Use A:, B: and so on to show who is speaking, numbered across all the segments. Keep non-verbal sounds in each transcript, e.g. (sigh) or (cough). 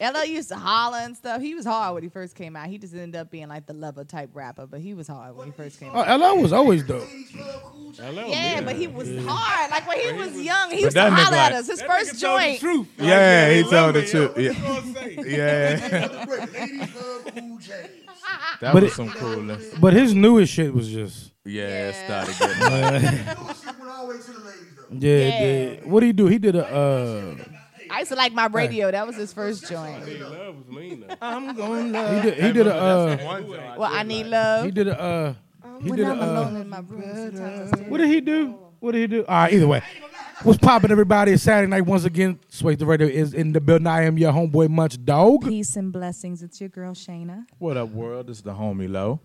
A: LL used to holler and stuff. He was hard when he first came out. He just ended up being like the lover type rapper, but he was hard when he first came out.
B: Oh, LL was always dope.
C: Hello,
A: Yeah, but he was hard. Like when he was young, he
C: But
A: used to
C: that nigga
A: holler at
C: like-
A: us. His first joint.
D: Yeah, he told the truth. Yeah,
C: Yeah,
D: yeah.
E: Ladies love Cool James.
D: That
B: But
D: was
B: it-
D: some cool. list.
B: But his newest shit was just
D: Yeah, it
A: Yeah.
D: started getting like,
E: Cool shit went all the way to the ladies though.
B: yeah. dude. What did he do? He did a uh,
A: I used to like my radio. That was his first joint.
C: love was mean though.
D: I'm gonna
B: he
D: love.
B: did he did a uh,
A: Well, I need love.
B: he did a uh, he
A: when
B: did a
A: I'm alone
B: uh,
A: in my room, sometimes I
B: what did he do? What did he do? All right, either way. What's popping, everybody? It's Saturday night once again. Sway the radio is in the building. I am your homeboy, Munch Dog.
F: Peace and blessings. It's your girl Shayna.
D: What up, world? This is the homie Low.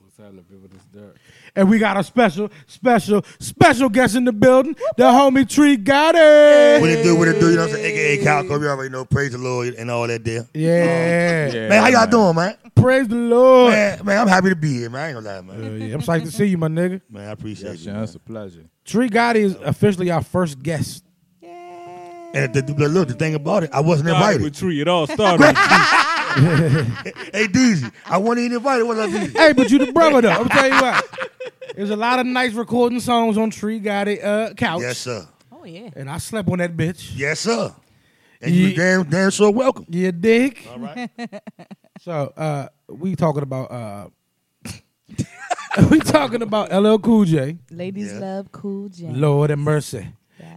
C: What's happening, people? This dirt.
B: And we got a special, special, special guest in the building. The homie Tree got it.
E: What it do, what it do, you know what I'm saying? AKA Calco, you already know, praise the Lord and all that there.
B: Yeah.
D: Oh,
E: Man, how y'all doing, man?
B: Praise the Lord.
E: Man, man, I'm happy to be here, man. I ain't gonna lie, man.
B: Hell yeah. I'm psyched to see you, my nigga.
E: Man, I appreciate
D: Yes,
E: you.
D: yeah, it's a pleasure.
B: Tree Gotti is officially our first guest.
E: And the, the- look, the thing about it, I wasn't invited.
C: With tree, it all started. with tree.
E: Hey, DZ, I wasn't even invited. What's up, DZ?
B: Hey, but you the brother though. I'm tell you what. There's a lot of nice recording songs on Tree Gotti uh, couch.
E: Yes, sir.
A: Oh yeah.
B: And I slept on that bitch.
E: Yes, sir. And you
B: Ye-
E: damn, damn sure welcome.
B: You dig?
E: All right.
B: (laughs) So uh, we talking about uh, (laughs) we talking about LL Cool J.
F: Ladies
E: Yeah.
F: love Cool James.
B: Lord have mercy.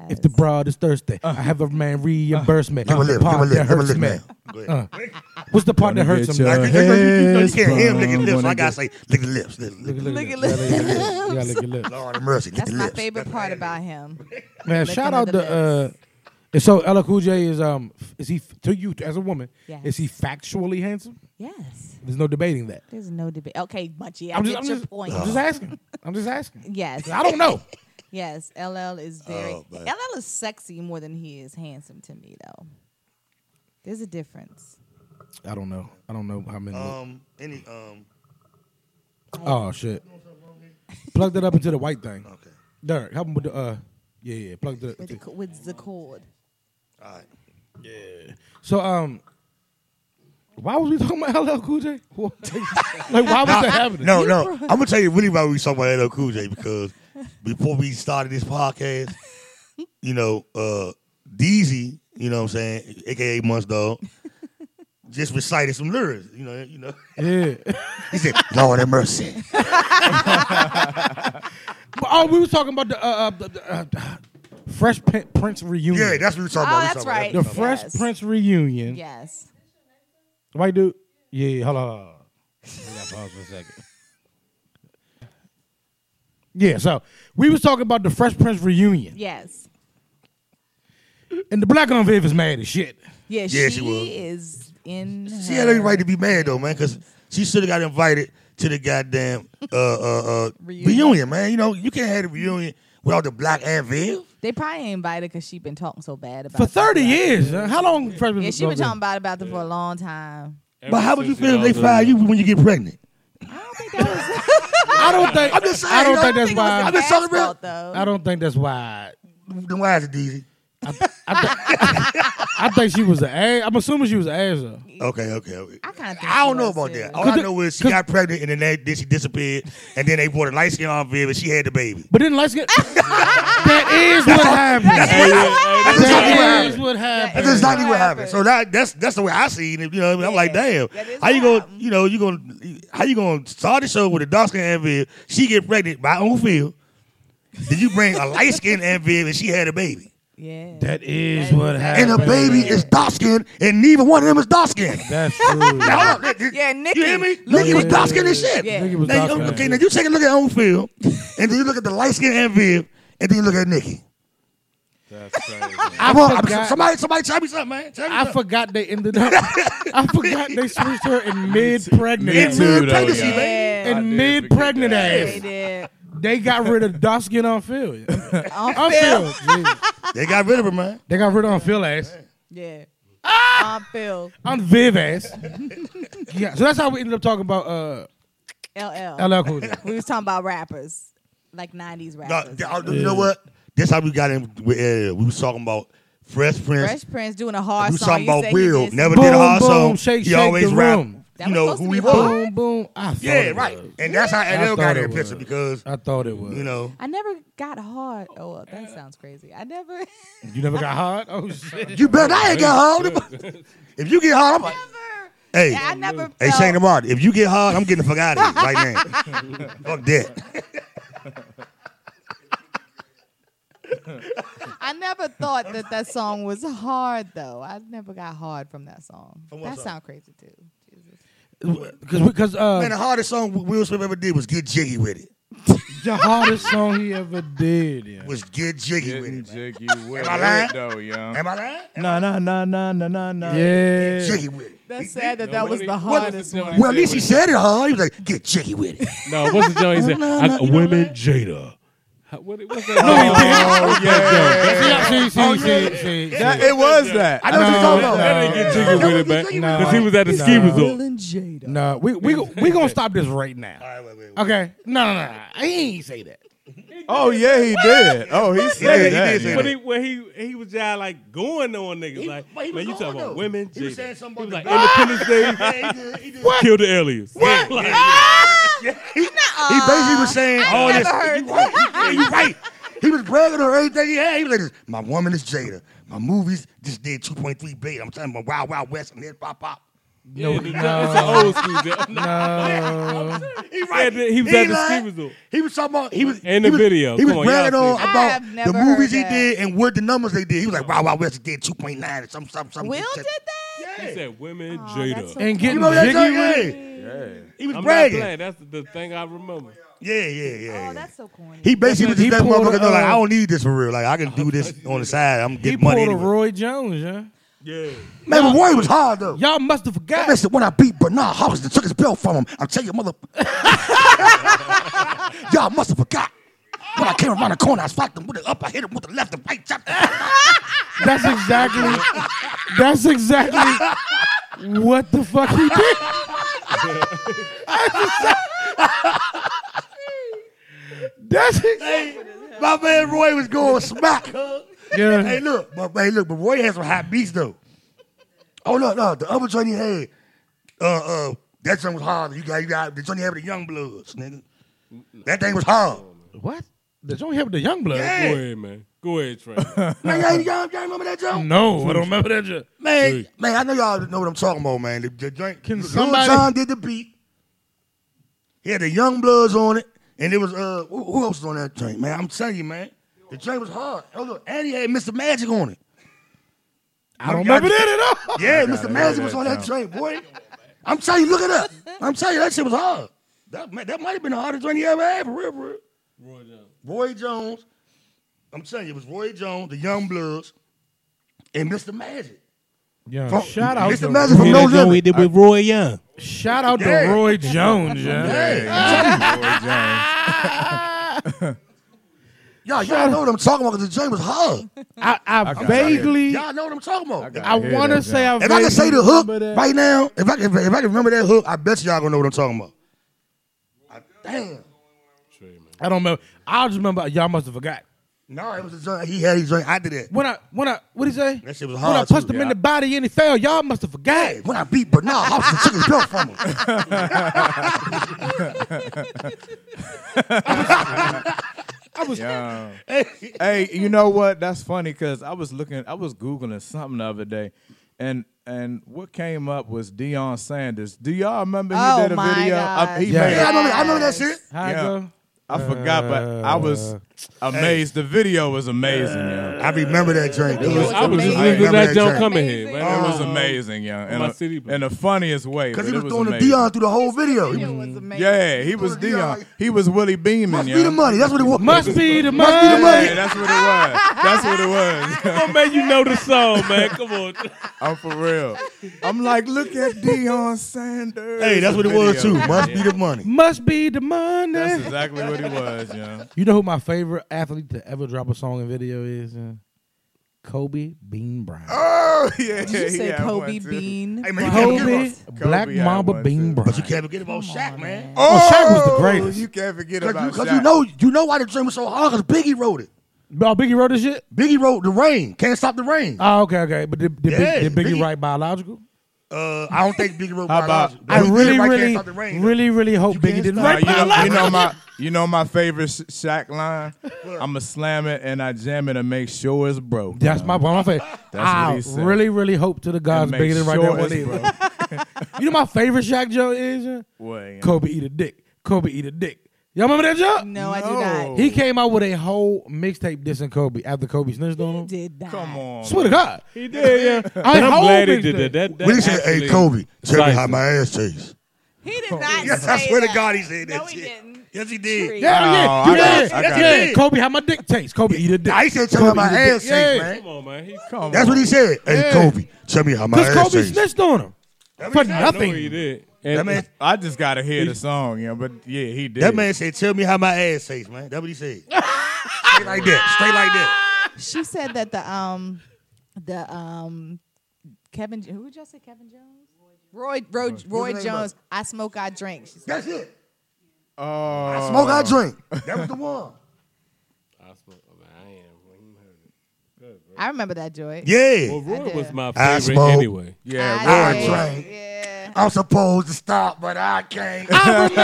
B: If the broad is thirsty, I have a man reimburse me.
E: Uh. Give a
B: The
E: lip, give a lip,
B: part Uh, that
E: give a
B: hurts
E: lip,
B: me.
E: man. Go ahead.
B: What's the part that
D: Gonna
B: hurts
D: get
B: him?
D: your
E: Like, you, you,
B: Like,
E: you, you, know, you
D: head's
E: can't hear him licking
D: sprung
E: lips. I
D: on
E: gotta
D: a
E: say, lick the lips. Lick, lick,
B: Look at
E: lick.
B: look
A: Look
B: at
A: at
B: look
A: lips.
B: Yeah, look at lips.
E: Lord have mercy. Lick
A: That's
E: the
A: my
E: lips.
A: favorite part about him.
B: Man,
A: Licking
B: shout
A: of
B: out
A: the
B: the. Uh, and so LL Cool J is um f- is he f- to you as a woman?
A: Yes.
B: Is he factually handsome?
A: Yes.
B: There's no debating that.
A: There's no debate. Okay, Munchie, I
B: I'm
A: get
B: just, I'm,
A: your
B: just,
A: point.
B: I'm just asking. I'm just asking.
A: yes.
B: I don't know.
A: Yes. LL is very
E: Oh, man.
A: LL is sexy more than he is handsome to me though. There's a difference.
B: I don't know. I don't know how many.
E: Um, any, um,
B: oh shit! Plug that up into the white thing.
E: okay.
B: Derek, help him with the. Uh, yeah, yeah. Plug the.
A: With the, co- with the cord.
E: All right.
B: So um, why was we talking about LL Cool J? (laughs) What? like why was that happening?
E: No, no. I'm gonna tell you really why we talking about LL Cool J
A: (laughs)
E: because before we started this podcast, you know, uh Deezy, you know what I'm saying, aka Munch
A: (laughs)
E: Dog, just recited some lyrics. You know, you know.
B: Yeah.
E: He said, (laughs) Lord have mercy.
A: (laughs)
B: But, oh, we was talking about the uh, uh, the- the, uh, uh, Fresh P- Prince reunion.
E: Yeah, that's what we talking
A: Oh,
E: about. We
A: that's
E: talking about-
A: right.
B: the
A: Yes.
B: Fresh Prince reunion.
A: Yes.
B: White dude. Yeah, yeah, hold on. Hold on. We gotta pause for a second. Yeah, so we was talking about the Fresh Prince reunion,
A: Yes.
B: and the black on Viv is mad as shit.
A: Yeah,
E: Yeah,
A: she,
E: she was.
A: is in
E: She
A: her
E: had every right to be mad though, man, because she should have got invited to the goddamn uh, uh, uh, reunion.
A: (laughs) Reunion.
E: man. You know, you can't have a reunion without the black and Viv.
A: They probably ain't invited because she been talking so bad about
B: For
A: them.
B: thirty years, huh? how long? Fresh Prince
A: Yeah, she
B: been
A: been talking bad about them for a long time.
E: But how would you feel if they fire you when you get pregnant?
A: I don't think that was.
B: I don't think. i
E: just saying,
B: don't
E: yo,
B: think
E: I
B: that's
E: think it was
B: why.
E: I've been
A: Dad's
E: celebrating-
A: fault, though.
B: I don't think that's why.
E: Then why is it DZ?
B: I think she was an ass. I'm assuming she was an ass. though.
E: Okay, okay, okay.
A: I kind of.
E: I don't know about that. All I
B: Could-
E: know is she
B: could-
E: got pregnant and then, they, then she disappeared, and then they brought a light skin on Viv and she had the baby.
B: But then let's (laughs) get. that is what happened.
E: That's
C: Hey, hey,
E: exactly what
B: That is
E: happened.
B: what
E: That's
B: happened.
E: exactly what
A: What
E: happened.
A: happened?
E: So that that's that's the way I see it. You know, what I mean? I'm like, damn,
A: That is
E: how you
A: what
E: gonna,
A: happened.
E: you know, you gonna, how you gonna start the show with a dark skin and Viv? She get pregnant by own field. Then you bring a light skin and Viv and she had a
B: (laughs)
E: baby,
A: Yeah.
B: That is what
E: and
B: happened.
E: her baby is dark skin, and neither one of them is dark skin.
B: That's (laughs) true.
A: yeah, Nikki.
E: You hear me? Nikki was dark skin as shit.
A: Yeah.
B: Nikki was
E: Now,
B: dark-skinned.
E: okay, now you take a look at own field, and then you look at the light skin and Viv, and then you look at Nikki.
D: That's crazy.
B: I
E: Come on, I'm-
B: forgot-
E: somebody, somebody, tell me something, man. Tell me
B: I
E: something.
B: forgot they ended up. I forgot they switched her in mid pregnant.
E: It's
D: too,
E: mid
D: though,
E: pregnancy,
D: yeah.
E: man.
A: Yeah.
D: I
B: In
D: did
B: mid
D: forget
B: pregnant
D: that.
A: They
B: ass.
A: did.
B: They got rid of dark skin
E: (laughs)
B: on Phil.
A: On
B: On
A: Phil.
B: Phil. Jesus.
E: They got rid of her,
B: (laughs)
E: man.
B: They got rid of on Phil ass.
A: Yeah. On Phil.
B: On Viv ass. Yeah, so that's how we ended up talking about uh,
A: LL.
B: LL Cool J.
A: We was talking about rappers, like '90s
E: No,
A: rappers.
E: th- uh, You know what? That's how we got in. With, uh, we was talking about Fresh Prince.
A: Fresh Prince doing a hard
E: do
A: song.
E: something
A: You
E: about
A: say he
E: Will.
A: did
E: Never
B: Boom,
E: did a hard
B: boom,
E: song.
B: shake,
E: he
B: shake
E: always
B: the
E: rap.
B: room.
A: That
E: you
A: was
E: know who
A: supposed to
E: he
A: be hard.
E: was.
B: Boom, boom. I thought
E: Yeah,
B: it
E: right.
B: was.
E: And that's how
B: I
E: NL
B: thought
E: got in
B: it
E: the picture
B: was.
E: because
B: I thought it was.
E: you know
A: I never got hard. Oh, well, that sounds crazy. I never. (laughs)
B: You never got hard? Oh,
E: (laughs)
B: shit.
E: you better I ain't get hard. (laughs) if you get hard, I'm like, hey,
A: I never.
E: hey,
A: felt-
E: Shane Demar, if you get hard, I'm getting the fuck out of here right now. fuck that.
A: I never thought that that song was hard though. I never got hard from that song.
E: From what
A: that
E: song?
A: sound crazy too. Jesus.
B: Because because
E: Man, the
B: uh,
E: hardest song Will Smith ever did was "Get Jiggy with It."
B: the hardest song he ever did. Yeah.
E: Was "Get Jiggy
D: Getting
E: with It."
D: jiggy with
E: Am I lying?
D: it, though, young.
E: Am I lying?
D: No, no, no, no, no, no, no.
B: yeah.
E: Jiggy with it.
A: That's sad that that
C: Nobody-
A: was the
C: what
A: hardest
C: is it
A: one.
C: doing?
E: Well, at least he said it hard. He was like, "Get Jiggy with it."
C: No, what's the joint? He said, I- "Women, Jada." How- What, what's that?
D: Oh, yeah.
B: See, see, see, see, see, see.
D: That- it was that.
E: I know what you're talking
B: No,
E: about.
C: That ain't get jiggy with it, man.
B: No.
C: Because he was at the ski resort.
A: and Jada.
B: No, we we we gonna stop this right now.
E: All right, wait, wait, wait.
B: Okay. No, no, no. I ain't say that.
D: Oh, yeah, he did. Oh, he
E: Yeah, he
D: said
E: did
D: that.
E: say
D: yeah.
E: that.
C: But he, when he he was just like going on niggas,
E: He-
C: like
E: but he was
C: man, you
E: going,
C: talking about
E: though.
C: women?
E: He was
C: Jada.
E: saying something
C: He was
E: about
C: like
E: the-
C: Independence Day,
E: (laughs) Yeah, he did, he did.
C: kill the aliens. (laughs) What?
E: He basically was saying all
A: never
E: this.
A: heard
E: You right. Yeah, you right. He was bragging on everything he had. He was like, "My woman is Jada. My movies just did 2.3 billion. I'm talking about Wild Wild West and hip pop pop."
C: no,
E: (laughs)
C: it's an old school. joke.
E: He
C: Yeah,
E: right.
C: th- he was at the
E: lying.
C: ski resort.
E: He was talking about. He was
C: In
E: he
C: the
E: was-
C: video.
E: He was
C: Come on,
E: bragging
C: y'all
E: on
C: see it.
A: I
E: about
A: have
E: the
A: never
E: movies he
A: heard that.
E: did and what the numbers they did. He was like, "Wild Wild West did 2.9 and some some some."
A: Will
E: just-
A: did that.
C: He
E: Yeah.
C: said women,
A: that's
C: Jada.
A: so-
B: And getting
E: You know that
B: jiggy
E: joke?
B: with it.
E: Yeah.
D: Yeah.
E: He was
C: I'm not
E: bragging.
C: playing. That's the thing I remember.
E: Yeah, yeah, yeah.
F: Oh,
E: yeah.
F: that's so corny.
E: He basically was
B: He
E: just that
B: pulled
E: motherfucker.
B: a,
E: though, like,
B: uh,
E: I don't need this for real. Like, I can do this on the side.
C: (laughs)
E: I'm
B: He
E: getting
B: pulled
E: money
B: a
E: anyway.
B: Roy Jones, yeah.
C: Yeah.
E: Man, but Roy was hard though.
B: Y'all must
E: (laughs)
B: have
E: I
B: forgot.
E: missed it when I beat Bernard Hawkins and took his belt from him. I'll tell you, mother. (laughs) Y'all must have forgot. When I came around the corner, I spiked him with the up. I hit him with the left and right. Chop.
B: That's exactly. that's exactly what the fuck he did. That's exactly.
E: Hey, my man Roy was going smack.
B: Yeah.
E: Hey, look, but hey, look, but Roy had some hot beats though. Oh no, no, the other joint he had, uh, uh, that joint was hard. You got, you got the joint he had with the Young Bloods, nigga. That thing was hard.
B: What? Did you help the young blood?
E: Yeah.
C: Go ahead, man. Go ahead, Trey.
E: Man, y'all, y'all, y'all remember that joint?
B: No, I don't remember that. Shit.
E: Man,
C: Dude.
E: man, I know y'all know what I'm talking about, man. The, the joint,
B: Can
E: Lil
B: somebody-
E: John did the beat. He had the Young Bloods on it, and it was uh, who, who else was on that joint, man? I'm telling you, man, the joint was hard. Oh look, and he had Mr. Magic on it.
B: I don't remember that at all.
E: Yeah, Mr. Magic was
D: that
E: on that joint, boy. I'm telling you, look it up. I'm telling you, that shit was hard. That, ma- that might have been the hardest joint he ever had, for real, for real.
C: Roy Jones.
E: Roy Jones. I'm telling you, it was Roy Jones, the Young Bloods, and Mr. Magic.
B: Yeah,
E: From-
B: shout out
E: Mr.
B: to
E: Magic from No Limit.
C: did with Roy Young.
B: shout out
E: Yeah.
B: to Roy Jones. Yeah.
E: Hey, (laughs)
D: Yeah.
E: y'all, y'all know what I'm talking about because the joint was hard.
B: I, I,
D: got
B: vaguely, I,
E: Y'all know what I'm talking about.
D: I hear
B: want to
D: that,
B: say I
D: John.
E: If I can say the
B: vaguely
E: hook
B: remember that.
E: right now, if I can, if I can remember that hook, I bet y'all gonna know what I'm talking about. I, damn.
C: Trey, man.
B: I don't remember. I just remember y'all must have forgot.
E: No, it was a joint. He had his joint. I did it.
B: When I when I what did he say?
E: That shit was
B: When I
E: hard,
B: punched
E: too,
B: him in the body and he fell, y'all must have forgot.
E: Hey, when I beat Bernard Hopkins, took his belt from (laughs) him.
D: Yeah. hey, you know what? That's funny because I was looking, I was googling something the other day, and and what came up was Deion Sanders. Do y'all remember he
A: Oh
D: did a
A: my
D: video?
A: God.
D: I, he
B: Yeah.
D: made
E: Yeah, I
D: a-
E: remember, I remember that
A: Yes.
E: shit.
B: How
D: Yeah.
B: go?
D: I forgot, but I was amazed. The video was amazing, yeah.
E: I remember that joint. It
A: was
C: I was just
A: amazing.
C: listening to
E: I remember
C: that John
E: joint.
C: coming here, man.
D: It
C: It
D: was
E: Oh.
D: amazing, yeah. In,
C: my
D: a-
C: city, bro.
D: in the funniest way.
E: Because
D: Because
E: he was throwing the
D: amazing.
E: Dion through the whole video. He Mm.
A: It
E: was,
A: was amazing.
D: Yeah, he was
E: Throwing the Deion
D: Dion.
E: like-
D: He was Willie Beeman,
E: must
D: yeah.
E: be the money. That's what it was.
B: Must be the must
E: be the money.
D: Yeah, that's what it was. That's what
E: (laughs)
D: it was.
C: Come on, Oh, man. You know the song, man. Come on.
D: I'm for real. I'm like, look at Dion Sanders.
E: Hey, that's what it was too.
D: Video.
E: Must be the money.
B: Must be the money.
D: That's exactly what it was, yeah.
B: you know who my favorite athlete to ever drop a song and video is? Uh, Kobe Bean Bryant.
D: (laughs) Oh yeah.
A: Did you say
D: yeah, I
A: Kobe
D: want to.
A: Bean?
E: Hey, man, you
A: Bryant?
E: can't forget
B: Kobe,
E: about,
B: Black
D: Kobe, I
B: Mamba
D: want
B: Bean
D: to.
B: Bryant.
E: but you can't forget about Shaq, man.
B: Oh, Shaq was the greatest.
D: You can't forget
E: Because
D: about
E: you, 'cause
D: Shaq.
E: you know, you know why the dream was so hard. Because Biggie wrote it.
B: Oh, Biggie wrote this shit?
E: Biggie wrote The Rain. Can't Stop the Rain.
B: Oh, okay, okay. But did, did, Big-
E: Yeah,
B: did Biggie
E: Biggie-
B: write biological?
E: Uh, I don't think Biggie wrote
D: How about-
E: Biological.
B: I
E: He did write
B: really,
E: Can't
B: really,
E: Stop the Rain, though.
B: really, really hope Biggie
E: can't
B: didn't
E: stop.
D: Nah,
B: write
D: you, know, you
B: biological.
D: know my you know my favorite Sh- Shaq line. I'ma slam it and I jam it and make sure it's broke.
B: That's my one of my favorite.
D: what
B: I
D: he said.
B: really, really hope to the gods
D: And make
B: Biggie didn't write
D: sure
B: that one
D: it's
B: either.
D: broke. (laughs)
B: You know my favorite Shaq joke is uh,
D: Well, yeah.
B: Kobe eat a dick. Kobe eat a dick. Y'all remember that joke?
A: No, I do not.
D: No.
B: He came out with a whole mixtape dissing Kobe after Kobe snitched on him.
A: Did not.
D: Come on.
B: Swear to God.
C: He did, yeah.
B: (laughs) I
C: And I'm
B: hope
C: glad
B: he
C: he did that.
B: did.
C: That, that
E: When he said, "Hey
C: actually-
E: Kobe, tell me
C: Precisely.
E: how my ass tastes."
A: He did not.
E: Yes,
A: say
E: I swear
A: that.
E: to God, he said that
A: No, he
E: shit.
A: didn't.
E: Yes, he did.
A: Treat.
B: Yeah,
D: No,
B: yeah,
D: I
B: yeah,
D: got
B: yeah,
D: it, I got
B: yeah.
E: it.
B: Kobe, how my dick tastes. Kobe eat a dick.
E: I said, "Tell me how my
B: Kobe eat a
E: ass
B: dick.
E: tastes,
B: Yeah.
E: man."
C: Come on, man. He
D: Come on.
E: That's what he said. Hey
B: Yeah.
E: Kobe, tell me how my
B: Because
E: ass
B: Kobe
E: tastes.
B: snitched on him for
C: I know he
B: nothing.
C: did.
E: That
C: And
E: man,
D: I just gotta hear the song, yeah. But yeah, he did.
E: that man said, "Tell me how my ass tastes, man." That's what he said. Straight like that. Straight like that.
A: She said that the um the um Kevin who would y'all say Kevin Jones? Roy Roy, Roy
E: name
A: Jones. I smoke, I drink. She said,
E: That's it.
D: Oh,
E: Smoke, I drink. That was the one.
A: I remember that joy.
E: Yeah.
C: well, Roy
A: did.
C: was my
E: I
C: favorite
E: smoke.
C: anyway.
D: yeah.
E: I
A: did.
E: drank.
A: Yeah.
E: I'm supposed to stop, but I can't. I'm (laughs)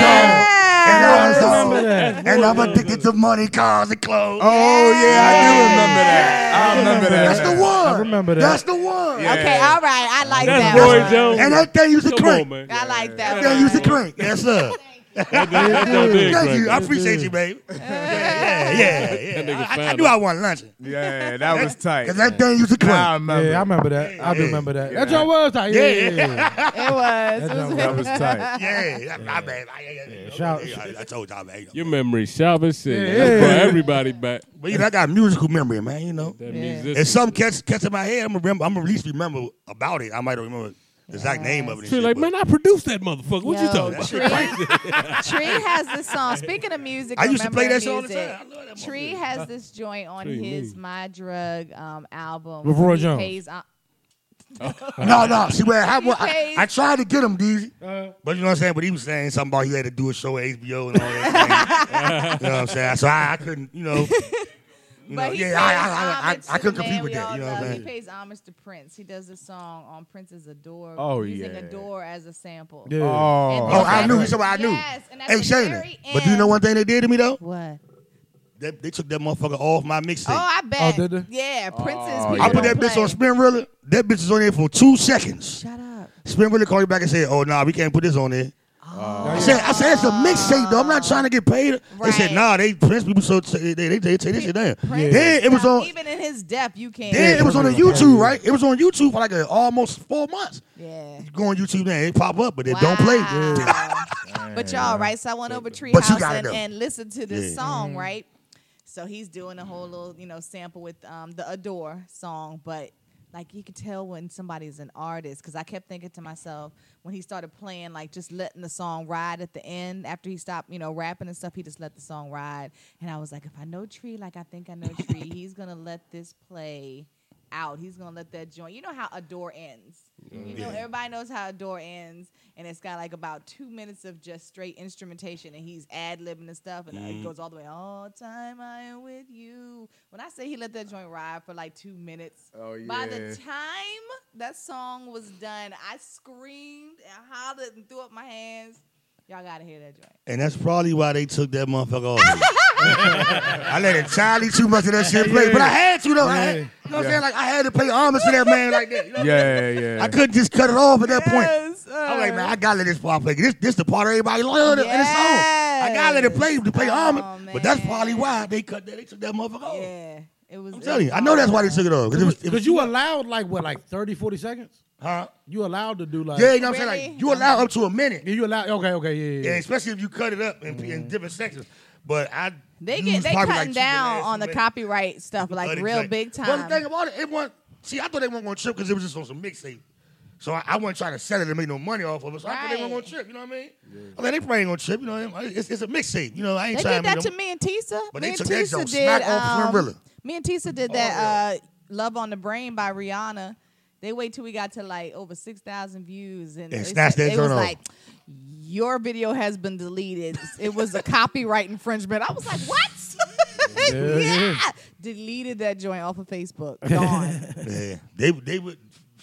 A: Yeah.
E: a dog.
B: Remember
E: And I'm,
B: that.
E: so, and I'm addicted to money, cars, and clothes.
D: Oh yeah, I do remember that. I remember that.
E: That's the one.
B: I remember that.
E: That's the one.
D: Yeah.
A: Okay, all right. I like that.
C: That's Roy
A: one.
C: Jones.
E: And that thing used to
C: Come on,
E: drink.
C: man.
A: I like that.
E: That thing
A: one.
E: used to drink. Yes, sir.
C: That's no big
E: Thank you. I
C: crack.
E: appreciate you, babe. Yeah, yeah, yeah.
C: nigga
E: I, I
C: found
E: knew I wanted lunch.
D: Yeah, that was tight.
E: Because that thing used to
D: Now I
E: crank.
D: remember.
B: Yeah, I remember that. I do
E: Yeah.
B: remember that. That y'all was like, yeah, yeah, yeah.
A: It was. It was
D: That
B: (laughs)
D: was tight.
E: (laughs) Yeah, yeah, my bad. I, I, I,
B: Shout-
E: I, I told y'all, man.
C: Your memory, Chavez said.
B: Yeah,
C: That's
B: yeah,
C: brought
B: yeah.
C: everybody back.
E: But you know, I got musical memory, man, you know.
C: That
A: Yeah.
C: means
E: If
C: this.
E: something catch, catch in my head, I'm going to at least remember about it. I might not remember the
A: Ah.
E: exact name of it. and
C: Tree
E: shit,
C: like,
E: but
C: man, I produced that motherfucker. What you
A: Yo,
C: talking about?
E: that shit crazy.
A: Tree has this song. Speaking of music,
E: I used to play
A: remembering
E: that shit all the
A: music,
E: time. I love that
A: Tree has this joint on
C: Tree,
A: his
C: me.
A: My Drug um, album.
B: With Roy
A: He
B: Jones.
A: pays hon-
E: No, no. See, man, I,
A: You
E: I,
A: paid-
E: I tried to get him, DZ.
C: Uh.
E: but you know what I'm saying? But he was saying something about he had to do a show at HBO and all
A: (laughs)
E: that. thing. you know what I'm saying? So I, I couldn't, you know. You know,
A: But he
E: yeah,
A: pays
E: I, I, I, I, I
A: homage to the
E: couldn't compete
A: man
E: with
A: we
E: that.
A: all
E: You know what I'm
A: love.
E: saying?
A: He pays homage to Prince. He does a song on Prince's "Adore,"
D: Oh,
A: using
D: yeah.
A: "Adore" as a sample. (laughs)
B: Yeah.
D: Oh,
A: And
E: Oh,
A: then
E: I
A: at
E: knew.
A: the-
E: He said, well, I knew.
A: Yes, and at
E: Hey,
A: the
E: Shayna.
A: very
E: But do you
A: end-
E: know one thing they did to me, though?
A: What?
E: They, they took that motherfucker off my mixtape.
A: Oh, I bet.
B: did they?
A: Yeah, Prince's.
E: Oh, I
A: people
E: put that
A: don't
E: bitch
A: play.
E: on Spin Rilla. That bitch is on there for two seconds.
A: Shut up.
E: Spin Rilla called me back and said, oh, nah, we can't put this on there. I said, I said, it's a mixtape, though. I'm not trying to get paid. They said,
A: Right.
E: nah, they Prince people so they they, they, they take this shit down.
A: Prince
E: Then it was
A: stuff,
E: on
A: Even in his death, you can't.
E: Then it was on the
B: Purple
E: YouTube, right? It was on YouTube for like a, almost four months.
A: Yeah.
E: You go on YouTube now, it pop up, but it don't play.
A: Wow. but y'all, right? So I went over
E: But you
A: Treehouse
E: gotta
A: and,
E: know.
A: and listened to this
E: Yeah.
A: song, right? So he's doing a whole little, you know, sample with um, the Adore song, but like you could tell when somebody's an artist because I kept thinking to myself when he started playing, like just letting the song ride at the end after he stopped, you know, rapping and stuff. He just let the song ride, and I was like, if I know Tree, like I think I know
E: (laughs)
A: Tree, he's gonna let this play out. He's gonna let that joint. You know how Adore ends. You know, everybody knows how Adore ends, and it's got like about two minutes of just straight instrumentation, and he's ad libbing and stuff, and
E: Mm-hmm.
A: it goes all the way. All time I am with you. When I say he let that joint ride for like two minutes,
D: Oh,
A: by the
D: yeah.
A: time that song was done, I screamed and hollered and threw up my hands. Y'all gotta hear that joint.
E: And that's probably why they took that motherfucker off. (laughs) I let entirely too much of that shit play, but I had to though. I had, you know what I'm
D: Yeah.
E: saying? Like I had to pay homage to that man like that. You know what I'm
D: yeah, yeah.
E: saying? I couldn't just cut it off at that point.
A: Yes,
E: I'm like, man,
A: uh,
E: I gotta let this part play. This, this the part everybody oh, loves in the song. I gotta let it play to play
A: Yes.
E: homage.
A: Oh,
E: but that's
A: man.
E: probably why they cut that. They took that motherfucker off.
A: yeah, it was.
E: I'm telling you, I know that's why they took it off. Cause it was, it was,
B: Because you allowed like what, like 30, 40 seconds?
E: huh?
B: You allowed to do like
E: Yeah, you know what I'm saying?
A: Really?
E: Like, you allow up to a minute.
B: Yeah, you allowed okay, okay, yeah, yeah.
E: Yeah,
B: yeah.
E: especially if you cut it up in, in different sections. But I
A: They
E: used
A: get they
E: Mm, probably
A: cutting
E: like two
A: down
E: last
A: on the
E: minute
A: copyright stuff like
E: other
A: real
E: joint.
A: big
E: But the thing
A: time.
E: about it, it wasn't. See, I thought they weren't going to trip because it was just on some mixtape. So I, I wasn't trying to sell it and make no money off of it. So I thought they weren't
A: Right.
E: going to trip. You know what I mean? I mean, they probably ain't going to trip. You know, what I mean? it's, it's a mixtape. You know, I ain't
A: They
E: trying
A: did that
E: make
A: to
E: no-
A: me and Tisa.
E: But
A: me
E: they
A: and
E: took that
A: Tisa
E: joke
A: did.
E: smack off Oh,
A: um,
E: Glorilla.
A: me and Tisa did that uh, "Love on the Brain" by Rihanna. They wait till we got to like over six thousand views, and, they
E: snatched
A: said-
E: that
A: they was
E: joint off.
A: like, "Your video has been deleted. It was a copyright infringement." I was like, "What?" Deleted that joint off of Facebook. Gone.
E: Yeah, they they would.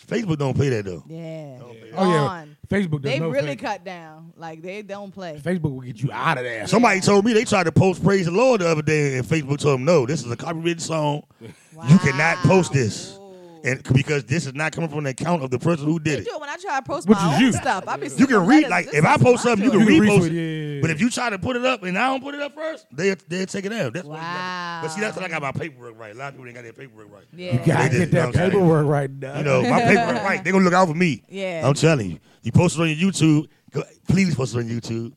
E: Facebook don't pay that though.
A: yeah.
B: Oh yeah,
A: Gone.
B: Facebook. does
A: They
B: no
A: really
B: favor.
A: cut down. Like they don't play.
B: Facebook will get you out of there.
E: Somebody told me they tried to post praise the Lord the other day, and Facebook told them no, this is a copyrighted song. You cannot post this, and because this is not coming from the account of the person who
A: They
E: did it.
A: do it when I try to post
B: Which
A: my
B: is
A: own
B: you.
A: stuff. I be
E: You
A: sending
E: can read
A: letters.
E: like
A: This
E: if I
A: is
E: post
A: my
E: something, you
A: choice.
E: can
B: You can
E: repost
B: repost
E: it.
B: it, yeah, yeah,
E: But if you try to put it up and I don't put it up first, they they take it down. That's what it's about. But see, that's
A: Wow.
E: what I got my paperwork right. A lot of people ain't got their paperwork right.
A: Yeah. You
B: Gotta
E: They
B: get
E: just-
B: that
E: I'm telling you.
B: paperwork right now.
E: You know,
A: (laughs)
E: my paperwork right. They're gonna look out for me.
A: Yeah.
E: I'm telling you. You post it on your YouTube. Go, please post it on
A: (laughs)
E: YouTube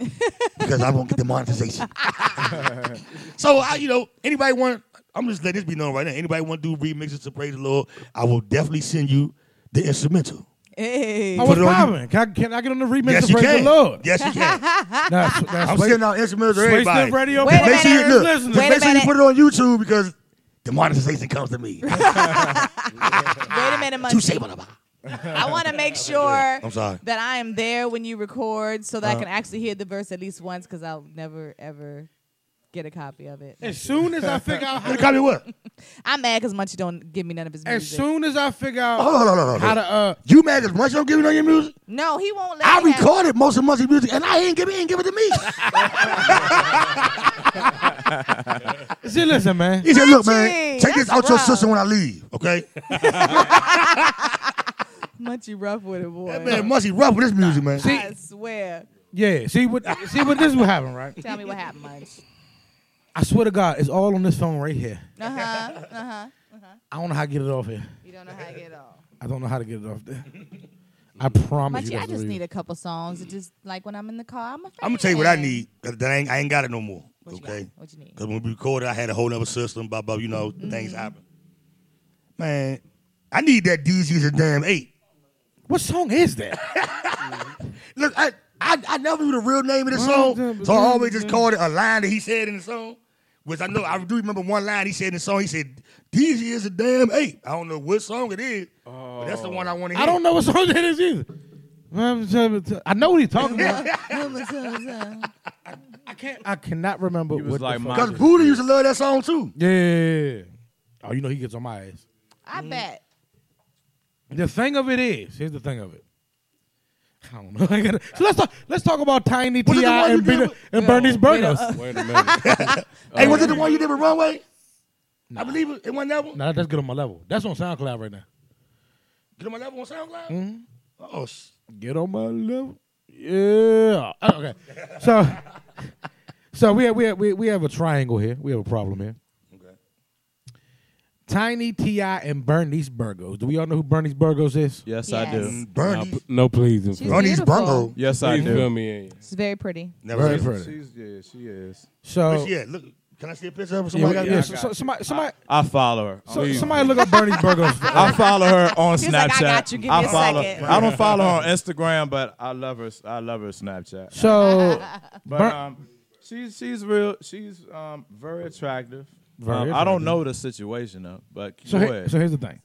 E: because I won't get the monetization. (laughs) so I, you know, anybody want? I'm just letting this be known right now. Anybody want to do remixes to praise the Lord? I will definitely send you the instrumental.
A: Hey.
B: Oh,
E: Put
B: what's
E: it on you.
B: popping? Can I, can I get on the remix
E: yes,
B: to
E: you
B: praise
E: can.
B: the Lord?
E: Yes, you
B: (laughs)
E: can.
B: Nah, s- nah,
E: I'm
B: Sway-
E: sending out instrumentals to
B: Sway
E: everybody.
B: Smith Radio.
A: Wait a
E: Make sure you
A: minute.
E: look.
B: Listen,
E: just
A: Wait a
E: make sure you
A: minute.
E: put it on YouTube because the monetization comes to me.
A: Wait a minute,
E: to
A: Munchie.
E: say what about?
A: I want to
E: (laughs)
A: make sure
E: I'm sorry. Uh-huh.
A: that I am there when you record so that I can actually hear the verse at least once because I'll never, ever get a copy of it.
B: As soon as I figure out,
A: (laughs)
B: how,
E: You copy what?
A: I'm mad because Munchie don't give me none of his music.
B: as soon as I figure out
E: Hold on, hold on, hold on.
B: how to, uh,
E: You mad because Munch don't give you none of your music?
A: no, he won't let
E: I
A: me have-
E: recorded most of Munch's music and I ain't give, he ain't give it to me.
B: see, listen, man.
E: He said, look,
A: Munchie,
E: man, take this
A: that's
E: out your
A: rough.
E: system when I leave, okay?
A: Munchie rough with it, boy.
E: That man Munchie rough with his music, man.
A: I swear.
B: Yeah, see what, see what this will happen, right?
A: Tell me what happened, Munch.
B: I swear to God, it's all on this phone right here.
A: Uh huh. Uh huh.
B: I don't know how to get it off here.
A: You don't know how to get off.
B: I don't know how to get it off there. I promise
A: Munchie,
B: you.
A: I
B: that's
A: just
B: the reason.
A: need a couple songs. It's just like when I'm in the car, I'm a fan.
E: I'm gonna tell you what I need. 'cause that ain't, I ain't got it no more,
A: What you got?
E: okay?
A: What you
E: (laughs)
A: need?
E: Because when we recorded, I had a whole other system, blah, blah, you know,
A: Mm-hmm.
E: things happen. Man, I need that DZ's a damn eight.
B: What song is that?
E: Look, I, I, I never knew the real name of the
B: Well,
E: song,
B: the-
E: so I always just called it a line that he said in the song. Which I know I do remember one line he said in the song. He said, "DZ is a damn ape." I don't know what song it is, but that's the one I want to hear.
B: Oh. I don't know what song that is either. I know what he's talking about. (laughs) I can't. I cannot remember
D: was
B: what
D: like
B: the
D: my-
B: fuck.
E: Cause Buddha used to love that song too.
B: Yeah, yeah, yeah, yeah. Oh, you know he gets on my ass.
A: (laughs) I bet.
B: The thing of it is, here's the thing of it. I don't know. (laughs) I gotta, so let's talk. Let's talk about Tiny Ti
E: the one you
B: and,
E: did
B: Bina,
E: with-
B: and Bernie's Burgers.
D: Wait a minute.
E: hey, was it the
B: Oh.
E: one you did with Runway? I believe it, it wasn't that one.
B: Now that's good on my level. That's on SoundCloud right now.
E: Get on my level on SoundCloud.
B: Mm-hmm.
E: Oh, sh-
B: Get on my level. Yeah. Oh, okay. So, (laughs) so we have, we have, we we have a triangle here. We have a problem here.
E: okay.
B: Tiny Ti and Bernice Burgos. Do we all know who Bernice Burgos is?
D: Yes, I do.
A: Yes.
E: Bernie,
G: No, please. Please,
A: She's-
E: Bernie's
A: beautiful.
E: Bungo.
D: Yes, I
G: please fill
D: do.
G: me in.
A: She's very pretty.
E: Never
B: Very
E: seen her.
B: pretty.
D: She's yeah, she is.
B: So,
D: Oh,
E: But yeah, look, can I see a picture of her?
B: yeah,
E: Somebody got
B: yeah,
E: it?
B: so- so- somebody, somebody,
D: I follow her.
B: so- somebody look up Bernice Burgos.
D: (laughs) I
B: (laughs)
D: follow her on
A: He's
D: Snapchat.
A: like, "I got you. Give me a
D: follow.
A: second."
D: I don't follow her on Instagram, but I love her. I love her Snapchat.
B: So,
D: But
B: Bur-
D: um, she's she's real. She's um very attractive.
B: Very
D: Um, I
B: attractive.
D: don't know the situation though, but
B: so,
D: go
B: he-
D: ahead.
B: so here's the thing.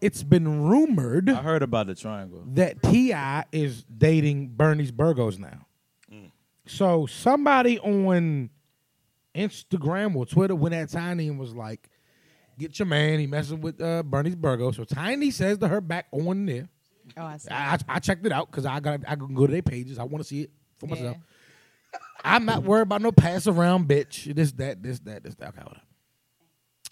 B: It's been rumored.
D: I heard about the triangle.
B: that Ti is dating Bernice Burgos now.
D: Mm.
B: So somebody on Instagram or Twitter went at Tiny and was like, "Get your man, he messing with uh, Bernice Burgos." So Tiny says to her back on there.
A: Oh,
B: (laughs)
A: I see.
B: I, I, I checked it out because I got I can go to their pages. I want to see it for
A: Yeah.
B: myself. I'm not worried about no pass around bitch. This that this that this that. Okay, whatever.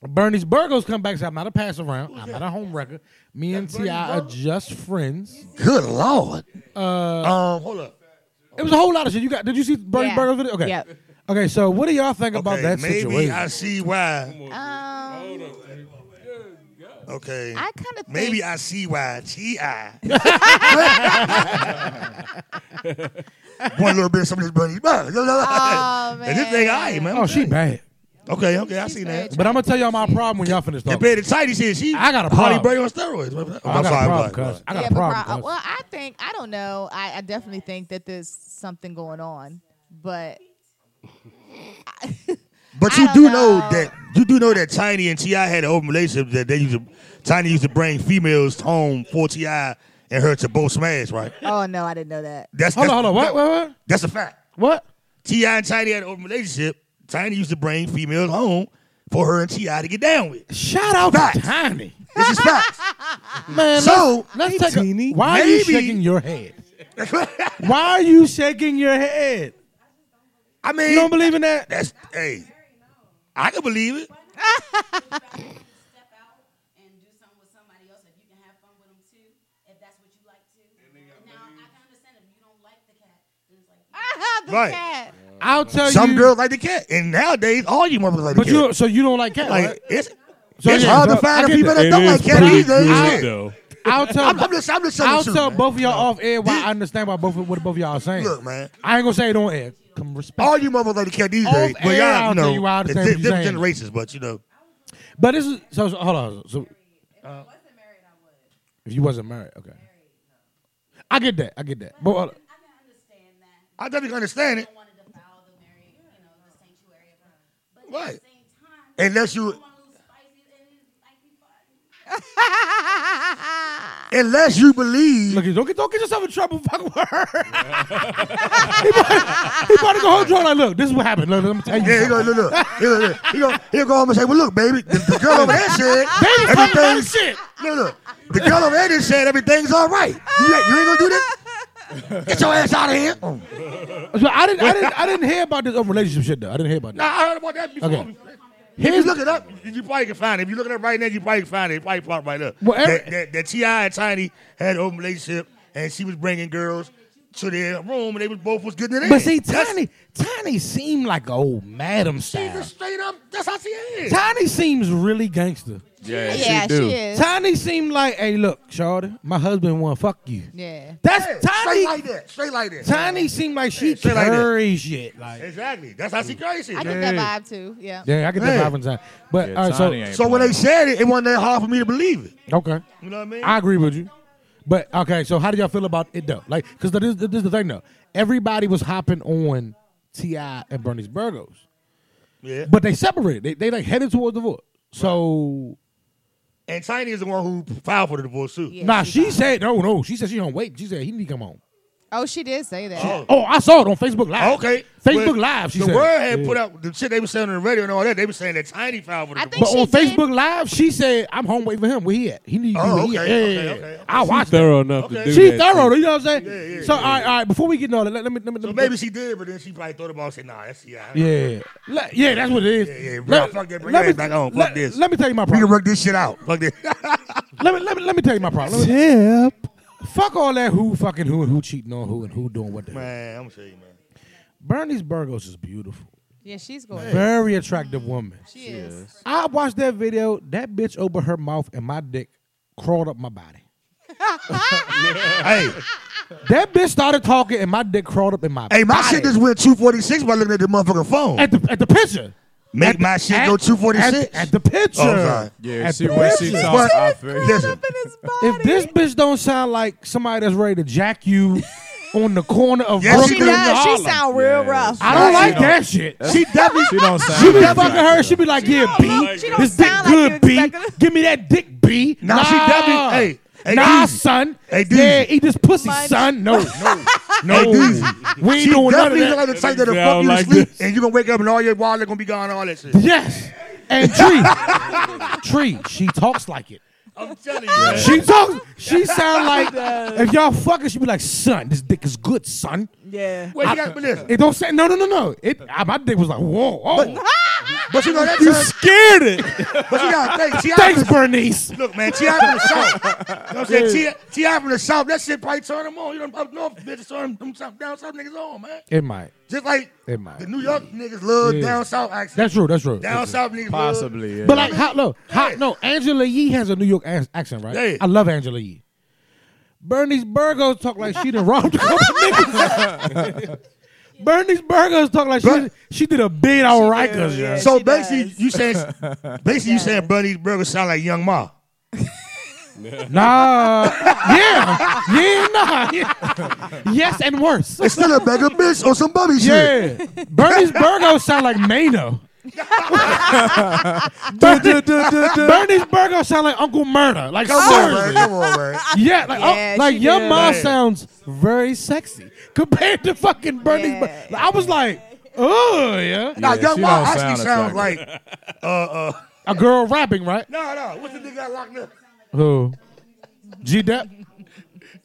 B: Bernice Burgos come back. and Say, I'm not a pass around. I'm not a home wrecker. Me and Ti are just friends.
E: Good lord.
B: uh,
E: um, hold up.
B: It was a whole lot of shit. You got? Did you see Bernie
A: Yeah.
B: Burger's video? Okay.
D: (laughs)
A: Yep.
B: Okay. So what do y'all think about
E: Okay,
B: that
E: maybe
B: situation?
E: I see why.
A: Um,
E: Okay.
A: I kind of
E: Maybe
A: think,
E: I see why
A: (laughs)
E: T.I. One little bit of something burning.
A: Oh,
E: And this thing, I man.
B: oh, she bad.
E: Okay, okay, I see
A: very
E: that.
B: But I'm gonna tell y'all my problem when y'all finish
E: And
B: talking.
E: Betty Tidy said she.
B: Oh. I got a
E: Holly
B: problem.
E: Berry on steroids. Oh,
B: I
E: I'm
B: got
E: sorry,
B: a
E: I'm
B: problem,
E: sorry.
B: cuz. I got
A: yeah,
B: a
A: but
B: problem.
A: pro- uh,
B: cuz.
A: well, I think I don't know. I, I definitely think that there's something going on, but
E: But
A: I
E: you
A: don't
E: do know.
A: know.
E: that you do know that Tiny and Ti had an open relationship that they used to. Tiny used to bring females home for Ti and her to both smash. Right.
A: oh no, I didn't know that. (laughs)
E: That's
B: hold
E: that's,
B: on, hold on. What? What? What?
E: That's a fact.
B: What?
E: Ti and Tiny had an open relationship. Tiny used to bring females home for her and T.I. to get down with.
B: Shout out
E: Facts.
B: to Tiny.
E: This is
B: (laughs)
E: facts.
B: Man,
E: So,
B: let's, let's take a,
C: Teeny,
B: Why are you
E: maybe-
B: shaking your head? why are you shaking your head?
E: (laughs) I mean,
B: You don't believe in that?
E: that's, hey, I can believe it.
G: step out and do something with somebody else if you can have fun with them too, if that's what you like to. Now, I can understand if you don't like the cat, then it's like,
A: the
E: Right.
A: cat.
B: I'll tell
E: Some
B: you.
E: girls like the cat, and nowadays all you motherfuckers like
B: But
E: the cat.
B: you so you don't like cat,
E: like
B: right?
E: it's
B: So,
E: it's
B: yeah,
E: hard
B: so
E: to
B: I
E: find the
B: get
E: people
B: that.
E: that don't
C: It
E: like
C: is
E: cat
C: pretty
E: either.
C: good,
E: Shit.
C: though.
B: I'll tell
E: I'm, I'm just, I'm just telling
B: I'll
E: the truth.
B: tell
E: man.
B: both of y'all off air why
E: This-
B: I understand why both of what both of y'all are saying.
E: Look, man.
B: I ain't gonna say it on air. Come respect.
E: All you motherfuckers like the cat these
B: Off
E: days, but
B: air,
E: y'all,
B: I'll
E: you
B: tell you why I
E: know, it's
B: understand what
E: di-
B: you're
E: different
B: saying.
E: generations. But you know,
B: But this is so, so hold on. So, uh, if you wasn't married, okay. I get that. I get that. But hold on.
G: I can understand that.
E: I definitely understand it.
G: I wanted to foul the married, you know, the sanctuary of her. But
E: Right.
G: at the same time,
E: Unless you,
G: I want a little spicy and like be fun.
E: unless you believe,
B: look, don't get don't get yourself in trouble. (laughs) Fuck with her. he about to go home drunk. Like, look, this is what happened. Look, let me tell you.
E: yeah, he gonna look, look, he gonna, look. he gonna, he gonna go home and say, "Well, look, baby, the, the girl over there said
B: (laughs) Baby, fuck about
E: everything.
B: this shit.
E: (laughs) Look, look, the girl over there just said everything's all right. You, ain't- you ain't gonna do that. Get your ass out of here. Mm.
B: So I didn't, I didn't, I didn't hear about this over relationship shit though. I didn't hear about
E: Nah,
B: that.
E: I heard about that before.
B: Okay.
E: If you
B: Here's-
E: look it up, you- you probably can find it. If you look it up right now, you probably can find it. It probably popped right up.
B: Well, every-
E: that, that, that T.I. and Tiny had an open relationship, and she was bringing girls to their room, and they was both was getting it in.
B: But see,
E: That's-
B: Tiny, Tiny seemed like an old madam
E: She's
B: style.
E: just straight up, that's how she is.
B: Tiny seems really gangster.
D: Yeah,
A: yeah,
D: she do.
A: she is.
B: Tiny seemed like, hey, look, Shorty, my husband want to fuck you.
A: Yeah.
B: That's
E: Yeah,
B: Tiny.
E: Straight like that. Straight like that.
B: Tiny seemed like she
E: Straight like that.
B: carries shit. Like,
E: Exactly. That's how she
B: Mm.
E: crazy.
A: I get that vibe too. Yeah.
B: yeah, I get that
E: Hey.
B: vibe from Tiny. But
D: Yeah,
B: all right, so
D: Tiny ain't
E: So when
D: playing.
E: they said it, it wasn't that hard for me to believe it.
B: okay,
E: You know what I mean?
B: I agree with you. But okay, so how do y'all feel about it though? Like, because this, this is the thing though. Everybody was hopping on Ti and Bernie's Burgos,
E: yeah.
B: but they separated. They they like headed towards divorce. So
E: And Tiny is the one who filed for the divorce too.
A: Yeah,
B: nah,
A: she
B: she said no, no. She said she don't wait. She said he need to come home.
A: Oh, she did say that.
E: Oh.
B: Oh, I saw it on Facebook Live.
E: Okay.
B: Facebook
E: Well,
B: Live. She
E: the
B: said
E: word had
B: Yeah.
E: put out the shit they were saying on the radio and all that. They were saying that Tiny filed for the
A: I
E: divorce.
A: think
B: But
A: she
B: on
A: did.
B: Facebook Live, she said, "I'm home waiting for him. Where he at? He need to
E: Oh,
B: be where he at."
E: okay,
B: Yeah,
E: okay,
B: yeah,
E: okay,
B: yeah.
E: okay.
B: I watched that.
C: thorough enough
E: Okay.
C: to do
B: She
C: that.
B: thorough. You know what I'm saying?
E: Yeah, yeah,
B: so all right, all right. Before we get into all that, let, let me let me.
E: So
B: let me-
E: maybe she did, but then she probably thought about it and said, nah, that's yeah. Yeah.
B: Yeah, Let- yeah. That's what it is.
E: Yeah, yeah, bro,
B: Let-
E: fuck that, bring
B: let
E: your
B: me-
E: ass back on, fuck
B: let-
E: this.
B: Let me tell you my
E: We can
B: problem.
E: work this shit out. Fuck (laughs) this.
B: Let me let me let me tell you my problem. Let me-
C: Tip.
B: Fuck all that who fucking who and who cheating on who and who doing what. the hell.
E: man, I'm telling you, man.
B: Bernice Burgos is beautiful,
A: Yeah, she's gorgeous.
B: very attractive woman.
A: She is.
B: I watched that video. That bitch opened her mouth and my dick crawled up my body.
E: hey,
B: That bitch started talking and my dick crawled up in my.
E: hey, my
B: body.
E: shit just went 246 by looking at the motherfucking phone.
B: at the at the picture.
E: Make
B: at
E: my shit go
B: at-
E: 246.
B: At, the picture.
E: Oh, I'm sorry.
D: Yeah,
B: At
D: see
B: the
D: when she
B: picture.
D: talks, I
A: Crawled
D: feel
A: up in his body.
B: If this bitch don't sound like somebody that's ready to
A: (laughs)
B: jack you on the corner of
E: Yes,
A: she
B: Brooklyn and
A: does. She
B: Harlem,
A: sound real
D: Yeah.
A: rough.
B: I don't
D: She
B: like
D: don't-
B: that shit. She
E: she definitely.
D: (laughs) She don't sound.
B: be
D: like
B: fucking
D: that.
B: her. She be like, yeah,
A: don't
B: B,
A: look- she don't
B: this dick
A: sound like you
B: good, B.
A: expected.
B: Give me that dick, B.
E: Nah, she definitely- hey, hey,
B: nah,
E: Deezy.
B: son.
E: Hey,
B: yeah,
E: Deezy.
B: eat this pussy,
A: Munch.
B: son. No, no,
E: Hey,
B: no.
E: Deezy.
B: we ain't
E: She
B: doing none of
E: definitely
B: that.
E: look like the type that'll
C: Sound
E: fuck you
C: like
E: to sleep,
C: this.
E: and you gonna wake up and all your wallet gonna be gone, and all that shit.
B: Yes, and tree, tree. She talks like it.
E: (laughs) I'm telling you, man.
B: She talks. She sound like if y'all fucking, she be like, son, this dick is good, son.
A: yeah.
E: Well, you got to listen.
B: It don't say no, no, no, no. It I, my dick was like, whoa, oh,
E: (laughs) But you know that turns.
C: Scared it.
E: But you gotta think. T.I.
B: thanks,
E: from the-
B: Bernice.
E: Look, man, T.I. from the (laughs) south. You know what I'm saying? T.I. T.I. from the south. That shit probably turn them on. You know, up north bitches turn them south, down south niggas on, man.
B: It might.
E: Just like
B: It might.
E: the New York niggas love
B: Yeah.
E: down south accent.
B: That's true. That's true.
E: down
B: That's true.
E: south niggas love.
D: Possibly, yeah. (laughs)
B: But like, how, look, how, no, Angela Yee has a New York ac- accent, right?
E: Yeah.
B: I love Angela Yee. Bernice Burgos talk like she done robbed
E: (laughs)
B: a couple niggas. Bernice Burgos talk like she,
E: But-
B: she did a billion dollar Rikers.
A: yeah.
B: yo.
E: So
A: she
E: basically,
A: does.
E: you saying (laughs) basically you
A: does.
E: saying Bernie's burger sound like Young Ma.
B: Nah. yeah. Yeah, nah. Yeah. Yes, and worse.
E: It's still a bag of bitch or some bubby shit.
B: Yeah. Bernice Burgos sound like (laughs) Mano.
D: Du- du- du- du-
B: Bernice Burgos sound like Uncle Murder. Like,
E: Come on, man.
B: seriously.
E: Come on, man.
B: Yeah, like,
A: Yeah,
B: oh, like
A: she
B: your
A: did.
B: mom
E: Yeah.
B: sounds very sexy compared to fucking Bernie's. Bur-
A: Yeah.
B: I was like, Oh yeah,
E: Nah,
D: Yeah,
E: Young
D: she
E: Wild
D: don't
E: actually sounds
D: sound
E: like uh uh
B: a girl rapping right?
E: no no what's the nigga got locked up?
B: Who? G Dep,
E: No man,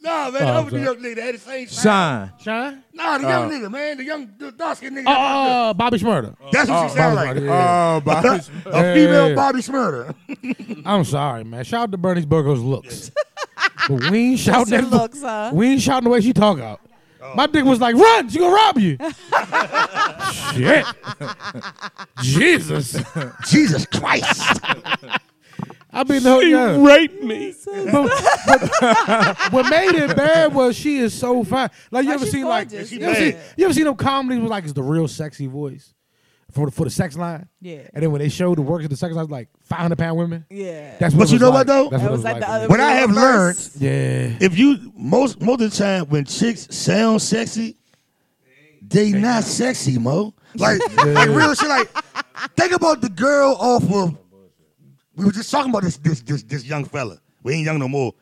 B: Oh,
E: that
B: I'm
E: was the
B: sorry.
E: young nigga that had the same sound.
D: Shine.
B: Shine.
E: Nah, the young nigga man, the young the dark skinned nigga.
B: Oh, uh, Bobby Shmurda.
E: That's what she sound like.
B: Bobby Shmurda,
D: Oh, Bobby.
E: A
B: Yeah.
E: female Bobby Smurder. (laughs)
B: I'm sorry, man. Shout out to Bernie's Burgos looks. (laughs) but we ain't shouting
A: Your
B: that look.
A: looks, huh?
B: We ain't shouting the way she talk out.
E: Oh.
B: My dick was like, run, she gonna
A: (laughs)
B: rob you. Shit. Jesus.
E: Jesus Christ.
B: I've been the
C: He
B: yeah.
C: raped me.
A: (laughs)
B: (laughs) What made it bad was she is so fine. Like you
A: Like,
B: ever
A: Oh, she's
B: seen
A: gorgeous.
B: like you ever,
E: She
B: seen,
A: bad.
B: you ever seen them comedies with like it's the real sexy voice for the for the sex line?
A: Yeah.
B: And then when they showed the works of the sex line, it was like five hundred pound women.
A: Yeah.
B: That's
E: But
B: what it
E: you
B: was
E: know
B: like.
E: what, though?
B: That's
A: That
B: what it
A: was like the other
E: What I have learned
A: Reverse.
B: Yeah.
E: if you most most of the time when chicks sound sexy, they not sexy, Mo. (laughs) Like like real shit. Like think about the girl off of. We were just talking about this this this this young fella. We ain't young no more.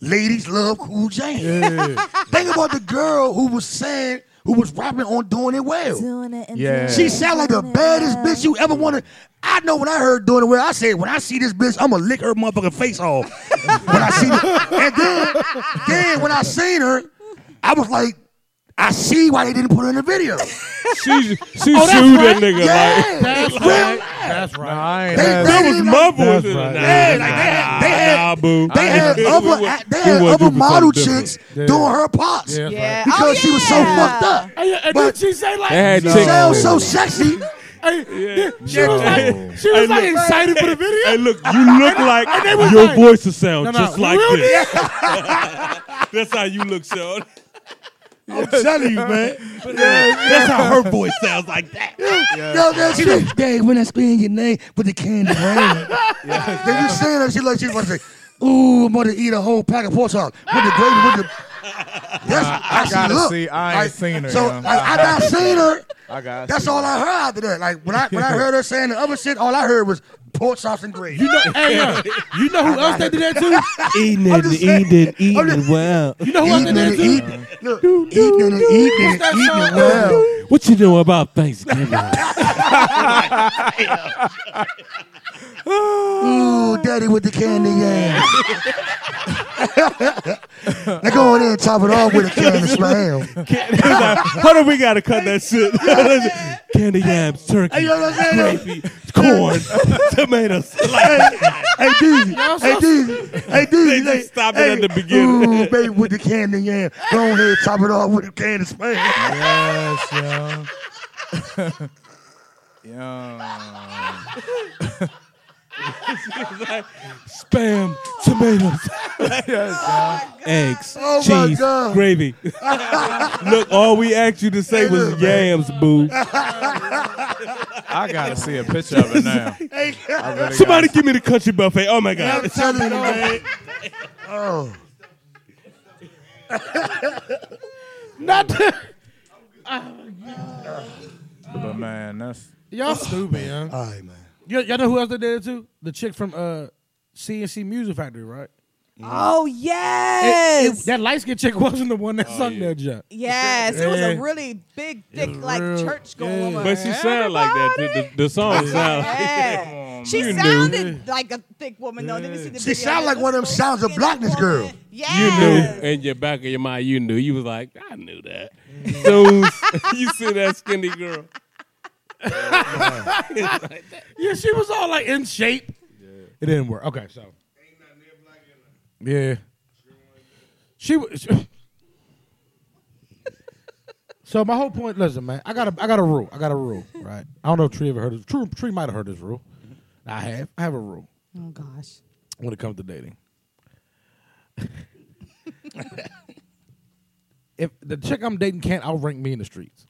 E: Ladies love Cool James. (laughs) think about the girl who was saying who was rapping on doing it well.
F: Doing it and
D: Yeah.
F: doing
E: She
F: it
E: sound like
F: and
E: the
F: doing it
E: baddest
F: well.
E: bitch you ever wanted. I know when I heard doing it well, I said when I see this bitch, I'ma lick her motherfucking face off. when I see her. And then, then when I seen her, I was like, I see why they didn't put her in the video.
C: She, she sued that nigga.
E: Oh, yeah,
B: That's
E: it's real
B: right.
E: life.
B: That's
D: Nah,
B: right.
D: I ain't
E: They-
D: had-
E: they-
C: Like, that was my voice.
B: That's right.
C: Nah,
E: Yeah,
C: nah,
E: like, they had-
C: nah,
E: they had-
C: nah, boo.
E: They had
C: We
E: other,
C: wa-
E: they
C: we
E: had
C: wanna do
E: other
C: something
E: model
C: different.
E: chicks
B: Yeah.
E: doing her parts
B: Yeah, that's
A: Yeah.
B: right.
E: because
A: oh,
E: she was so
A: yeah.
E: fucked up.
B: And, and
E: But-
B: then she say like,
C: They had
B: she
C: chicks-
E: Sounds so sexy.
B: Hey, yeah. She was
D: No.
B: like, she was like
C: look.
B: excited for the video.
C: Hey,
E: (laughs)
C: look, you look like
B: was
C: your
B: like-
C: voice will sound
B: No, no,
C: just
B: you
C: like
B: really?
C: this. That's how you look, Sean.
E: I'm telling you, man.
C: That's how her voice sounds like that.
E: Yo, that shit. Day when I spin your name with the candy rain. Then you saying that she like she's like, ooh, I'm gonna eat a whole pack of pork chops with the gravy with the. That's how
D: I
E: she
D: gotta
E: look.
D: see. I ain't seen her.
E: So
D: yo.
E: like, I not (laughs) seen her.
D: I got.
E: That's all I heard after that. Like when I when I heard her saying the other shit, all I heard was pork chops and gravy.
B: You know, hey, yo, you know who else they do that to?
E: (laughs)
C: Eating
E: I'm just saying.
C: eating,
E: I'm just-
C: wow.
B: You know who else they
E: Eating
B: do
E: and
B: that
E: (laughs)
B: to?
E: eating, look, eating and eating and
B: That's
E: eating
B: not-
E: well.
C: What you know about Thanksgiving?
E: Ooh, daddy with the candy (laughs) yams. now go on in and top it off with a can of spam.
C: (laughs) Hold on, we gotta cut that shit. (laughs) Candy yams,
E: Hey, you
C: turkey,
E: know what I'm saying?
C: gravy, corn, (laughs) tomatoes. Like,
E: Hey, Dizzy. Hey, Dizzy. Hey, Dizzy.
C: They just stopped it at the
E: Ooh,
C: beginning.
E: baby, with the candy yam. Go on ahead, top it off with a can of spam.
D: Yes, yo. (laughs) yo.
C: spam, tomatoes, eggs,
E: Oh my
C: cheese,
E: God.
C: (laughs) gravy. Look, all we asked you to say was yams, boo.
D: I gotta see a picture of it now.
E: Hey,
D: I really
C: Somebody
D: gotta-
C: give me the country buffet. Oh my
E: I'm
C: god.
E: telling you, man.
B: Not the,
D: But man, that's
B: y'all stupid, yo.
E: All right, man.
B: Y- Y'all know who else they did it to? The chick from uh, CNC Music Factory, right?
A: Oh
B: It- it-
A: yes.
B: that light skinned chick (laughs) wasn't the one that sung that junk.
A: yes. It was
B: Yeah.
A: a really big, thick, like
B: real-
A: church going
B: yeah.
A: woman.
C: But she sound like that. The, the, the song sound.
A: Yeah. She
C: You knew.
A: sounded like a thick woman though. Let me see the
E: She
A: video.
E: sound like one of them
A: This
E: Sounds of
A: little
E: Blackness
A: woman.
E: girl.
C: You knew
A: Yes.
C: in your back of your mind, you knew. You was like, I knew that. Soon (laughs) you see that skinny girl.
B: Yeah, she was all like in shape. It didn't work. Okay, so. Yeah. She was. (laughs) so my whole point, listen, man, I got a, I got a rule. I got a rule, right? I don't know if Tree ever heard of True Tree might have heard this rule. I have. I have a rule
A: Oh gosh.
B: when it comes to dating. (laughs) if the chick I'm dating can't outrank me in the streets,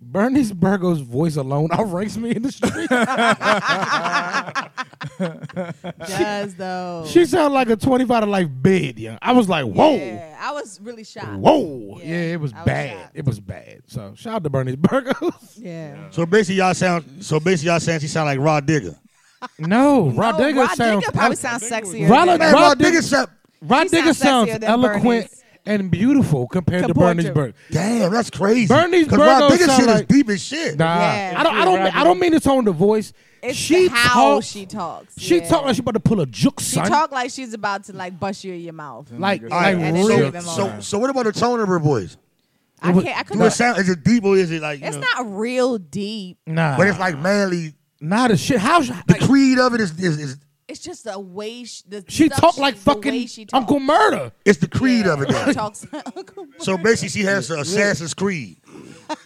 B: Bernice Burgo's voice alone outranks me in the streets.
A: Does though.
B: She sounded like a 25 to life bid, yeah. I was like, whoa.
A: Yeah. I was really shocked.
B: Whoa. Yeah,
A: Yeah,
B: it was
A: I was
B: bad.
A: shocked.
B: It was bad. So shout out to
A: (laughs)
B: Bernie's Burgos.
A: Yeah.
E: So basically, y'all sound. So basically, y'all saying she sound like Rod Digger.
B: no, Rod
A: oh,
B: Digger
A: Rod
B: sounds
A: Digger probably sounds sexier.
B: Rod-
A: than-
E: Man,
B: Rod
E: Rod
B: Dig-
E: Digger sound.
B: Rod
A: She
B: Digger
A: sounds
B: sounds
A: sexier than
B: eloquent
A: Bernie's.
B: and beautiful compared to
A: Compared
B: Bernice
A: to-
B: Burgos.
E: Damn, that's crazy.
B: Bernice
E: Because my
B: Burgos
E: biggest
B: sound
E: shit is
B: like-
E: deep as shit.
B: Nah,
A: Yeah.
B: I don't. I don't. I don't mean it's on the voice.
A: It's
B: she
A: how
B: talks.
A: she talks.
B: She
A: yeah.
B: talk like she about to pull a juke,
A: She
B: son.
A: talk like she's about to like bust you in your mouth.
B: like,
E: All right,
B: like
A: And then
B: real.
A: leave
E: so,
A: him
E: so,
A: alone.
E: so what about the tone of her voice?
A: I can't. I
E: Do it
A: couldn't.
E: sound, is it deep or is it like, you
A: It's
E: know,
A: not real deep.
B: Nah,
E: but it's like manly.
B: nah. The shit. How she-
E: The
B: like,
E: creed of it is, is, is
A: It's just the way she. The
B: she
A: stuff
B: talk like
A: the way
B: fucking
A: she talks.
B: Uncle Murder.
E: it's the creed of it.
A: Yeah,
E: then.
A: talks (laughs) like Uncle Murder.
E: So basically, she has the Assassin's Creed.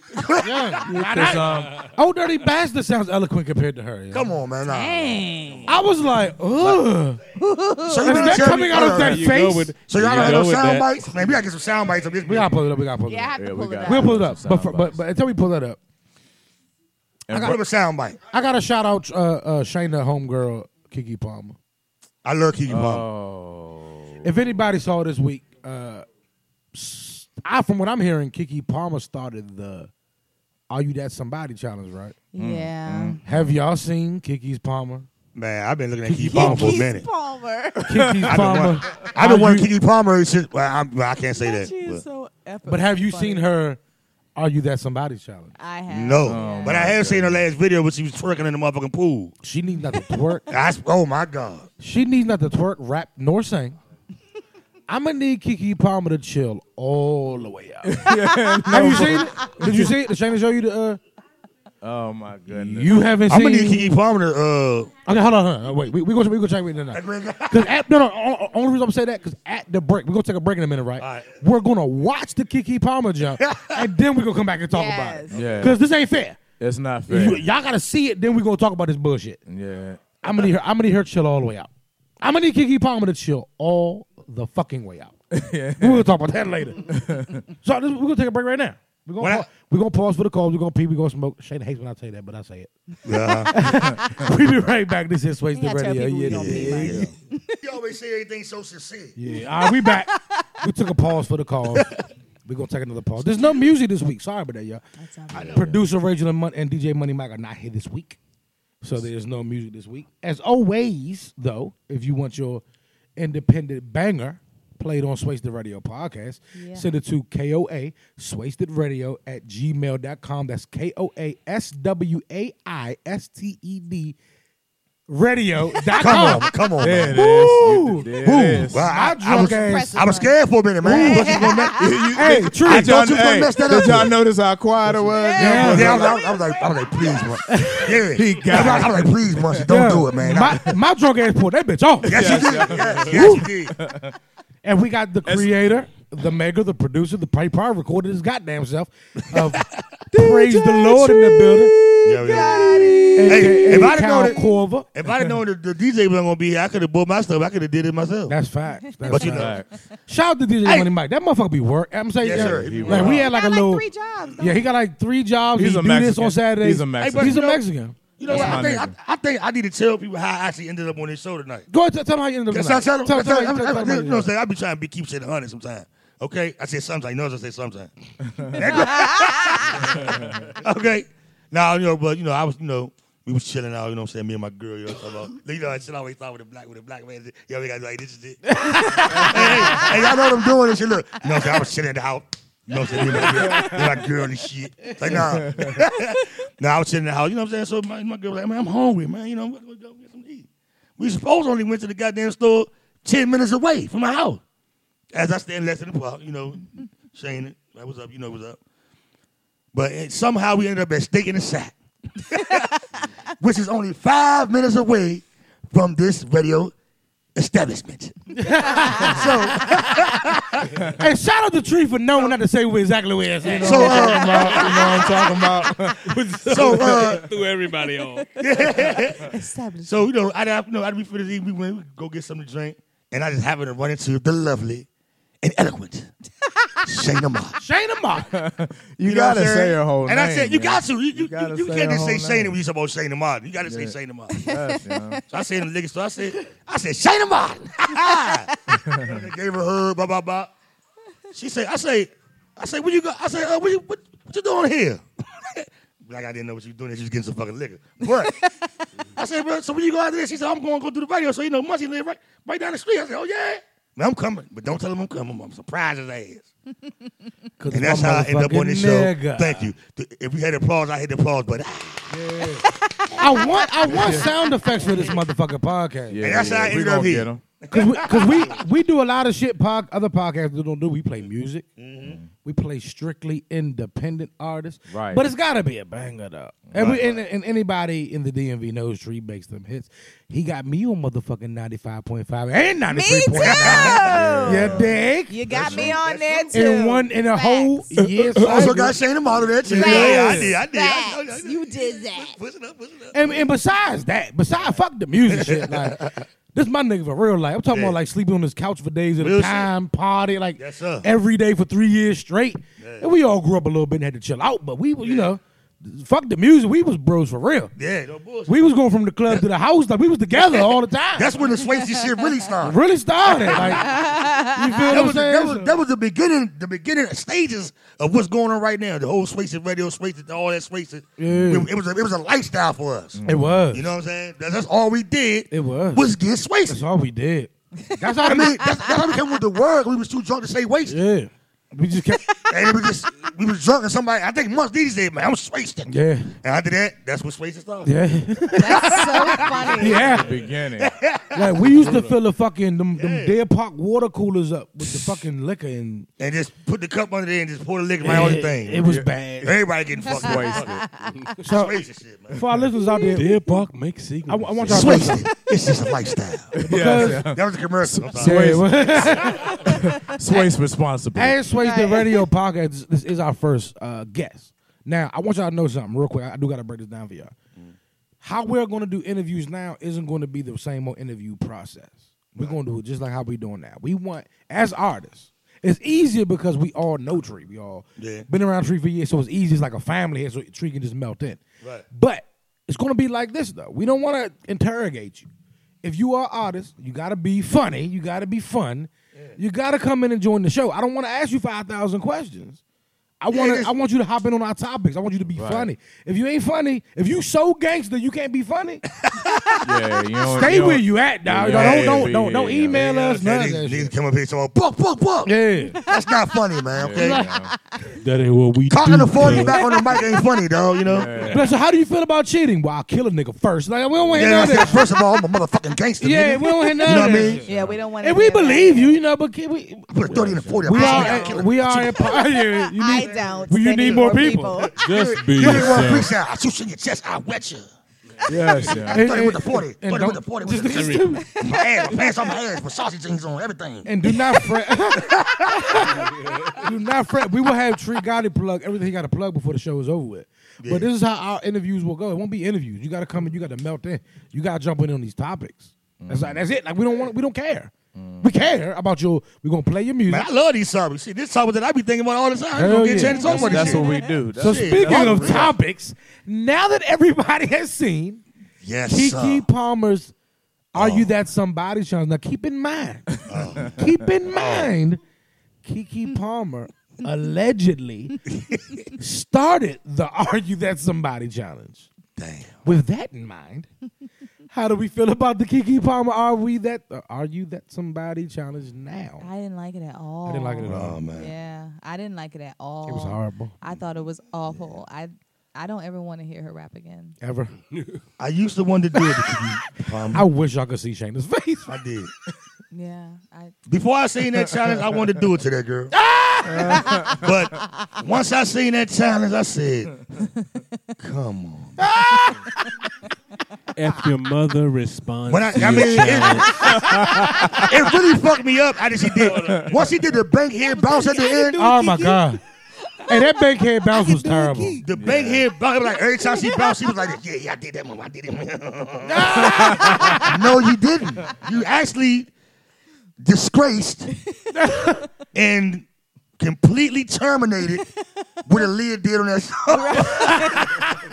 B: (laughs)
D: Cause, um,
B: Old dirty bastard sounds eloquent compared to her. yeah.
E: Come on, man. Nah.
A: Dang.
B: I was like, ugh.
E: So you
B: Is
E: mean
B: that
E: to tell
B: coming
E: me-
B: out of
E: hold on,
B: that
C: You go
B: face?
C: with-
E: So y'all
C: you
E: don't have
C: go
E: no
C: with
E: sound
C: that.
E: bites? Man, we gotta get some sound bites of this.
B: We gotta pull it up. We gotta pull it
A: Yeah, I
B: up.
A: have to
D: Yeah, we
A: pull it
D: got
A: up.
D: it.
B: We'll pull it up.
D: Some
B: But, for,
D: sound
B: but,
D: bites.
B: but until we pull that up,
E: I got a sound bite.
B: I gotta shout out uh, uh, Shayna Homegirl Kiki Palmer.
E: I love Kiki Palmer.
B: If anybody saw this week, uh, s- I from what I'm hearing, Kiki Palmer started the "Are You That Somebody" challenge, right?
A: Yeah. (laughs)
B: Have y'all seen Kiki's Palmer?
E: Man, I've been looking at Kiki
B: Palmer.
E: Palmer for a minute.
B: (laughs)
A: Palmer.
B: Kiki's Palmer.
E: I've been
B: Are
E: wanting
B: you-
E: Kiki Palmer since. Well, I'm, well, I can't say that.
A: she is
E: but-
A: so epic.
B: But have you
A: funny.
B: seen her "Are You That Somebody" challenge?
A: I have.
E: No,
D: Oh,
E: but I
D: my
E: have seen her last video when she was twerking in the motherfucking pool.
B: She needs not to twerk.
E: I, oh my god,
B: She needs not to twerk, rap,
E: (laughs)
B: nor sing. I'm gonna need Kiki Palmer to chill all
E: (laughs)
B: the way out. Have you seen it? Did you see it? Did Shayna show you the? Uh,
D: oh my goodness.
B: you haven't
E: I'm
B: seen.
E: gonna need Kiki Palmer to.
B: Okay, hold on, hold on. Wait, we we gonna we gonna check with it
E: Uh,
B: tonight. (laughs) Cause at, no, no. o- o- Only reason I'm saying that because at the break, we're gonna take a break in a minute, right?
E: All right.
B: We're gonna watch the Kiki
E: (laughs)
B: Palmer jump, and then we're gonna come back and talk
A: Yes.
B: about it.
D: Yeah.
B: Cause this ain't fair.
D: it's not fair.
B: You, y'all gotta see it, then we gonna talk about this bullshit.
D: yeah.
B: I'm gonna need her. I'm gonna need her to chill all the way out. I'm gonna need Kiki Palmer to chill all the fucking way out. We're gonna talk about that later. so this, we're gonna take a break right now. We're
E: What
B: gonna,
E: I-
B: pa- we're gonna pause for the calls. We're gonna pee. We're gonna smoke. Shane hates when I say that, but I say it.
E: yeah.
B: (laughs) we'll be right back. This is Swayze
A: You gotta tell
B: Radio.
A: people we
B: Yeah,
A: don't
B: yeah,
A: pee,
B: yeah,
A: man.
B: yeah.
E: you always say everything so sincere.
B: Yeah. All right,
E: (laughs)
B: we back. we took a pause for the call. We're gonna take another pause. There's no music this week. Sorry about that, y'all. Producer Rachel and, Mon- and DJ Money Mike are not here this week. So there's no music this week. As always, though, if you want your independent banger played on Swasted Radio podcast,
A: Yeah.
B: send it to KOA Swasted Radio at gmail.com. That's K O A S W A I S T E D radio.com.
E: Come on, come on.
D: There
E: man.
D: it is. You-
E: Ooh,
D: there it is.
E: well, I,
B: My
E: I was,
B: drunk ass.
E: I was scared for a minute, man. Thought she was gonna mess-
B: Hey, true.
E: I thought you was gonna mess that
D: Did y'all
E: up.
D: notice how quiet it was?
E: Yeah,
B: Yeah.
E: I was, I was- I was like, I was like, please, man. Yeah,
D: He got
E: I was, I was like, please, Muncie, don't
B: Yeah.
E: do it, man. I-
B: My, my drunk ass pulled that bitch off.
E: yes, you did. Yes, yes, you did.
B: And we got the creator, the maker, the producer, the pipe probably recorded his goddamn self
E: (laughs)
B: of (laughs) Praise the Lord in the building.
E: Yeah, yeah. Hey,
B: AKA
E: if I'd have
B: Kyle
E: known it-
B: Corver.
E: If I'd have known that the DJ was gonna be here, I could have bought my stuff. I could have did it myself.
A: (laughs)
B: That's facts. That's
E: But you
B: facts.
E: know.
B: Shout out to DJ
E: Hey.
B: Money Mike. That motherfucker be work. I'm saying,
E: Yes,
B: yeah,
E: sir. He
B: like,
E: work.
B: we had like
A: Got
B: a
A: like
B: little.
A: three jobs.
B: yeah, he got like three jobs.
D: He's
B: he
D: a
B: do this
D: Mexican.
B: on Saturdays.
D: He's a Mexican.
B: He's
E: Hey, but
B: a
E: you know-
B: Mexican.
E: You know what? I
D: That's
E: think,
D: my
E: I, I think I need to tell people how I actually ended up on this show tonight.
B: Go ahead, tell- tell him how you ended up.
E: That's
B: tonight.
E: how I tell them.
B: Tell-
E: that's how-
B: tell-
E: I'm-
B: tell- tell-
E: I'm- You
B: tell-
E: know what I'm saying? I be trying to be, keep shit 100 sometimes. Okay? I said sometimes. You notice I say sometimes. okay? Now, you know, but, you know, I was, you know, we was chilling out, you know what I'm saying? Me and my girl, you know what I'm talking about? You know, that shit always start with a black, with a black man. You always got to be like, this is it. hey, hey, hey, y'all know what I'm doing and shit. Look, you know what I'm saying? I was sitting in the house. You know what I'm saying? Me and my girl, me and my girl and shit. Like, nah. nah, I was sitting in the house. You know what I'm saying? So my, my girl was like, man, I'm hungry, man. You know, I'm going to go get something to eat. We supposed only went to the goddamn store 10 minutes away from my house. As I stand less in the park, you know, Shane, that was up, you know, was up. But it, somehow we ended up at Steak in the Sack, (laughs) which is only five minutes away from this radio establishment. so,
B: Hey, shout out to Tree for knowing not to say where- exactly where it's at.
E: so, uh,
D: I'm talking about. (laughs)
E: so, uh,
C: Threw everybody (laughs) off.
B: (laughs)
A: Established.
E: So you know, I you know, I'd be finished eating. We went, we go get something to drink, and I just happened to run into the lovely and eloquent Shayna Moss.
B: Shayna
E: (laughs)
B: Mock.
D: You,
E: know what
D: gotta
E: I'm saying?
D: say her whole
E: And
D: name.
E: I said, you
D: man.
E: got to. You, you,
D: gotta
E: you, you
D: say
E: can't
D: her
E: just say
D: whole
E: Shayna
D: name.
E: when you about Shayna Moss. You got to say Shayna Moss.
D: Yes, yeah.
E: So I said in the liquor store, I said, I said, Shayna
D: (laughs)
E: Martin. they gave her a hug, blah, blah, blah. She said, I say, I say, where you go? I say, uh, what, you, what, what you doing here? (laughs) like I didn't know what you were doing. She was getting some fucking liquor. But I said, bro, so when you go out there? She said, I'm going to go do the radio. So, you know, Muncie live right, right down the street. I said, oh, yeah. I'm coming, but don't tell him I'm coming. I'm surprised his ass.
B: Cause
E: And
B: my
E: that's how I end up on this show.
B: motherfucking nigga.
E: Thank you. Th- If we had applause, I hit the applause,
B: (laughs)
E: but
B: I want I want sound effects for this motherfucking podcast.
D: Yeah,
E: And that's how I
D: we
E: ended
D: gonna
E: up here.
D: get 'em.
B: Cause, we, Cause we we do a lot of shit pod, other podcasts don't do. We play music. We play strictly independent artists.
D: Mm-hmm. Right.
B: But it's gotta be a banger though. And, we, and, and anybody in the DMV knows Tree makes them hits. He got me on motherfucking ninety five point five and ninety
A: Me
B: three
A: too.
B: point nine. You dig?
A: You got me on there too.
B: in one in a
A: Facts.
B: whole year.
E: I also
B: cycle.
E: got Shannon model that too.
A: Facts.
E: Yeah, I did. I did. I- I- I-
A: Facts. You
E: (laughs)
A: did that.
E: Push it up, push it up.
B: And, and besides that, besides fuck the
E: (laughs)
B: music shit, like this my nigga for real life. I'm talking
E: Yeah.
B: about like sleeping on this couch for days at
E: Real
B: a
E: shit.
B: time, party like
E: Yes, sir.
B: every day for three years straight. And we all grew up a little bit and had to chill out, but we were, you know, fuck the music. We was bros for real.
E: Yeah, no bullshit.
B: We was going from the club to the house like we was together all the time.
E: That's when the Swayze shit really started.
B: really started. Like you
E: (laughs) That
B: feel what I'm
E: was, the, that,
B: saying?
E: was, that was the beginning, the beginning stages of what's going on right now. The whole Swayze radio, Swayze, all that Swayze. It, it was a, it was a lifestyle for us.
B: it was.
E: You know what I'm saying? That's, that's all we did.
B: It was.
E: Was get Swayze.
B: That's all we did. That's all
E: I
B: we
E: mean,
B: did.
E: that's, that's how we came up with the word. We was too drunk to say wasted,
B: Yeah. We just kept
E: and we just we was drunk. And somebody, I think Must D said, "Man, I'm wasted."
B: Yeah.
E: And after that, that's what Swayze started.
B: Yeah. (laughs)
A: That's so funny.
E: (laughs)
B: yeah.
D: Beginning.
B: Like we used to fill the fucking them, them Deer Park water coolers up with the fucking liquor and
E: And just put the cup under there and just pour the liquor right on the
B: it,
E: thing.
B: it was bad.
E: Everybody getting fucked up.
D: Wasted.
B: So
E: Swayze shit, man.
B: for our listeners out there,
C: Dear Buck makes sequels.
B: I, I want y'all to know something.
E: Swayze. It's just a lifestyle.
B: because
D: Yeah,
E: That was a commercial.
B: (laughs)
E: I'm sorry.
B: Sway, (laughs)
D: Sway's responsible.
B: as Sway the Radio podcast, this, this is our first uh, guest. Now I want y'all to know something real quick. I do got to break this down for y'all. How we're going to do interviews now isn't going to be the same old interview process. We're going to do it just like how we doing now. We want as artists. It's easier because we all know Tree. We all
E: Yeah.
B: been around Tree for years, so it's easy. It's like a family here, so Tree can just melt in.
E: Right.
B: But it's going to be like this though. We don't want to interrogate you. If you are an artist, you got to be funny. You got to be fun. You got to come in and join the show. I don't want to ask you five thousand questions. I want to.
E: it's-
B: I want you to hop in on our topics. I want you to be funny. If you ain't funny, if you so gangster, you can't be funny.
D: yeah, you know,
B: Stay
D: you know,
B: where you at, dog.
D: yeah,
B: don't don't
D: yeah,
B: don't, don't
D: yeah,
B: email
D: yeah.
B: us. None of
E: And
B: that
E: these
B: shit.
E: niggas come up here saying, "Buck, buck, buck."
B: Yeah.
E: (laughs) That's not funny, man. Okay.
C: That ain't what we
E: Cocking
C: do.
E: the forty back on the mic ain't funny, dog. You know.
B: But so how do you feel about cheating? Well, I'll kill a nigga first. Like we don't want
E: Yeah,
B: to hear none
E: I
B: of
E: said,
B: that.
E: first of all, I'm a motherfucking gangster.
B: Yeah,
E: nigga.
B: we don't hear none
E: You know what
B: of
E: I
B: that.
E: mean?
B: shit.
A: Yeah, we don't want to.
B: And we believe you, you know, but can we
E: I put a thirty and a forty.
B: we
E: I
B: are
E: promise you, I'll kill (laughs)
B: we are empowered. you need,
A: I don't.
B: Well, you
A: They
B: need more people. (laughs)
C: Just
E: you.
C: be
E: You didn't want to
C: yourself.
E: preach that. I shoot you in your chest. I wet you.
D: Yes,
E: (laughs)
D: yeah.
B: And-
E: Thirty with the
B: and-
E: forty.
B: and
E: Thirty with the
B: don't-
E: forty. With
B: just-
E: the my ass, my pants on my ass with sausage things on everything.
B: And do not fret. (laughs) do not fret. We will have Tree Gotti plug everything he got to plug before the show is over with. But this is how our interviews will go. It won't be interviews. You got to come and you got to melt in. You got to jump in on these topics. That's
E: Mm.
B: like, that's it. Like we don't want. We don't care. We care about your. We're gonna play your music.
E: Man, I love these topics. See, this topic that I be thinking about all the time. You
B: Hell
E: don't get a
B: yeah.
E: chance to talk about this
D: That's
E: shit.
D: what we do. That's
B: so
E: shit,
B: speaking
E: that's
B: of
E: real.
B: topics, now that everybody (laughs) has seen
E: Yes,
B: Kiki
E: sir. Oh.
B: Palmer's Are You That Somebody challenge. Now keep
E: (laughs)
B: in mind, keep
E: Oh.
B: in mind, Kiki Palmer allegedly started the Are You That Somebody challenge.
E: Damn.
B: With that in mind, how do we feel about the Kiki Palmer Are We That uh, Are You That Somebody challenge now?
A: I didn't like it at all.
B: I didn't like it at all.
E: Oh man.
A: Yeah, I didn't like it at all.
B: It was horrible.
A: I thought it was awful. I I don't ever want to hear her rap again.
B: Ever.
E: I used to want to do it. (laughs) to Kiki Palmer.
B: I wish y'all could see Shayna's (laughs) face.
E: I did.
A: Yeah,
E: (laughs)
A: I
E: Before I seen that challenge, I wanted to do it to that girl. (laughs) but once I seen that challenge, I said, "Come on."
C: If your mother responds
E: When I-
C: to
E: I
C: your
E: mean, it-
C: challenge,
E: It (laughs) really fucked me up. I just he did. Once he did the bank head bounce at the end,
B: oh my God. Hey, that big head bounce was terrible.
E: the bank head bounce. Like every time she bounced, she was like, "Yeah, yeah, I did that, mom. I did it." (laughs) no, you didn't. You actually disgraced and completely terminated what Aaliyah did on that song.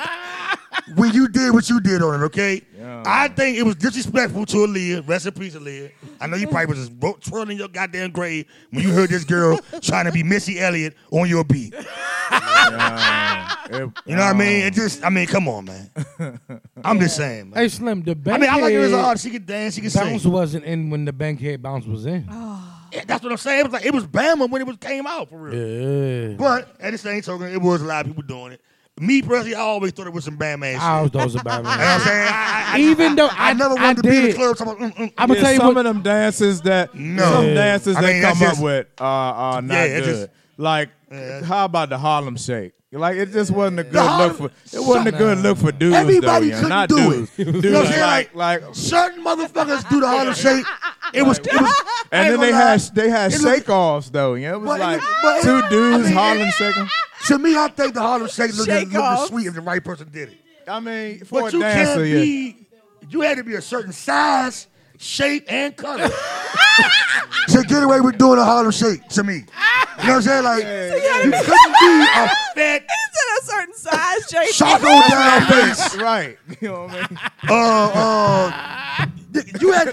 E: when you did what you did on it, okay? I think it was disrespectful to Aaliyah. Rest in peace, Aaliyah. I know you probably was just ro- twirling your goddamn grave when you heard this girl trying to be Missy Elliott on your beat.
D: It-
E: You know what I mean? It just, I mean, come on,
B: (laughs)
E: man. I'm just saying, man.
B: Um, Hey, Slim, the
E: I
B: bank
E: mean, I like her as an
B: head-
E: artist. She can dance, she can
B: bounce
E: sing.
B: wasn't in when the bankhead bounce was in.
E: Yeah, That's what I'm saying. It was like it was Bama when it was came out for real.
B: Yeah.
E: But at the same token, it was a lot of people doing it. Me personally, I always thought it was some Bama ass
B: I
E: shit.
B: always thought it was a bad
E: You know what I'm
B: man.
E: saying? (laughs) I, I- I-
B: Even though
E: I,
B: I,
E: never wanted
B: I
E: to
B: did,
E: be in the club. talking about, mm, mm,
B: I'm gonna
D: Yeah,
B: tell you
D: some
B: what.
D: of them dances that
E: No.
D: some
E: Yeah.
D: dances
E: I
D: they
E: mean, that's
D: come up
E: just-
D: with are, are not
E: Yeah, it
D: good.
E: just-
D: like
E: Yeah.
D: how about the Harlem Shake? Like it just wasn't a good
E: Harlem-
D: look for it wasn't a good look for dudes.
E: Everybody
D: though, yeah,
E: couldn't
D: not
E: do
D: dudes.
E: it.
D: dudes
E: You know what I'm saying?
D: like,
E: Like-
D: like,
E: certain motherfuckers do the
B: (laughs)
E: Harlem Shake. It was, it was I
D: and
E: ain't
D: then they
E: gonna lie.
D: had they had
E: It looked-
D: shake offs though. Yeah, it was
E: But it
D: like
E: looked- but it-
D: two dudes
E: I mean,
D: Harlem shaking.
E: to me. I think the Harlem Shake looked,
A: Shake
E: looked as
A: off.
E: sweet if the right person did it. (laughs)
D: I mean, for
E: But
D: a
E: you can't
D: dancer, yeah.
E: be. You had to be a certain size, shape, and
D: (laughs)
E: color to get away with doing a Harlem Shake. To me, you know what I'm saying? Like you couldn't be a fat,
A: It's in a certain size, Jay.
D: (laughs)
E: chocolate down (laughs) face.
D: Right. (laughs) You know what I
E: Uh,
D: mean?
E: uh, th- you had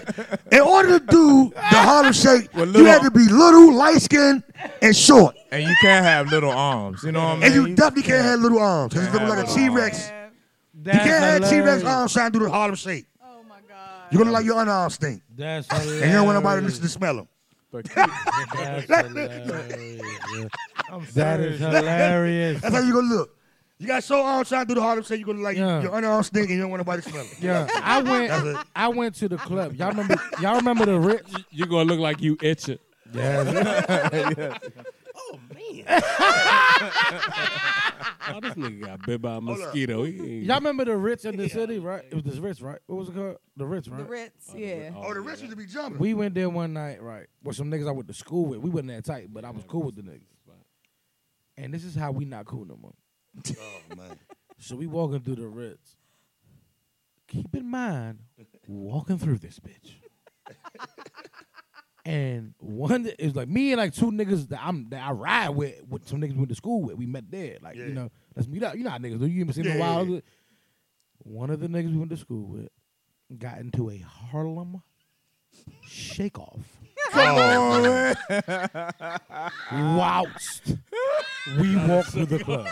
E: in order to do the Harlem Shake,
D: Well,
E: you had
D: little-
E: to be little, light skinned, and short.
D: And you can't have little arms. You know what I mean?
E: And you definitely can't have little arms. 'cause
D: Can't
E: you look like
D: have
E: a T
D: little
E: Rex. You
B: That's
E: can't have T Rex
B: hilarious.
E: arms trying to do the Harlem Shake.
A: Oh my god.
E: You're gonna like your unarmed stink.
B: That's hilarious.
E: And you don't want nobody to to smell them.
D: But keep-
B: That's hilarious.
D: I'm
B: That
D: serious.
B: is hilarious.
E: That's how you're gonna look. You got so arms trying to do the Harlem Shake, you're gonna like
B: Yeah.
E: your unarmed stink and you don't want nobody to smell it.
B: Yeah, I
E: That's
B: went.
E: it.
B: I went to the club. Y'all remember? Y'all remember the Ritz?
C: You're gonna look like you itching.
D: (laughs)
B: Yeah.
C: (laughs) Oh, this nigga got bit by a mosquito. He ain't-
B: Y'all remember the Ritz in the city, right? It was the Ritz, right? What was it called? The Ritz, right?
A: The Ritz, yeah.
E: Oh, the rest used to be jumping.
B: We went there one night, right? With some niggas I went to school with. We wasn't that tight, but I was cool with the niggas. And this is how we not cool no more.
E: oh man.
B: So we walking through the Ritz. Keep in mind, walking through this
E: (laughs)
B: bitch. and one that is like me and like two niggas that I'm that I ride with, with some niggas went to school with. We met there. Like,
E: Yeah.
B: you know, let's meet up. You know how niggas do. You even seen them in a
E: Yeah, yeah,
B: while. One of the niggas we went to school with got into a Harlem shake off. Whilst we walked through the club.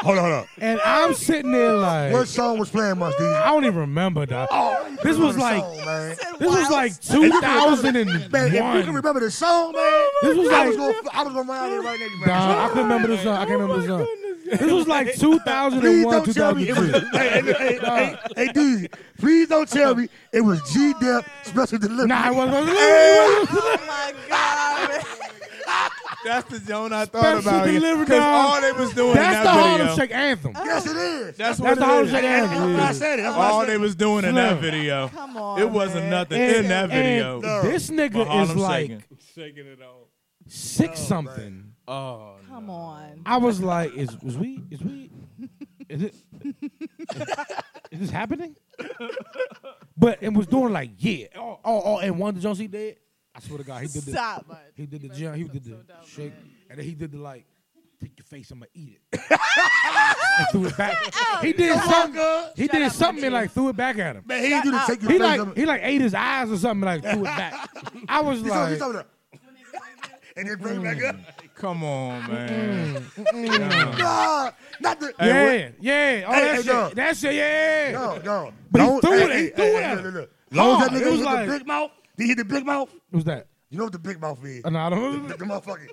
E: Hold on, hold on.
B: And I'm sitting there like
E: What song was playing, Must
B: I don't even remember dog.
E: Oh,
B: This
E: remember
B: was
E: the
B: like-
E: song, man.
B: This was
E: Man,
B: like
E: if you
B: 2001.
E: can remember the song, man,
B: This was
E: I was
B: like-
E: gonna, I was gonna run out there right now. man.
B: Nah, I can remember the song. I can't remember the song. This was like
E: Please
B: 2001,
E: don't tell me it was. (laughs)
B: 2002.
E: hey, hey, hey, hey, hey, DZ, please don't tell me it was G Dep Special Delivery.
B: Nah, it wasn't. it wasn't-
A: Oh
B: (laughs)
A: my god.
D: That's the Joan I thought
B: Special
D: about.
B: delivery,
D: Because
B: dog.
D: all they was doing
B: That's
D: in
B: the
D: that video.
B: Harlem Shake anthem.
E: Yes, it is.
D: That's, what
B: That's the
D: it
B: Harlem
D: is.
B: Shake anthem.
E: That's why I
B: yeah.
E: said it. That's why I
D: All
E: said
D: they
E: it.
D: was doing in that
B: Slim.
D: video.
A: Come on.
D: It wasn't
A: man.
D: nothing
B: And-
D: in that video.
B: and This nigga
D: Harlem
B: is like
D: Shaking.
C: shaking it off.
B: six something.
D: Oh,
A: Come on.
B: I was like, is was we is we is it is this happening? But it was doing like yeah. Oh, oh, oh and Wanda Jones he did. I swear to God, he did the
A: Stop. man.
B: He did the jump. He did the shake, and then he did the like. Take your face, I'ma eat it. and threw it back. He did something. He did something and like threw it back at him.
E: Man, he didn't do the take your
B: He
E: face.
B: like he like ate his eyes or something and like threw it back. I was
E: He's over-
B: like,
E: he's over there. (laughs) And then bring it back up.
D: come on, man.
B: Mm.
E: (laughs) God, not the.
B: yeah, yeah, all
E: Hey,
B: that
E: hey,
B: shit,
E: dog.
B: that shit, yeah.
E: No, no.
B: But he
E: Long-
B: threw
E: hey,
B: it, he
E: hey,
B: threw
E: hey,
B: it at
E: look, look,
B: him.
E: look. Long as
B: Hard.
E: that
B: It
E: nigga
B: was
E: hit
B: like-
E: the big mouth, did he hit the big mouth?
B: Who's that?
E: You know what the big mouth is?
B: Oh, no, I
E: The, (laughs)
B: don't.
E: the motherfucker.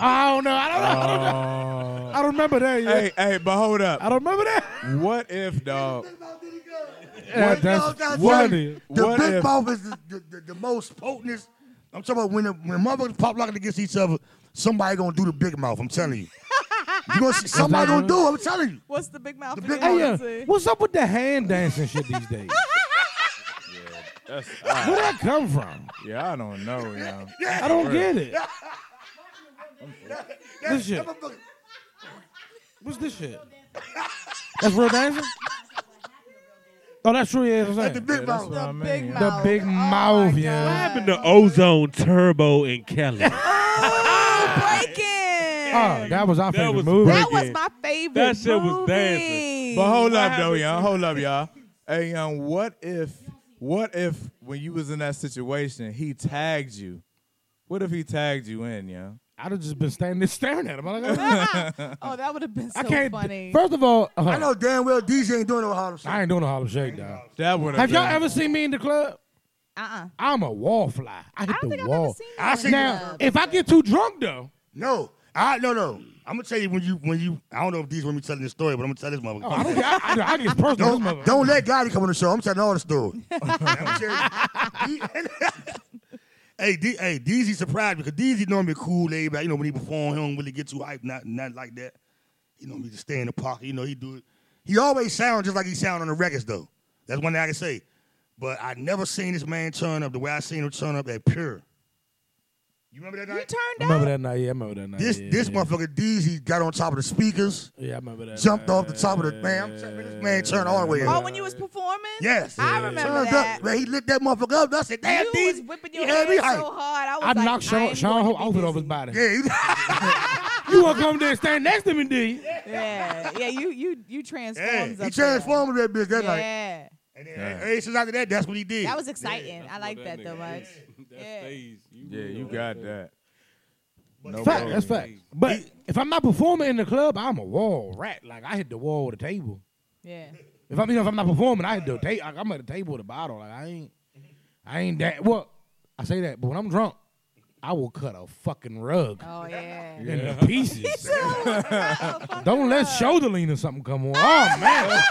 B: I don't know. I don't know. I don't know. I don't remember that. Yeah.
D: hey, hey, but hold
B: I
D: up.
B: don't
A: (laughs)
B: remember that.
D: What if, dog?
E: Big mouth did it good.
B: Yeah,
E: What
B: that's
E: dog got
B: funny.
E: done? The
D: What
E: big
D: if-
E: mouth is the, the, the, the most potentest. I'm talking about when the, when motherfuckers pop locking against each other, somebody gonna do the big mouth. I'm telling you. You
B: (laughs)
E: gonna see somebody gonna do it. I'm telling you.
A: What's the big mouth?
E: The big
A: again?
B: Hey,
E: mouth.
B: Oh, yeah.
A: Let's see.
B: what's up with the hand dancing shit these
A: (laughs)
B: days?
D: That's,
B: Where that come from?
D: yeah, I don't know,
B: (laughs)
D: you know.
B: I don't get it.
E: That- that
B: shit.
E: motherfucker-
B: What's this shit? That's real dancing? Oh, that's true. Yeah, that's what I'm
E: That's the
B: saying.
E: big
D: That's
E: mouth.
D: what I mean.
A: big
D: yeah.
A: mouth.
B: The big
A: Oh,
B: mouth,
A: my
B: yeah.
A: God.
B: What
C: happened to Ozone Turbo and (laughs) Kelly?
A: Breaking.
B: Oh, that was our
C: That
B: favorite
C: was
B: movie.
C: great.
A: that was
C: Breaking.
A: my favorite.
C: That shit was
A: movie.
C: dancing.
D: But hold
C: What
D: up though,
C: happened
D: y'all. Hold up, y'all. Hey, um, what if, what if when you was in that situation, he tagged you? What if he tagged you in, yeah?
B: I'd have just been standing there staring at him. I'm like, I
A: (laughs) oh, that would have been so
B: I can't.
A: funny.
B: First of all, uh,
E: I know damn well DJ ain't doing no Harlem
B: I
E: shit.
B: ain't doing a Harlem Shake, dog.
D: That would
B: Have y'all ever seen me in the club?
A: Uh-uh.
B: I'm a wallfly. I hit
A: I don't
B: the
A: think I've ever
B: wall.
A: seen
E: I
A: you
E: seen
A: in
E: that.
A: a
B: now,
A: club.
B: if I get too drunk though,
E: No, I no no. I'm gonna tell you when you when you. I don't know if these women telling this story, but I'm gonna tell this motherfucker.
B: I don't. I, I, I get personal. with Oh, this
E: Don't,
B: motherfucker.
E: don't let Gotti come on the show. I'm telling all the
B: (laughs)
E: story. (laughs) I'm serious. hey, D, hey, DZ surprised me because DZ normally cool, laid back. You know, when he perform, he don't really get too hyped, not not like that. He normally just stay in the pocket. You know, he do it. He always sound just like he sound on the records, though. That's one thing I can say. But I never seen this man turn up the way I seen him turn up at Pure. You remember that
A: You
E: night?
B: I
A: turned
B: remember
A: out.
B: that night. Yeah, I remember that night.
E: this
B: yeah,
E: this
B: yeah.
E: motherfucker DZ got on top of the speakers,
B: Yeah, I remember that.
E: jumped
B: night.
E: off the top of the man. I'm telling you, this man turned all the way.
A: Oh,
E: up.
A: when you was performing?
E: Yes.
A: I remember
E: Turned
A: that.
E: Up, man, he lit that motherfucker up. I said, damn,
A: You was
E: these.
A: whipping
E: he
A: your
E: had me
A: ass so
E: hyped.
A: hard. I was
B: I
A: like,
B: knocked
A: I
B: Sean,
A: ain't
B: Sean
A: going
B: Ho
A: to be
B: outfit off his
A: busy.
B: body.
E: (laughs) Yeah,
B: You walk over there and stand next to me, did you?
A: Yeah, yeah. You you you
E: he, yeah.
A: transformed.
E: he transformed that bitch that night.
A: Yeah,
E: And then ever since after that, that's what he did.
A: that was exciting. I like
C: That
A: that though
C: nigga
A: much.
C: is. That
A: Yeah.
C: stage, you
D: Yeah,
C: real.
D: you got that. No
B: Fact,
D: problem.
B: that's fact. But if I'm not performing in the club, I'm a wall rat. Like I hit the wall with a table.
A: Yeah,
B: If I'm, you know, if I'm not performing, I hit the table. Like, I'm at the table with a bottle. Like I ain't, I ain't that. Well, I say that, but when I'm drunk, I will cut a fucking rug
A: oh yeah.
B: into pieces. Don't let shoulder lean or something come on. Oh man,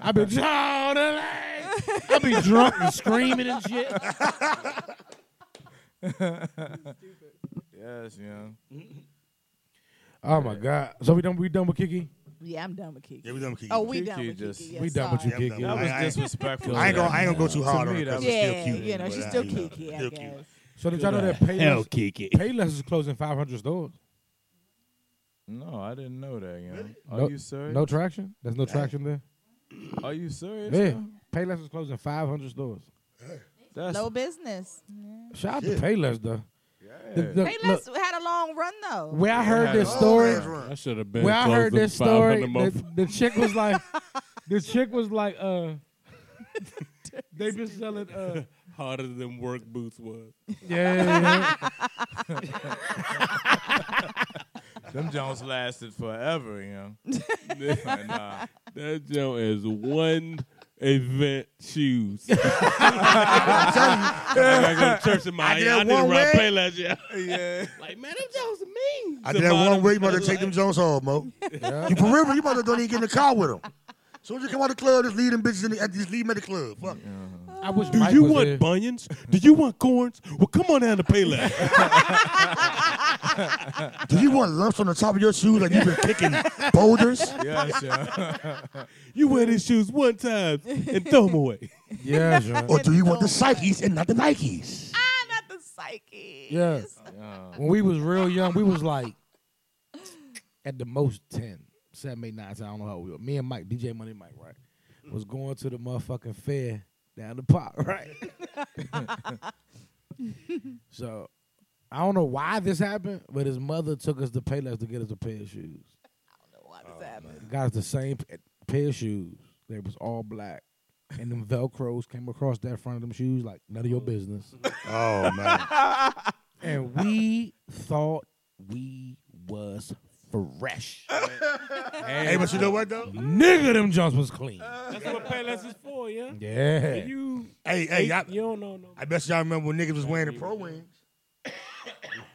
B: I be shoulder lean. I be drunk and screaming and shit.
D: Yes, yeah.
B: Oh my god. So we done? We done with Kiki?
A: Yeah, I'm done with Kiki.
E: Yeah, we done with Kiki.
A: Oh, we
D: Kiki
A: done with
D: just-
A: Kiki. Yeah,
B: we done with you,
A: sorry.
E: Yeah, I'm
B: Kiki.
E: done
D: That
E: I-
D: was
E: I-
D: disrespectful.
E: I ain't gonna, I ain't gonna go too
D: To
E: hard
D: me,
E: on her
D: that
E: because
D: was
E: she's
A: Yeah,
E: still cute.
A: you know
E: but,
A: she's
E: uh,
A: still
E: you know,
A: Kiki. I
E: still
A: guess.
E: cute.
B: So did y'all know that Payless,
C: Kiki.
B: Payless is closing 500 stores?
D: No, I didn't know that. You know. Are
B: No-
D: you serious?
B: No traction? There's no traction there?
D: Are you serious?
B: Yeah.
D: yo?
B: Payless is closing 500 stores.
D: That's
A: Low business.
B: Shout out to Payless, though. The- the-
A: They last
B: look,
A: had a long run though.
B: where I heard this
D: Oh,
B: story,
E: That's right.
C: I should have been.
B: where I heard
C: closing
B: this story,
C: 500
B: the, the chick was
C: (laughs)
B: like, the chick was like, uh, (laughs) they been selling,
C: (laughs)
B: uh,
C: motherf- harder than work boots was.
B: yeah,
D: them Jones lasted forever. You know. (laughs) nah.
C: That joint is one event shoes. I gotta go to
E: (laughs)
C: church in my. I
E: did
C: did, I did
E: one
C: ride
E: way.
C: play last
E: (laughs)
C: year.
D: Yeah.
C: Like man, them joints are mean.
E: I did that one way, you about to take them Jones home, Mo. You perimeter, you about to don't even get in the car with them. Soon as you come out of the club, just leave them bitches in the, just leave them at the club. Fuck.
B: I wish
C: Do
B: Mike
C: you
B: was
C: want
B: here.
C: bunions? Do you want corns? Well, come on down to Payless.
E: Do you want lumps on the top of your shoes like you've been (laughs) kicking boulders?
D: Yes, yeah.
C: You wear these shoes one time and throw them away.
B: yeah, sure.
E: Or do you want the psyches and not the Nikes?
A: Ah, not the psyche.
B: Yeah. When we was real young, we was like at the most 10, 7, 8, 9, 10, I don't know how we were. Me and Mike, DJ Money Mike, right? Was going to the motherfucking fair down the park, (laughs) right? so I don't know why this happened, but his mother took us to Payless to get us a pair of shoes.
A: Why does that happen?
B: Got us the same p- pair of shoes. They was all black. And them Velcros came across that front of them shoes like none of your
E: (laughs)
B: business.
E: Oh man.
B: and we thought we was
E: (laughs)
B: fresh.
E: (laughs) hey, but you know what though?
B: Nigga, them jumps
E: (laughs)
B: was clean.
C: (laughs) That's what Payless is for, yeah.
B: Yeah.
C: You,
E: Hey, hey, y'all,
C: you don't know no.
E: I bet y'all remember when niggas was wearing the pro (coughs) wings.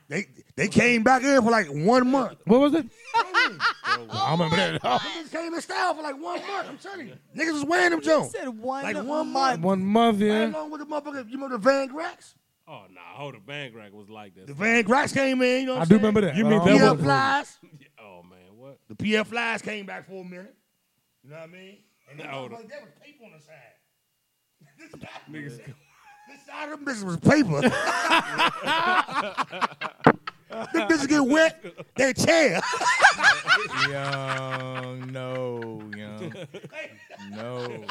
E: they they came back in for like one month.
B: What was
E: (laughs)
B: it? I remember that.
E: (coughs)
B: (laughs)
E: Niggas came in style for like one month. I'm telling you, niggas was wearing them Jones.
A: Said one
E: Like one month.
B: One month,
E: Right
B: yeah.
E: along with the motherfucker, you remember the Van Grax?
C: Oh nah, hold the band rack was like that.
E: The Van Grax came in. You know what
B: I
E: I'm
B: do
E: saying?
B: remember that.
C: You mean
B: Uh,
C: that
B: yeah.
E: PF
C: was-
E: Flies.
C: (laughs) Oh man, what?
E: The PF Flies came back for a minute. You know what I mean? And they
C: Oh.
E: was like, there was paper on the side. (laughs) This side, this side of them bitches was paper. them bitches get wet, they tear.
D: Young, no, young, no.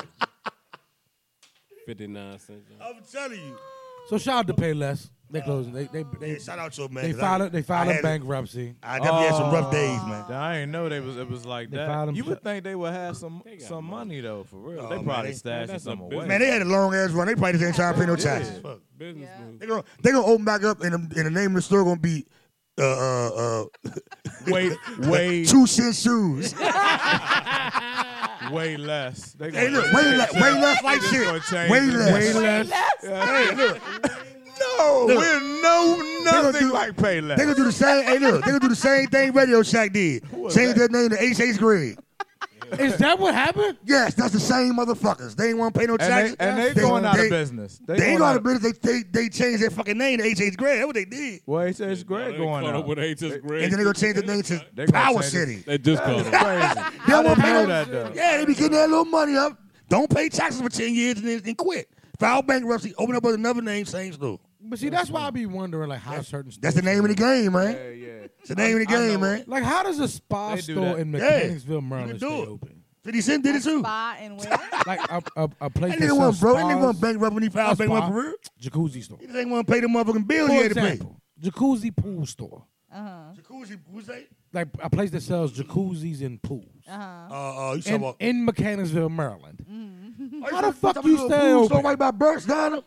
C: Fifty nine cents.
E: I'm telling you.
B: So shout out to Payless. They closing. They they they,
E: Yeah, shout out your man.
B: they
E: 'cause
B: filed they Oh. filed
E: I had-
B: bankruptcy.
E: I definitely had some rough days, man.
D: I ain't know they was. It was like
B: They
D: that.
B: filed them
D: you would
B: shut-
D: think they would have some
C: got
D: some money though, for real.
E: Oh,
D: they
E: man,
D: probably
E: they-
D: stashing
C: that's a
D: some away.
C: business.
E: Man, they had a long ass run. They probably just ain't trying to pay no taxes. Fuck.
C: Business move.
E: They gonna they gonna open back up, and the, and the name of the store gonna be uh uh uh (laughs)
D: wait, wait,
E: two cent shoes.
D: way less. They
E: Hey,
D: gonna
E: look,
D: change
E: way
D: it.
E: less, way less like
D: They just gonna
E: shit.
D: change
E: Way
D: it.
E: less.
B: less.
E: Hey, look,
D: No,
E: Look.
D: we're no nothing
E: do-
D: like pay less.
E: Oh, they gonna do the same. Hey, look, they gonna do the same thing Radio Shack did.
D: was
E: Change
D: that?
E: their name to H H Green.
B: Is that what happened?
E: Yes, that's the same motherfuckers. They ain't want to pay no taxes.
D: and they, and they going
E: wanna-
D: out
E: they-
D: of business. They,
E: They ain't
D: going
E: going out of business. They, they, they changed their fucking name to H H Green. That's what they did.
D: Well, it's, it's
C: They caught
D: great going
C: up with
D: out.
C: H.S. Gray.
E: And then they gonna change the name to
D: They gonna
E: Power
D: change it.
E: Crazy.
C: They just called him.
D: Crazy.
E: (laughs) They don't want
D: I didn't know
E: people-
D: that though.
E: Yeah, they be getting that little money up. Don't pay taxes for 10 years and then and quit. File bankruptcy, open up with another name, same store.
B: But see, that's why I be wondering, like, how certain
E: That's the
B: stores
E: name of the game, man.
D: Yeah, yeah.
E: It's the name of the
D: I- I
E: game,
D: know.
E: man.
B: Like, how does a spa
D: They do
B: store
D: that.
B: in
E: Yeah.
B: Mechanicsville, Maryland,
E: do
B: stay
E: it.
B: open?
E: 50 Cent did it too.
A: Spa and where?
B: Like a a, a place
E: That
B: that
E: nigga went
B: sells
E: broke. That nigga
B: spas,
E: went bankrupt when he
B: a
E: filed bankrupt
B: spa,
E: for real.
B: jacuzzi store.
E: He just ain't want to pay the motherfucking bill he
B: For
E: had to pay.
B: example, jacuzzi pool store,
A: Uh-huh.
E: Jacuzzi, who's that?
B: like a place that sells jacuzzis and pools
E: Uh, uh, you talking
B: in,
E: about. Oh,
B: in Mechanicsville, Maryland.
E: How
B: the fuck you stay
E: Store
B: open?
E: right by Burks, Donna?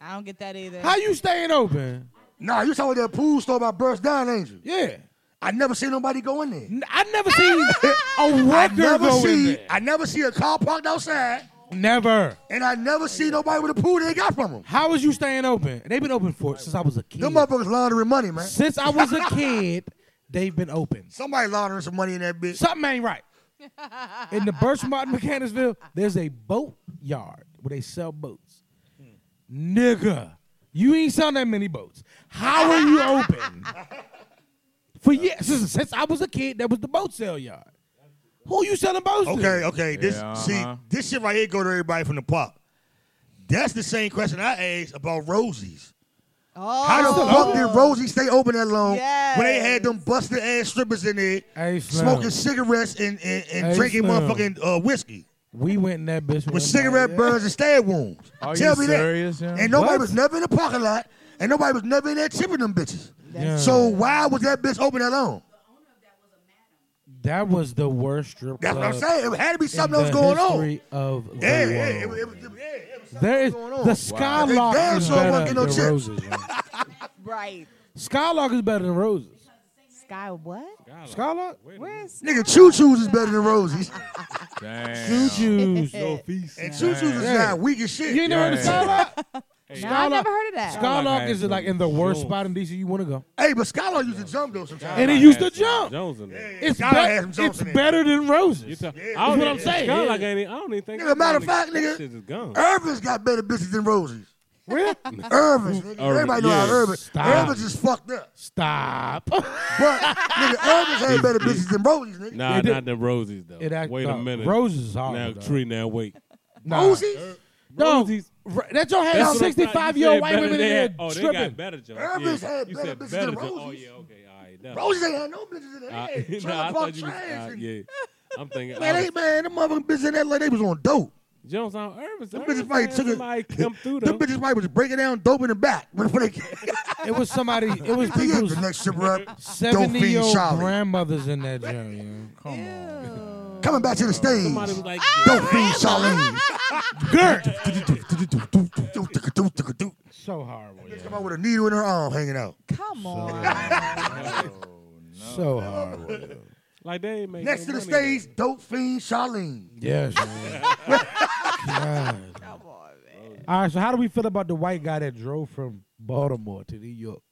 A: I don't get that either.
B: How you staying open?
E: Nah, you talking about that pool store by Burks, Down, ain't you?
B: Yeah,
E: I never seen nobody go in there.
B: N- I never seen a
E: I
B: worker
E: never
B: go in
E: see.
B: there.
E: I never see a car parked outside,
B: Never.
E: and I never see nobody with a pool they got from them.
B: How is you staying open? They've been open for since I was a kid.
E: Them motherfuckers laundering money, man.
B: Since I was a kid, they've been open.
E: Somebody laundering some money in that bitch.
B: Something ain't right. In the Birchmont in Mechanicsville, there's a boat yard where they sell boats. Nigga, you ain't selling that many boats. How are you open? For years, since, since I was a kid, that was the boat sale yard. Who you selling boats to?
E: Okay, okay. This
D: Yeah,
E: see
D: uh-huh.
E: this shit right here go to everybody from the pop. That's the same question I asked about Rosie's.
A: oh,
E: How the fuck did Rosie stay open that long when they had
A: Yes.
E: them busted ass strippers in there
B: Hey, Slim.
E: smoking cigarettes and, and, and
B: Hey,
E: drinking
B: Slim.
E: motherfucking uh, whiskey
B: We went in that bitch
E: with
B: one
E: cigarette
B: night.
E: burns and stab wounds?
D: Are
E: Tell
D: you
E: me
D: serious,
E: that.
D: yeah?
E: And nobody
B: What?
E: was never in the parking lot and nobody was never in there tipping them bitches.
B: Yeah.
E: So why was that bitch open that long?
B: that was the worst strip
E: That's
B: club.
E: what I'm saying. It had to be something
B: in
E: else
B: the
E: going on.
B: history Of the
E: Yeah, yeah,
B: world.
E: it, was- it, was- yeah, it was something
B: There
E: else
B: is
E: going on.
B: the Skylark
E: They damn
B: is
E: sure
B: better
E: wasn't
B: than
E: getting no chips.
B: roses. yeah.
A: Right.
B: Skylark is better than roses.
A: Sky what?
B: Skylark,
A: Where's
E: Nigga, Choo Choo's is better than
B: (laughs)
E: Rosie's.
D: Damn.
B: choo (laughs) choos. You
E: And Choo Choo's is
B: Yeah.
E: not weak as shit.
B: ain't never heard of
D: Yeah.
B: Skylark?
A: No, I never heard of that.
B: Skylark
C: had
B: is
C: some
B: like in the worst
C: jewels.
B: spot in DC you want to go,
E: Hey, but Scholar used to jump though sometimes.
B: and it used to jump.
C: Jones in there.
B: It's
E: Skylark had
B: better.
E: some jumps
B: It's
E: in it.
B: better than
C: You
B: roses.
C: tell-
E: Yeah.
C: I don't
E: That's what
C: even-
E: I'm
B: saying.
C: Skylark ain't even- I don't even think.
E: Nigga, matter of fact,
C: that
E: nigga.
C: shit is gone.
E: Irvin's got better bitches than Rosie's.
B: Really?
E: Irvin's. nigga.
C: Irvin,
E: Everybody know
C: yeah.
E: how Irvin.
B: Stop.
E: Irvin's is fucked up.
B: Stop. (laughs)
E: But nigga, Irvin's had
C: (laughs)
E: better bitches than Rosie's, nigga.
C: Nah,
B: They do-
C: not the roses though.
B: It act-
C: wait
B: no,
C: a minute.
B: Roses is horrible,
C: Now
B: though.
C: tree. Now wait.
B: Nah.
E: Rosie's?
B: No,
C: Rosie's-
B: r- that's your
C: That's
B: hand.
C: what I'm
B: Sixty
C: trying-
B: five
C: you
B: year old
C: said
B: white
C: better
B: women
C: than-
B: in
C: Oh,
B: there
C: they got
B: stripping.
C: better jobs.
E: Irvin's
C: yeah.
E: had
C: you
E: better
C: said
E: bitches
C: better
E: than
C: jobs. Oh
E: Rosie's.
C: yeah, okay, all right. that-
E: Rosie's ain't had no bitches in their
C: I- (laughs)
E: head.
C: no, I
E: Trying to
C: thought
E: fuck
C: you was,
E: trash.
C: uh,
E: and-
C: yeah. I'm thinking.
E: Man,
C: I
E: they,
C: was-
E: man, them motherfucking bitches in that like they was on dope.
C: Jones on Irvin's.
E: Them
C: Irvin's
E: bitches probably
C: had
E: took
C: somebody
E: it.
C: come through
E: Them
C: though.
E: bitches probably was breaking down dope in the back before they
C: (laughs)
E: came.
B: It was somebody. It was
E: He is
B: people's
E: the next stripper up.
B: seventy year old
E: Charlotte.
B: grandmothers in that gym. yeah.
A: Oh,
E: Coming back to the stage.
C: Uh, Somebody was like,
E: Don't feed
C: (laughs)
E: Charlene. Gert.
B: So horrible. yeah.
E: Come out with a needle in her arm hanging out.
A: Come on.
B: So horrible. yeah.
C: like they ain't making
E: Next to
C: no
E: the
C: money.
E: stage, dope fiend Charlene.
B: Yes, man. God. All right, so how do we feel about the white guy that drove from Baltimore to New York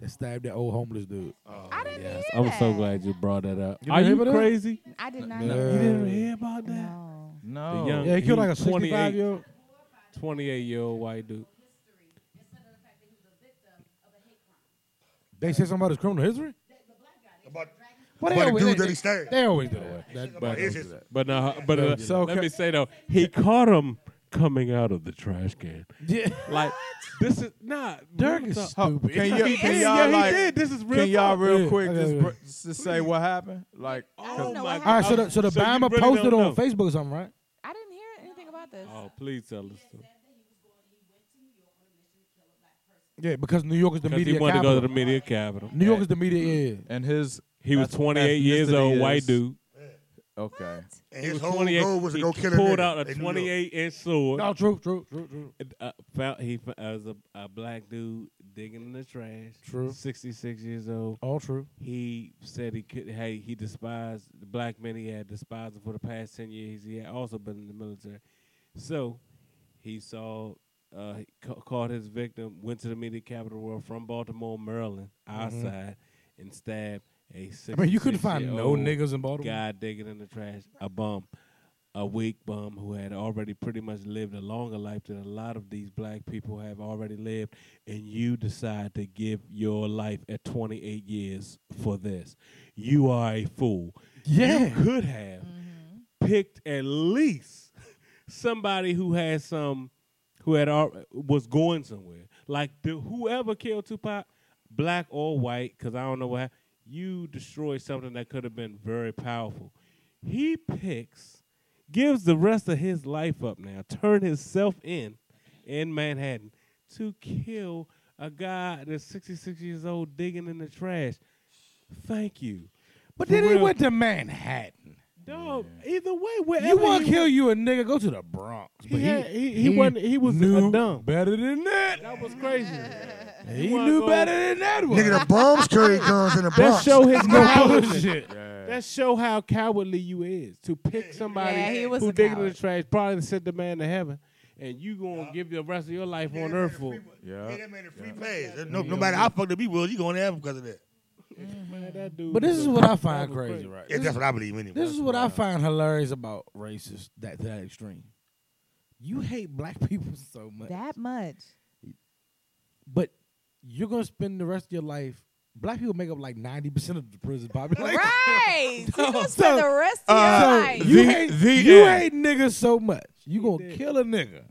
B: that stabbed that old homeless dude?
A: I didn't hear
C: Yes, I'm so
A: that.
C: glad you brought that up.
B: You
C: Are
B: remember
C: you
B: that?
C: crazy?
A: I did not
B: Yeah.
A: know.
C: You didn't hear about that?
A: No.
D: No.
C: The young-
B: Yeah, he killed like a
C: He 28.
B: 65 year old.
C: 28 year old white dude.
B: They said something about his criminal history?
E: About,
B: Well,
E: about the
B: always,
E: dude
B: they,
E: that he stabbed.
B: they always do that. That-
C: But,
E: It's just-
C: but no, but uh,
D: So,
C: let
D: okay.
C: me say though, he caught him coming out of the trash can.
B: yeah.
C: Like this is not
B: Dirk
C: real
B: is
C: talk.
B: stupid.
D: Can, you,
C: He
D: can
C: is,
D: y'all
C: yeah, he
D: like,
C: did. This is real
D: Can y'all
C: talk.
D: real
B: Yeah,
D: quick
B: okay,
D: just,
B: okay.
D: br- just say what happened? Like,
A: don't know what
B: (laughs)
C: God.
B: All right, so the, so the
C: you
B: Bama
C: really
B: posted
C: don't
B: on
C: know.
B: Facebook or something, right?
A: I didn't hear anything about this.
C: Oh, please tell us.
B: Yeah, because New York is the
C: Because
B: media
C: he wanted to go to
B: capital.
C: the media capital.
B: New York is the media, yeah.
D: and his
C: He was
D: That's-
C: 28 years
D: ethnicity
C: old,
D: is-
C: white dude.
D: Okay.
E: And
C: He
E: his
C: was
E: whole
C: 28
E: goal was to
C: he
E: go kill a nigga
C: pulled out a
E: in New York.
C: 28 inch sword.
B: No, true, true, true, true.
C: And, uh, found, he fo- uh, was a, a black dude digging in the trash.
B: True.
C: 66 years old.
B: All true.
C: He said he could. Hey, he despised the black men. He had despised them for the past ten years. He had also been in the military, so he saw, uh, he ca- caught his victim, went to the media capital world from Baltimore, Maryland, our side, and stabbed a six.
B: Mm-hmm. I mean, you couldn't find no niggas in Baltimore.
C: Guy digging in the trash, a bum, a weak bum who had already pretty much lived a longer life than a lot of these black people have already lived, and you decide to give your life at 28 years for this. You are a fool.
B: Yeah.
C: You could have picked at least somebody who had some, who had al- was going somewhere. Like the whoever killed Tupac, black or white, because I don't know what. hap- You destroyed something that could have been very powerful. He picks, gives the rest of his life up now, turn himself in, in Manhattan, to kill a guy that's 66 years old digging in the trash. Thank you.
B: But
C: For
B: then he
C: real.
B: went to Manhattan.
C: Dog, either way, wherever
B: You want
C: he
B: to kill you a nigga? Go to the Bronx.
C: He
B: But
C: had- he- he wasn't- he was a
B: knew
C: dumb.
B: Better than that.
C: That was crazy.
B: He
C: wanna
B: knew
C: go-
B: better than that one.
E: Nigga, the bums carry guns in the
C: That
E: Bronx.
C: show his cowardice.
B: Bullshit.
C: (laughs) That show how cowardly you is to pick somebody
A: Yeah, he was
C: who
A: a
C: digging in
A: coward.
C: the trash, probably sent the man to heaven, and you gonna give the rest of your life on earth for. it.
D: Yeah.
E: Yeah, that made a free pass. No, no matter how fucked up he was, you going to have him because of that.
C: Man, that dude
B: But this
C: was
B: is
C: a-
B: what I
C: that
B: find
C: was
B: crazy, right?
E: Yeah, that's what I believe anyway.
B: This is what I find hilarious about racists that to that extreme. You hate black (laughs) people so much,
A: that much.
B: but you're gonna spend the rest of your life. Black people make up like ninety percent of the prison population.
A: right. You
B: So-
A: gonna spend the rest of
B: (laughs) So
A: your life.
B: you
D: The-
B: hate
D: the
B: you
D: end.
B: hate niggas so much. You gonna
C: did.
B: kill a nigga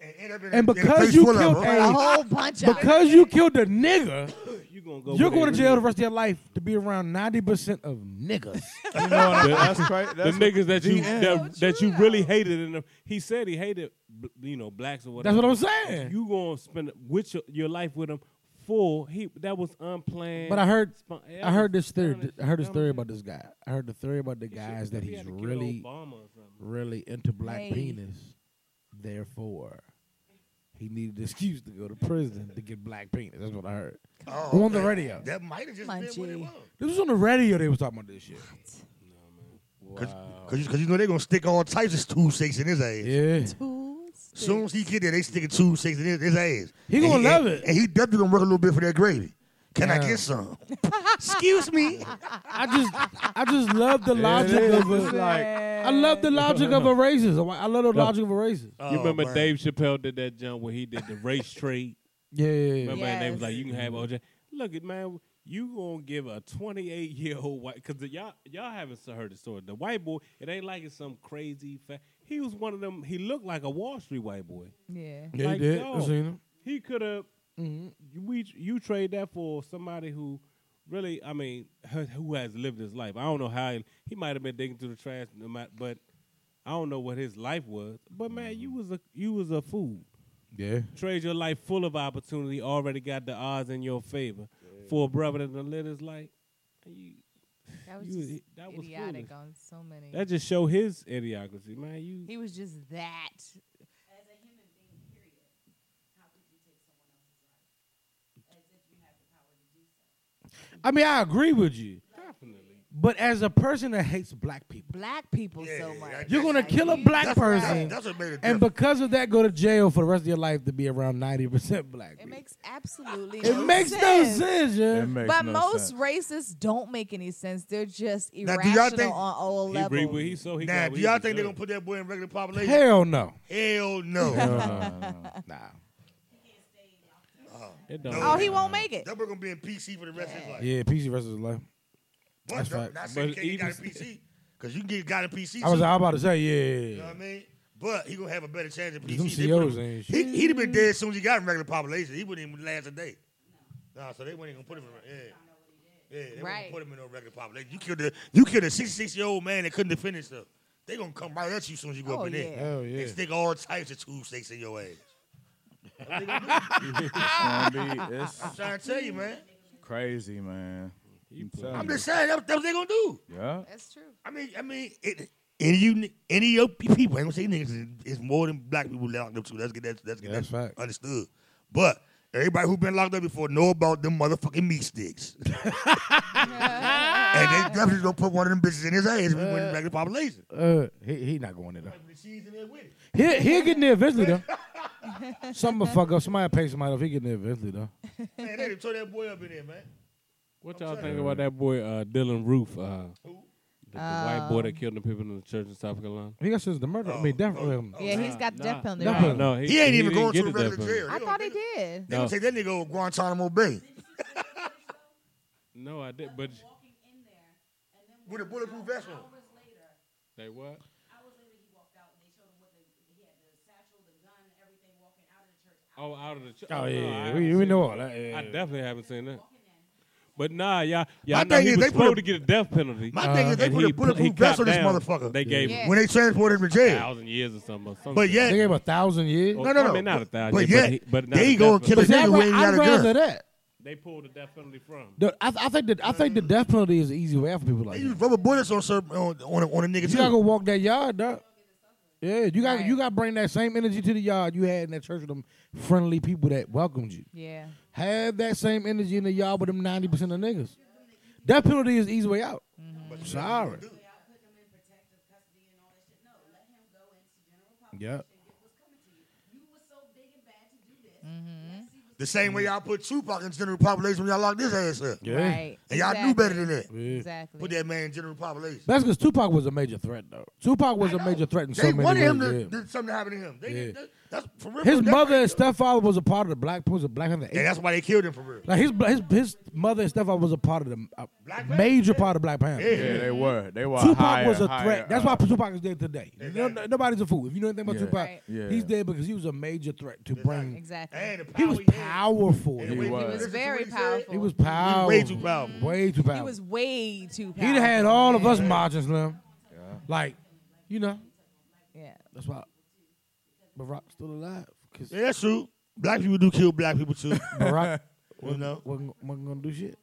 E: And, end up in a-
B: And
E: in a
B: because
E: place
B: you
E: full of
B: killed
E: them,
B: a-
E: right?
A: a whole bunch of
B: because you killed a nigga.
C: (laughs) You gonna go?
B: you're
C: where they
B: going to jail the
C: really-
B: rest of your life to be around ninety percent of
C: (laughs)
B: niggas.
D: You know what? That's crazy.
C: The niggas that you
D: end.
C: that, that you really hated, and the- he said he hated, b- you know, blacks or
B: That's
C: whatever.
B: what I'm saying.
C: You gonna spend with your, your life with him? Full. He that was unplanned.
B: But I heard,
C: Spon-
B: I heard this theory.
C: Spanish-
B: I heard this
C: Spanish-
B: theory about this guy. I heard the theory about the
C: He should-
B: guys that
C: he
B: he's
C: had to kill
B: really,
C: Obama or something.
B: really into black
A: Hey.
B: penis. Therefore, he needed an (laughs) excuse to go to prison to get black penis. That's what I heard
E: Oh,
B: on the
E: okay.
B: radio.
E: That might have just
A: My
E: been what it
A: G.
E: was.
B: This was on the radio. They was talking about this shit.
E: Because you, 'cause you know they're going to stick all types of two six in his ass.
B: Yeah,
A: tools.
E: Soon as he get there, they sticking two six in his, his ass.
B: He gonna
E: And
B: love
E: and-
B: it.
E: And he definitely going to work a little bit for that gravy. Can I
B: Yeah.
E: get some? Excuse me.
B: (laughs) I just, I just love the
D: It
B: logic
D: is.
B: of
D: It's
B: a,
D: like
B: I love the logic of a racist. I love the logic of a racist.
E: Oh,
C: You remember
E: man.
C: Dave Chappelle did that jump where he did the race trade.
B: Yeah, yeah, yeah.
C: Remember, and they was
A: Yes.
C: like, "You can have OJ." Look, it man, you gonna give a 28 year old white because y'all y'all haven't s- heard the story. The white boy, it ain't like it's some crazy fact. He was one of them. He looked like a Wall Street white boy.
A: Yeah.
B: Yeah,
C: Like,
B: he did. I
C: dog.
B: seen him. Mm-hmm.
C: He could have. You, we you trade that for somebody who really, I mean, who- who has lived his life. I don't know how he, he might have been digging through the trash, no matter, but I don't know what his life was. But man, you
B: Mm-hmm.
C: was a you was a fool.
B: Yeah.
C: Trade your life full of opportunity. Already got the odds in your favor for a brother that done lived his life. You,
A: That was
C: You-
A: just
C: that was
A: idiotic
C: foolish.
A: on so many.
C: that just show his idiocracy, man. You
A: he was just that.
G: As a human being, period, how could you take someone else's life? As if you have the power to do so.
B: I mean, I agree with you.
C: definitely.
B: But as a person that hates black people,
A: Black people
E: Yeah,
A: so
E: yeah,
A: much.
E: I-
B: you're gonna
A: Like,
B: kill a
A: you-
B: black
E: That's what-
B: person,
E: That's what made it
B: and
E: different.
B: because of that, go to jail for the rest of your life to be around ninety percent black.
A: It
B: people.
A: makes absolutely
B: it
A: no
B: makes
A: sense.
B: no sense, yeah.
D: It makes
A: But
D: no
A: most
D: sense.
A: racists don't make any sense. They're just
E: Now,
A: irrational
E: do y'all think-
A: on all
C: He read
A: levels.
C: what he so he
E: Now,
C: got what
E: do
C: he
E: y'all think they're going
C: deserved.
E: to put that boy in regular population? Hell,
B: Hell no.
E: no.
B: Nah.
C: It don't
A: oh, he won't make it.
E: that boy going to be in PC for the rest of his life.
B: Yeah, PC versus his life.
E: But
B: That's
E: no,
B: right.
E: not saying
C: But
E: he can't get
C: even-
E: got a PC. Because you can get a guy in PC.
B: I was
E: too.
B: I was about to say,
E: You know
B: yeah.
E: what I mean? But he gonna have a better chance at PC.
B: Them
E: They put
B: COs
E: him-
B: ain't shit.
E: he, he'd have been dead as soon as he got in regular population. He wouldn't even last a day. Nah, so they weren't even gonna put him in. Yeah, yeah, they wouldn't
A: Right.
E: put him in no regular population. You killed a you killed a 66 year old man that couldn't defend himself. They gonna come right at you as soon as you go
A: Oh,
E: up in
A: yeah.
E: there.
B: Hell yeah.
E: They stick all types of toothpicks in your ass.
D: It's gonna be- it's
E: I'm trying to tell you, man.
D: crazy, man.
C: You
D: I'm
C: play.
D: telling
E: I'm just saying that's, that's what they gonna do.
D: Yeah.
A: That's true.
E: I mean, I mean, it, any you, any of your people, I ain't gonna say niggas, it's more than black people locked up too. Let's get that, let's get
B: That's
E: that
B: fact.
E: understood. But everybody who been locked up before know about them motherfucking meat sticks, and they definitely gonna put one of them bitches in his ass if he went back to the population.
B: Uh, he he not going in there.
E: She's in there with it.
B: He he'll get in there eventually
A: (laughs)
B: though. Something fuck up. Somebody pay somebody off. He get in there eventually though.
E: Man, they done tore that boy up in there, man.
C: What y'all think about that boy uh, Dylan Roof? Uh, the, the white boy
A: Um,
C: that killed the people in the church in South Carolina.
B: He got since the murder. I mean, death. um,
A: Yeah, he's got the
C: Nah,
A: death penalty.
B: nah.
A: right?
B: penalty.
C: No, he,
E: He ain't even
C: didn't
E: going
C: get
E: to a
C: death
E: regular
C: penalty.
E: jail.
A: I
E: They
A: thought he
E: gonna-
A: did.
E: They gonna
C: No.
E: take that nigga over Guantanamo Bay
C: No, I did, but
G: Walking in there, and then
E: with a bulletproof vest on.
G: hours later,
C: they what?
G: hours later he walked out. They showed him what the he had the satchel, the gun, and everything walking out of the church.
C: Oh, out of the church.
B: Oh
C: no,
B: yeah,
C: I
B: we,
C: haven't
B: we
C: seen
B: know
C: that.
B: all that. yeah.
C: I definitely haven't seen that. But nah, y'all,
E: My
C: y'all know
E: thing
C: he
E: is
C: was
E: they put
C: supposed
E: a-
C: to get a death penalty.
E: My thing is, they
C: Uh, and
E: put
C: he
E: a
C: pl-
E: bulletproof
C: he
E: vest on
C: copped
E: this
C: down.
E: motherfucker
C: They gave
A: Yeah.
C: him
E: when they transported him to
C: a
E: jail.
C: thousand years or something. Or something.
E: But yet,
B: They gave him a thousand years.
C: Or-
E: No, no,
C: I
E: no.
C: mean, not a thousand.
E: But
C: years,
E: yet,
C: he- but not
E: Oh, they
C: a
E: gonna
C: death
E: kill
C: penalty.
E: a nigga
B: why
E: when he got
B: I'd
E: a gun.
B: rather that.
C: They pulled the death penalty from.
B: The- I, I think the I think the death penalty is the easy way out for people like
E: They
B: that.
E: use rubber bullets on certain, on, on, a, on a nigga
B: You gotta
E: too.
B: go walk that yard, dog. Yeah, you got to
A: Right.
B: you got to bring that same energy to the yard you had in that church with them friendly people that welcomed you.
A: Yeah.
B: Have that same energy in the yard with them ninety percent of niggas. That penalty is the easy way out. Sorry. Yeah.
E: The same way y'all put Tupac in general population when y'all locked his ass up.
B: Yeah.
A: Right.
E: And y'all knew better than that.
B: Yeah.
A: Exactly.
E: Put that man in general population.
B: That's because Tupac was a major threat, though. Tupac was a major threat in so
E: they
B: many
E: wanted
B: ways.
E: him to,
B: yeah.
E: did something to happen to him. They,
B: Yeah.
E: that, that's for real.
B: His
E: That-
B: mother and stepfather was a part of the black was a black Panther.
E: And that's why they killed him for real.
B: Like his his his mother and stepfather was a part of the a
E: Black Panther,
B: major part of Black Panther.
E: Yeah.
D: Yeah, they were. They were.
B: Tupac
D: higher,
B: was a
D: higher uh,
B: threat. That's why
D: up.
B: Tupac is dead today. No, no- nobody's a fool. If you know anything about
D: Yeah.
B: Tupac,
A: Right.
D: Yeah.
B: he's dead because he was a major threat to bring.
A: Exactly.
E: And the power
B: He was
E: had.
B: powerful.
E: And the
B: He
E: way
B: was,
D: was.
E: listen
D: He was
E: to what
A: very
E: said,
A: powerful.
B: he was
E: He was
B: powerful.
E: way too powerful.
B: Way too powerful.
A: He was way too powerful.
B: He'd have had all of us
A: Yeah.
B: margins, Slim. Like, you know,
A: Yeah. (laughs)
B: that's why. Barack still alive because
E: Yeah, that's true. Black people do kill black people too. (laughs)
B: Barack
E: you know,
B: wasn't, wasn't gonna do shit.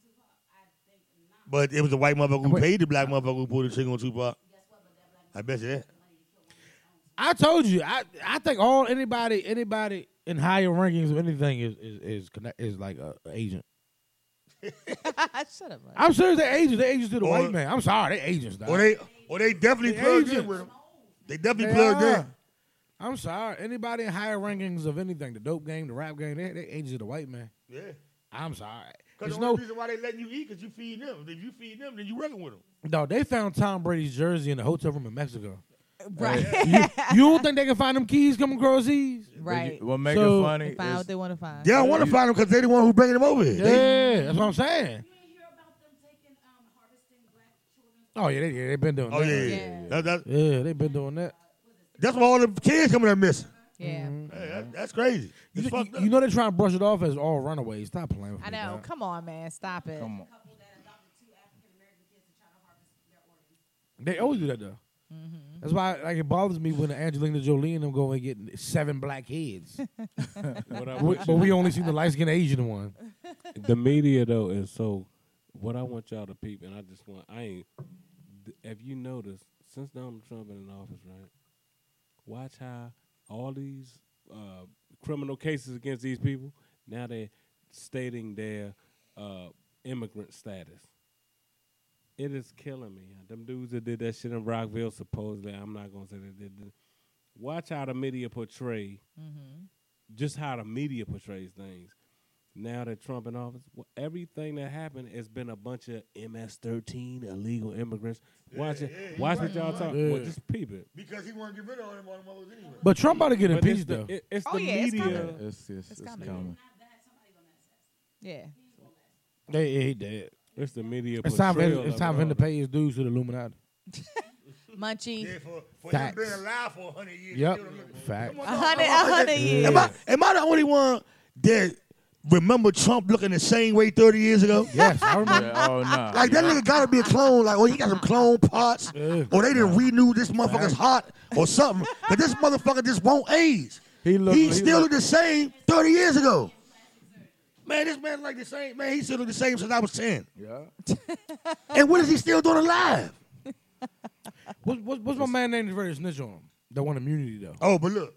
E: but it was a white motherfucker who
B: Wait.
E: paid the black motherfucker who pulled the trigger on Tupac. I bet you that.
B: I told you. I I think all anybody anybody in higher rankings or anything is is is, connect, is like a a agent.
A: Shut up. Mike.
B: I'm serious. They agents. They agents to the
E: Or-
B: white man. I'm sorry. They agents. dog.
E: Or they, or they definitely
B: The
E: plugged
B: agents.
E: in with him. They definitely
B: They
E: plugged
B: are.
E: in.
B: I'm sorry. Anybody in higher rankings of anything, the dope game, the rap game, they they agents of the white man.
E: Yeah.
B: I'm sorry.
E: Because
B: There's
E: the only
B: no
E: reason why they letting you eat because you feed them. If you feed them, then you working with them.
B: no. They found Tom Brady's jersey in a hotel room in Mexico.
A: Right.
B: you, you don't think they can find them keys coming across these?
A: Right. (laughs)
D: What make
B: So-
D: it
A: They
D: funny?
A: find
D: Is,
A: what they want to find.
E: They don't want to find them because they the one who bringing them over here.
B: Yeah,
E: They-
B: that's what I'm saying.
G: You didn't hear about them taking um, harvesting black children's
B: Oh yeah, they, yeah, they've been doing.
E: oh
B: that.
E: yeah, yeah.
A: Yeah.
E: yeah. That- that-
B: yeah, they've been doing that.
E: that's why all the kids coming up missing.
A: Yeah.
E: Hey, that- that's crazy.
B: You,
E: It's
B: you-
E: fucked up.
B: you know they're trying to brush it off as all runaways. Stop playing with
A: I
B: me,
A: know.
B: dog.
A: Come on, man. Stop it.
D: Come on.
G: couple that adopted two African American kids to try to harvest
B: They
G: their organs.
B: always do that though.
A: Mm-hmm.
B: That's why like it bothers me when Angelina Jolie and them go and get seven
A: (laughs)
B: black heads,
C: What I
B: We- but we only seen the light skinned Asian one.
C: the media though is so. What I want y'all to peep, and I just want I ain't. th- If you notice, since Donald Trump been in office, right? Watch how all these uh, criminal cases against these people now they're stating their uh, immigrant status. It is killing me. Them dudes that did that shit in Rockville, supposedly, I'm not gonna say they did. it. Watch how the media portray, just how the media portrays things now that Trump in office, wh- everything that happened has been a bunch of MS-13 illegal immigrants. Watch it. Watch what y'all talk.
B: Yeah.
C: Well, just peep it.
E: because he want to get rid of all them motherfuckers anyway.
B: But Trump about to get
C: But it's
B: impeached
C: the,
B: though.
C: it- it's
A: Oh,
C: the
A: yeah, it's
C: media.
A: coming.
D: it's, it's, it's
A: coming.
D: coming.
A: Yeah.
B: They, yeah, he dead.
C: It's the media.
B: It's time for
C: portrayal
B: him, it's
C: of
B: time
C: it
B: for him to
C: all.
B: pay his dues to the Illuminati.
E: yeah,
A: Munchie.
E: for, for him
B: Facts.
E: being alive for hundred years.
B: Yep,
E: still looking-
B: fact.
A: A hundred, a hundred years.
E: Am I am I the only one that remember Trump looking the same way thirty years ago?
B: Yes, I remember.
D: (laughs) Yeah, oh no.
E: Like that nigga gotta be a clone. Like, oh, he got some clone parts,
B: Yeah.
E: or they didn't renew this motherfucker's heart or something. But this motherfucker just won't age.
D: He look-
E: he
D: he
E: still
D: look-
E: the same thirty years ago. Man, this man like the same. Man, he still look the same since I was ten.
D: Yeah.
E: And what is he still doing alive?
B: What's, what's, what's my man name that's ready to snitch on him? That one immunity though.
E: Oh, but look,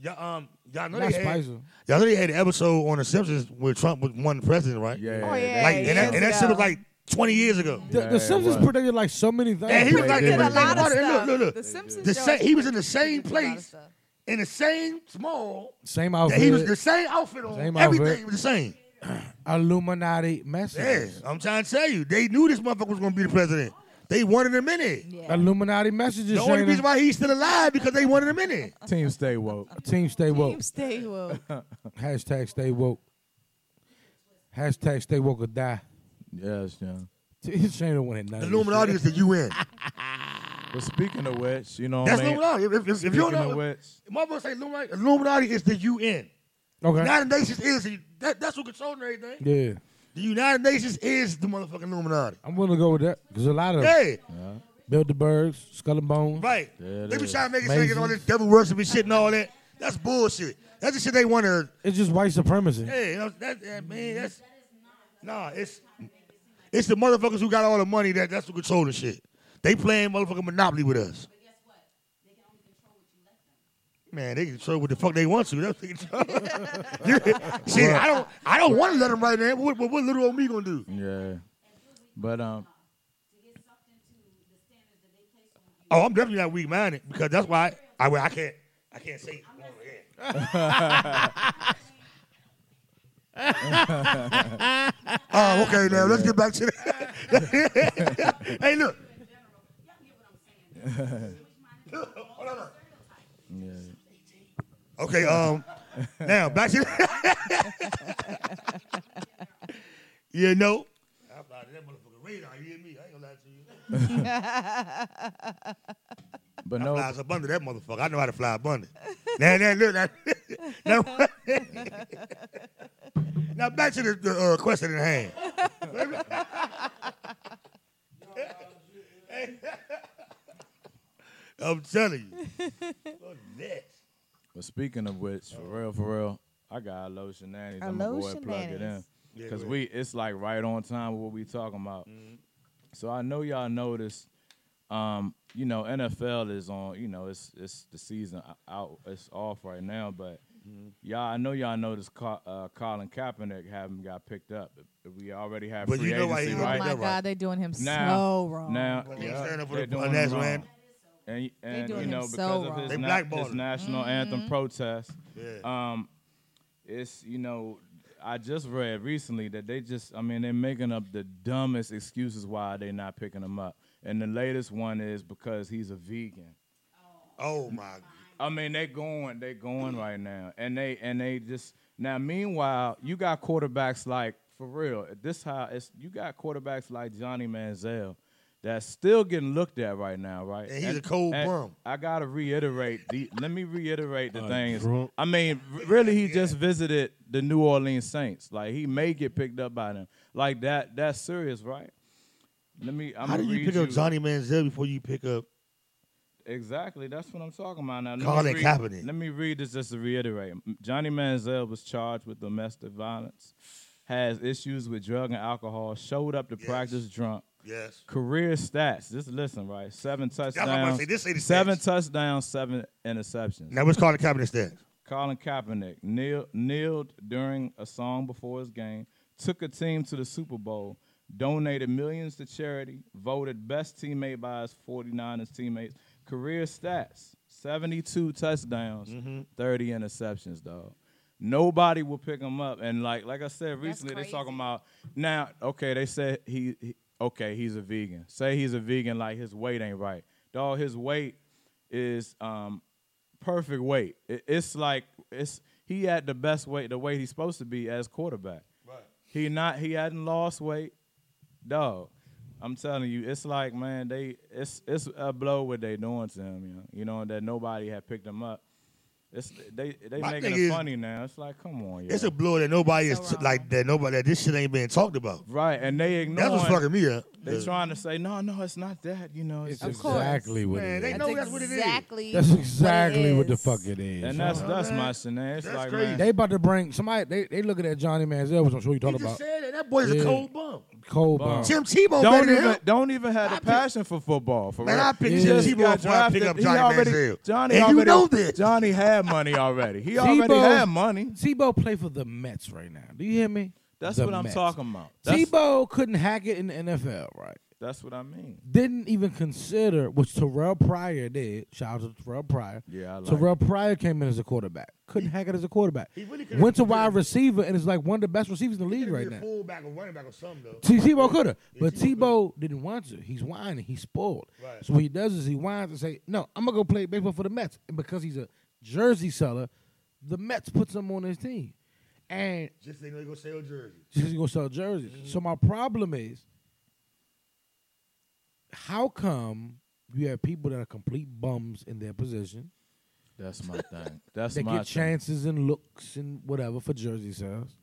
E: y'all um, y'all know
B: Not
E: they had,
B: Spicer.
E: y'all know they had an episode on the Simpsons where Trump was one president, right?
D: Yeah.
A: Oh, yeah.
E: Like and that,
A: years
E: and that shit
A: ago.
E: was like twenty years ago.
B: The,
D: Yeah,
B: the Simpsons
D: what?
B: predicted like so many things.
E: And he was
D: They
E: like,
D: did.
E: they
A: did a
E: was
A: lot of
E: about it.
A: stuff.
E: Look, look,
A: The
E: look.
A: Simpsons
E: The
A: show-
E: same, he was in the same
A: did a lot of
E: place,
A: stuff.
E: in the same small.
B: Same
E: that
B: outfit.
E: He was the same outfit on.
B: Same
E: Everything
B: outfit.
E: was the same.
B: Illuminati
E: Yeah,
B: messages.
E: I'm trying to tell you, they knew this motherfucker was gonna be the president. They wanted him in it.
A: Yeah.
B: Illuminati messages.
E: The only
B: Shayna.
E: reason why he's still alive because they wanted him in it.
D: Team stay woke.
B: Team stay woke.
A: Team stay woke.
B: Hashtag stay woke. Hashtag stay woke or die. (laughs)
D: Yes, John.
B: Shana winning none.
E: The
B: of this
E: Illuminati
B: shit.
E: is the UN.
D: But speaking of which, you know what
E: That's
D: I mean?
E: Illuminati. If, if, if, if you don't
D: Oh, Speaking of
E: know,
D: which,
E: motherfuckers say Illuminati, Illuminati is the UN.
B: Okay.
E: United Nations is the, that, that's what controls everything.
B: yeah,
E: The United Nations is the motherfucking Illuminati.
B: I'm willing to go with that because a lot of
E: Yeah,
B: Bilderbergs, Skull and Bones.
E: right.
D: There it
E: They be
D: is.
E: trying to make it say
B: Masons.
E: all this devil worship and shit and all that. That's bullshit. That's the shit they want to.
B: It's just white supremacy.
E: Hey, that, that, that man, that's nah. It's it's the motherfuckers who got all the money that that's who control the shit. They playing motherfucking monopoly with us. Man, they can control what the fuck they want to. That's what they control. (laughs) You- shit, I don't, I don't want to let them right now. What, what, what little old me gonna do?
D: yeah. But um,
E: Oh, I'm definitely not weak-minded because that's why I, I, I can't, I can't say. oh, yeah. (laughs) oh, okay. Now let's get back to that. (laughs) hey, look. (laughs) Hold on, hold on. Okay. Um. Now back to. (laughs) you know. I'm out of that motherfucker radar. You hear me? I ain't gonna lie to you.
D: but no,
E: Flies up under that motherfucker. I know how to fly up under. (laughs) now, now, look, now, now, (laughs) now (laughs) back to the, the uh, question at hand. (laughs) I'm telling you. Fuck that.
D: but speaking of which, for real, for real, I got a low shenanigans.
A: A
D: I'm gonna
A: low
D: go ahead and plug it in
A: shenanigans.
E: Yeah,
D: because
E: go ahead. Mm-hmm.
D: we it's like right on time with what we talking about. So I know y'all noticed. Um, you know, NFL is on. You know, it's it's the season out. It's off right now, but.
E: Mm-hmm.
D: Y'all, I know y'all noticed Ca- uh, Colin Kaepernick haven't got picked up. We already have
E: But
D: free
E: you know why he got
D: agency,
A: Oh
D: right?
E: picked
A: my
E: up.
A: God, they doing him
D: Now-
A: so wrong.
D: Now,
E: Well, yeah. stand up for the-
D: they're doing
E: for the
D: him
E: national
D: wrong.
E: anthem.
D: And, and
A: doing
D: you know
A: him
D: because
A: so Mm-hmm.
D: of
A: wrong.
D: his,
E: They
D: na-
E: blackballed
D: his
E: him.
D: national anthem protest,
E: Yeah.
D: um, it's you know I just read recently that they just I mean they're making up the dumbest excuses why they're not picking him up. And the latest one is because he's a vegan.
E: Oh my.
D: I mean, they going, they going right now, and they and they just now. Meanwhile, you got quarterbacks like for real. This how it's you got quarterbacks like Johnny Manziel that's still getting looked at right now, right?
E: And he's a cold bum.
D: I gotta reiterate. The, let me reiterate the
C: A
D: things.
C: drunk.
D: I mean, r- really, he just visited the New Orleans Saints. Like he may get picked up by them. Like that. That's serious, right? Let me. I'm
E: How do
D: gonna
E: you
D: read
E: pick
D: you
E: up Johnny Manziel before you pick up?
D: Exactly. That's what I'm talking about. Now, let me
E: Colin
D: read-
E: Kaepernick.
D: Let me read this just to reiterate. Johnny Manziel was charged with domestic violence, has issues with drug and alcohol, showed up to
E: Yes.
D: practice drunk.
E: Yes.
D: Career stats. Just listen, right? Seven
E: what I'm about to
D: touchdowns.
E: say. This ain't the
D: seven
E: stats.
D: touchdowns, seven interceptions.
E: Now what's called the cabinet stand?
D: Colin Kaepernick kneel, kneeled during a song before his game, took a team to the Super Bowl, donated millions to charity, voted best teammate by his 49ers teammates. Career stats 72 touchdowns, 30 interceptions, dog. Nobody will pick him up. And like like I said recently, they're talking about now, okay, they said he, he okay, he's a vegan. Say he's a vegan, like his weight ain't right. Dog, his weight is um perfect weight. It, it's like it's he had the best weight, the weight he's supposed to be as quarterback. Right. He not he hadn't lost weight, dog. I'm telling you, it's like man, they it's it's a blow what they doing to him. You know, you know that nobody had picked him up, It's they they
E: My
D: making
E: thing
D: it
E: is-
D: funny now. It's like, come on, yeah.
E: It's a blow that nobody is
A: So wrong.
E: like that. Nobody that this shit ain't being talked about.
D: right, and they
E: That's
D: ignoring.
E: what's fucking me up.
D: They trying to say, no, no, it's not that. You know,
B: It's
D: it's,
A: Of course.
B: exactly what
E: Man,
B: it
E: they
B: is.
E: know that's what it is.
A: exactly
B: That's
A: what it
B: exactly what the
A: is.
B: fuck it is.
D: and that's
B: So,
D: that's
E: man.
D: my scenario. It's
E: That's
D: like,
E: crazy.
D: man,
B: they about to bring somebody. They they looking at Johnny Manziel, which I'm sure
E: He
B: you talking
E: just
B: about.
E: said that that boy's
B: Yeah.
E: a cold bum.
B: Cold
D: Bum.
B: bomb.
E: Tim Tebow
D: don't
E: better than
D: even
E: him.
D: don't even have
E: I
D: the
E: pick-
D: passion for football. For
E: Man,
D: real.
E: I picked
D: He
E: Tim
D: just
E: Tebow
D: got
E: before I picked
D: drafted.
E: up
D: He
E: Johnny
D: already,
E: Manziel.
D: Johnny
E: And you
D: already,
E: know this.
D: Johnny had money already. He already
B: Tebow-
D: had money.
B: Tebow play for the Mets right now. Do you hear me?
D: That's
B: The
D: what I'm
B: Mets.
D: talking about. That's,
B: Tebow couldn't hack it in the NFL, right?
D: that's what I mean.
B: Didn't even consider, which Terrell Pryor did. Shout out to Terrell Pryor.
D: Yeah, I like
B: Terrell Pryor came in as a quarterback. Couldn't hack it as a quarterback.
E: He really could've-
B: Went to wide receiver and is like one of the best receivers in the
E: He
B: league
E: gotta
B: right
E: be a
B: now.
E: fullback or running back or something though.
B: See, Tebow could have, but
E: Tebow
B: Tebow didn't want to. He's whining. He's spoiled.
E: Right.
B: So what he does is he whines and say, "No, I'm gonna go play baseball for the Mets." And because he's a jersey seller, the Mets puts him on his team, and
E: Just so they know they go sell jerseys.
B: just 'cause he's gonna sell jerseys.
D: Mm-hmm.
B: So my problem is, how come you have people that are complete bums in their position?
D: That's my
B: (laughs)
D: thing. That's
B: They
D: my
B: get
D: thing.
B: chances and looks and whatever for jersey sales.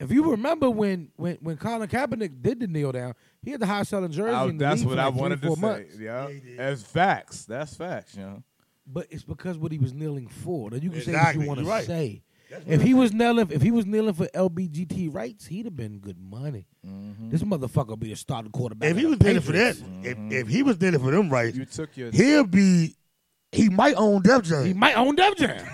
B: If you remember when when when Colin Kaepernick did the kneel down, he had the highest selling jersey.
D: I-
B: in the
D: that's
B: league
D: what
B: for
D: I
B: like three,
D: wanted to
B: four
D: say.
B: months.
D: Yeah,
E: Yeah, he did.
D: as facts. That's facts. You know,
B: But it's because what he was kneeling for. That you can say what
E: Exactly.
B: you want to
E: You're right.
B: say.
E: That's
B: If he was kneeling, if he was kneeling for LBGT rights, he'd have been good money.
D: Mm-hmm.
B: This motherfucker would be the starting quarterback.
E: If
B: of
E: he
B: the
E: was did it for that,
B: Patriots. Mm-hmm.
E: if, if he was did it for them rights,
D: you took your.
E: he'll be. He might own Def Jam.
B: he might own Def Jam.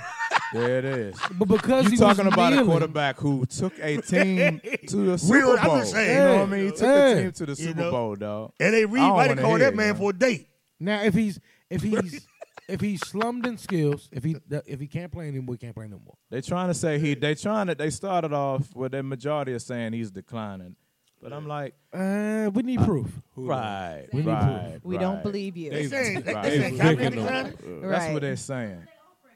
D: There it is.
B: But because
D: You
B: he
D: talking
B: was
D: about
B: kneeling,
D: a quarterback who took a team
B: (laughs)
D: to the Super
E: Real, I'm
D: Bowl?
E: just saying,
D: you know what I
B: hey,
D: mean? He took
B: hey.
D: a team to the Super
E: know?
D: Bowl, dog.
E: And they read
D: I don't
E: might
D: wanna
E: call
D: hear
E: that
D: it,
E: man
D: man.
E: for a date.
B: Now, if he's if he's (laughs) if he's slummed in skills, if he if he can't play anymore, he can't play no more.
D: They trying to say he. They trying to. They started off with the majority of saying he's declining, but I'm like,
B: Uh, we need proof.
D: right,
B: We need proof.
D: right,
A: We don't
D: right.
A: believe you.
C: They-
E: Saying, they,
D: Right.
E: they saying
D: They
E: Kaepernick
C: picking them.
E: declined?
D: That's
A: Right.
D: what they're saying.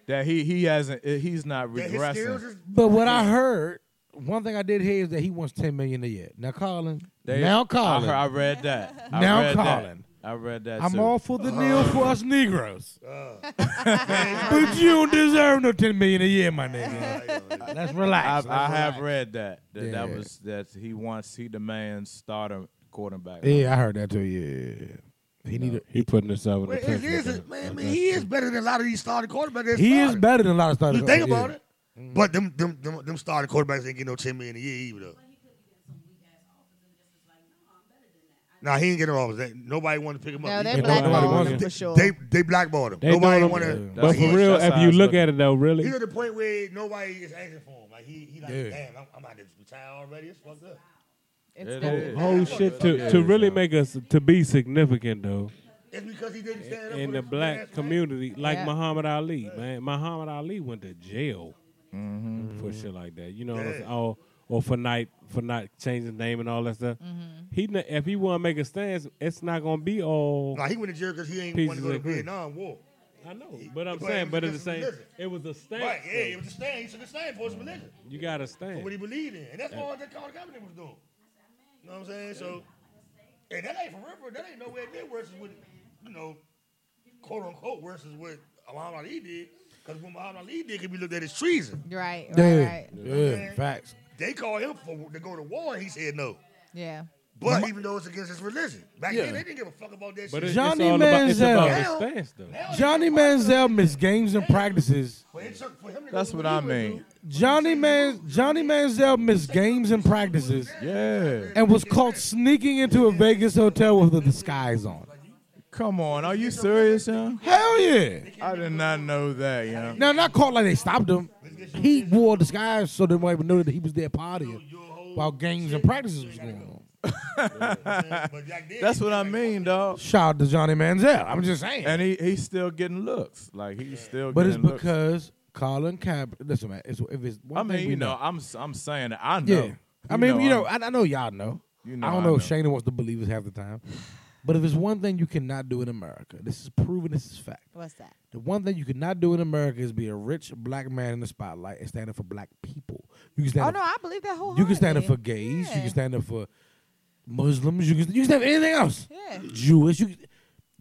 D: That he he hasn't. eh, He's not
E: That his skills
D: regressing.
E: is-
B: But what I heard, one thing I did hear is that he wants ten million a year. Now, Colin,
D: They-
B: now
D: I,
B: Colin,
D: heard- I read that. I
B: Now
D: read that.
B: Colin.
D: I read that.
B: I'm
D: too.
B: all for the deal for us Negroes. (laughs) but you don't deserve no ten million a year,
E: (laughs)
B: my nigga. Let's
D: I,
B: relax.
D: I have read that. That, that
B: Yeah.
D: was that he wants he demands starter quarterback.
B: yeah, I heard that too. Yeah, he need.
C: He putting this out with
E: Well,
C: the
E: it is,
C: picture.
E: man, man, he is better than a lot of these starting quarterbacks.
B: A,
E: that's
B: he is
E: starting.
B: better than a lot of starters.
E: You think
B: Yeah.
E: about it. But them, them, them, them starting quarterbacks ain't getting no ten million a year either. though. Nah, he ain't getting offers. They- Nobody wanted to pick him
A: No,
E: up.
A: they
E: He-
B: nobody
A: blackballed
B: wants
A: him
B: it.
A: for sure.
E: they they blackballed him.
C: They
E: nobody
C: doing
E: want
C: them-
E: to.
D: That's
C: But
D: what-
C: for real,
D: that's
C: if
D: how
C: you
D: it's
C: look
D: looking.
C: at it though, really,
E: He's at the point where nobody is asking for him. Like he, he like,
B: Yeah.
E: damn, I'm, I'm out to retire already. It's fucked up.
A: It's
D: It
A: gonna be
D: is.
A: bad.
C: holy shit, to to really make us to be significant though.
E: It's because he didn't stand up
C: in
E: for
C: the
E: his ass,
C: black
E: man.
C: community, like
A: Yeah.
C: Muhammad Ali, man. Muhammad Ali went to jail
E: Mm-hmm.
C: for shit like that. You know, what I'm saying? or or for not for not changing his name and all that stuff.
E: Mm-hmm.
C: He n- if he want to make a stance, it's not gonna be all.
E: Nah, he went to jail because he ain't
C: Pieces
E: want to go to
C: of green.
E: Vietnam War.
C: I know, but I'm
E: But
C: saying,
E: it's
C: but it's the
E: just
C: same.
E: religion.
C: It was a stance.
E: Right? Yeah,
C: though.
E: it was a stand. He should have stand for his religion.
C: you gotta
E: for
C: stand.
E: what he believed in. And that's all that Colin Kaepernick was doing. You know what I'm saying? So, and that ain't for real, for real. That ain't nowhere near worse as what, you know, quote unquote, worse as what Muhammad Ali did. Because what Muhammad Ali did could be looked at as treason.
A: Right, right,
B: Yeah,
A: right.
B: yeah, facts.
E: They called him for, to go to war, and he said no.
A: Yeah.
E: But even though it's against his religion. Back then, they didn't give a fuck about that
C: But
E: shit.
C: it,
B: Johnny
C: it's all about, it's about
B: Manziel.
C: the stance though.
E: Hell,
B: Johnny Manziel missed games and practices.
E: for him to- for him to
D: That's
E: go
D: what
E: to
D: I
E: war,
D: mean.
B: Johnny Man Johnny Manziel missed games and practices
D: Yeah.
B: and was caught sneaking into a Vegas hotel with the disguise on.
D: Come on. Are you serious, young?
B: Hell yeah.
D: I did not know that, young.
B: Now not caught like they stopped him. He wore a disguise so they wouldn't even know that he was there partying while games and practices was going on.
E: But back then,
D: That's what I mean, dog.
B: Shout out to Johnny Manziel. I'm just saying.
D: (laughs) And he he's still getting looks. Like he's still.
B: but it's
D: getting looks.
B: because Colin Kaepernick. Listen, man. It's, if it's one
D: I mean,
B: thing
D: you
B: we
D: know, I'm s- I'm saying that I
B: Yeah.
D: know.
B: I mean, you know,
D: I'm-
B: I, I know y'all know.
D: You know
B: I don't
D: I
B: know, if
D: know.
B: Shana wants to believe us half the time. But if it's one thing you cannot do in America, this is proven, this is fact.
A: What's that?
B: The one thing you cannot do in America is be a rich black man in the spotlight and stand up for black people. You can stand
A: Oh
B: up,
A: no, I believe that whole.
B: you can stand up for gays. You can stand up for Muslims. You can, you can stand up for anything else.
A: Yeah.
B: Jewish. You,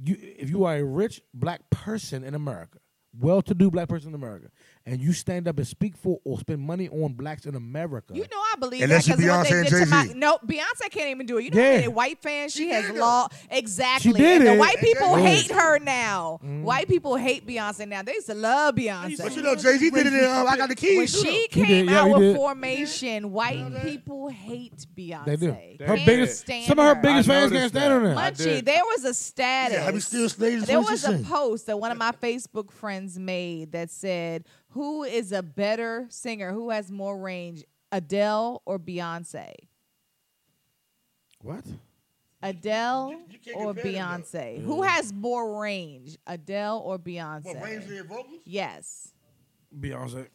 B: you, if you are a rich black person in America, well-to-do black person in America, and you stand up and speak for or spend money on blacks in America.
A: You know I believe
E: And
A: that
E: that's your
A: because what
E: Beyonce
A: they
E: and
A: did to my
E: Jay-Z.
A: no Beyonce can't even do it. You know how
B: Yeah.
A: many white fans she, has law exactly.
B: She did
A: and the
B: it. Mm-hmm.
A: white people
B: Yeah.
A: hate her now. White people hate Beyonce now. They used to love
E: But
A: Beyonce.
E: you know, Jay Z did it. In, uh, I got the keys.
A: when she
B: He
A: came
B: did. Yeah,
A: out
B: he
A: with
B: did.
A: Formation, white people hate Beyonce.
B: they do.
A: Can't
B: her biggest,
A: stand
B: some of her biggest
D: I
B: fans can't
D: noticed
B: stand on
D: that.
B: her.
D: (laughs) I
A: Munchie,
D: did.
A: there was a status.
E: Yeah, have you still slaves?
A: There was a post that one of my Facebook friends made that said, "Who is a better singer? Who has more range, Adele or Beyonce?
B: what?
A: Adele
E: You- you can't
A: or
E: compare them,
A: Beyonce? Who
D: Mm.
A: has more range, Adele or
E: What, range
A: Beyonce?
E: in vocals?
A: Yes,
B: Beyonce.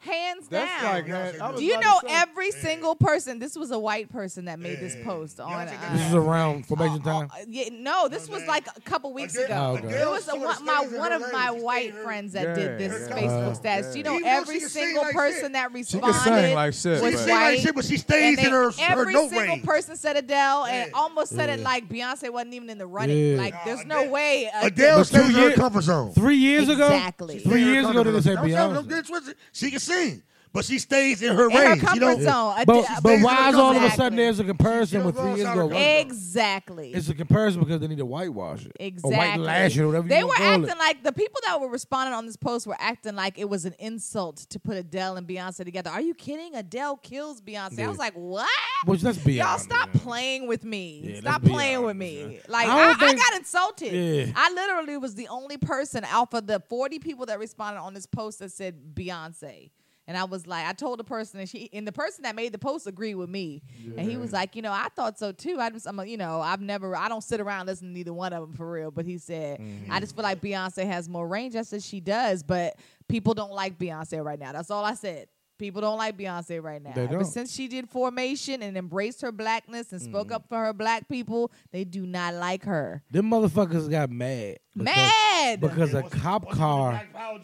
A: hands
D: That's
A: down."
D: like
E: uh,
D: man, I was
A: do you
D: about to
A: know
D: say-
A: every single person? This was a white person that made this post on.
E: Beyonce got
B: This is
A: Uh,
B: around formation
A: uh,
B: time.
A: uh, yeah, no, this was
E: man.
A: like a couple weeks
E: Adele-
A: ago.
B: Oh, okay.
A: It was a,
E: Adele
A: one,
E: sorta
A: my
E: stays in
A: one
E: her
A: of
E: lane.
A: my
E: She stay
A: white
E: in her-
A: friends that
D: Yeah,
A: did this
D: yeah.
A: Facebook
B: Uh,
A: status.
D: yeah.
A: You know,
E: Even though
A: every
E: she can sing
A: single
E: like
A: person
E: shit.
A: that
D: She
A: responded
D: can sing like shit.
E: She
A: was
D: but-
E: sing like
A: white,
E: shit, but she
A: and
E: stays
A: they,
E: in her, her
A: every
E: note
A: single
E: range.
A: person said Adele, and
E: Yeah.
A: almost said it like Beyonce wasn't even in the running.
B: Yeah.
A: Like,
E: Nah,
A: there's no
E: Adele-
A: way
E: Adele
B: But
E: stays in
B: two
E: her
B: year-
E: comfort zone.
B: Three years
A: oh. Exactly.
B: ago, three years ago, they didn't say
E: Don't tell me, don't get
B: Beyonce.
E: it twisted. She can sing, but she stays in her
A: in her
E: range. She
A: comfort
E: don't-
A: zone. Ade-
B: But,
A: Adele-
B: but why is all of a
A: Exactly.
B: sudden there's a comparison with three years ago?
A: Exactly.
B: It's a comparison because they need to whitewash it.
A: Exactly.
B: Or whitelash it, or whatever
A: they
B: you
A: were
B: wanna call
A: acting
B: it.
A: like the people that were responding on this post were acting like it was an insult to put Adele and Beyonce together. Are you kidding? Adele kills Beyonce. I
B: Yeah.
A: was like, what?
B: Which that's beyond.
A: Y'all stop
B: man.
A: playing with me.
B: Yeah,
A: stop
B: let's be
A: playing with
B: honest,
A: me.
B: man.
A: Like
B: I
A: I,
B: don't think-
A: I got insulted.
B: Yeah.
A: I literally was the only person out of the 40 people that responded on this post that said Beyonce. And I was like, I told the person, and she, and the person that made the post agreed with me, and he was like, you know, I thought so too. I just, I'm, a, you know, I've never, I don't sit around listening to neither one of them for real. But he said, I
B: Mm-hmm.
A: just feel like Beyonce has more range. I said she does, but people don't like Beyonce right now. That's all I said. People don't like Beyonce right now.
B: They
A: But
B: don't.
A: since she did formation and embraced her blackness and
B: Mm.
A: spoke up for her black people, they do not like her.
B: Them motherfuckers got mad. because-
A: Mad.
B: Because a cop car
A: Mad.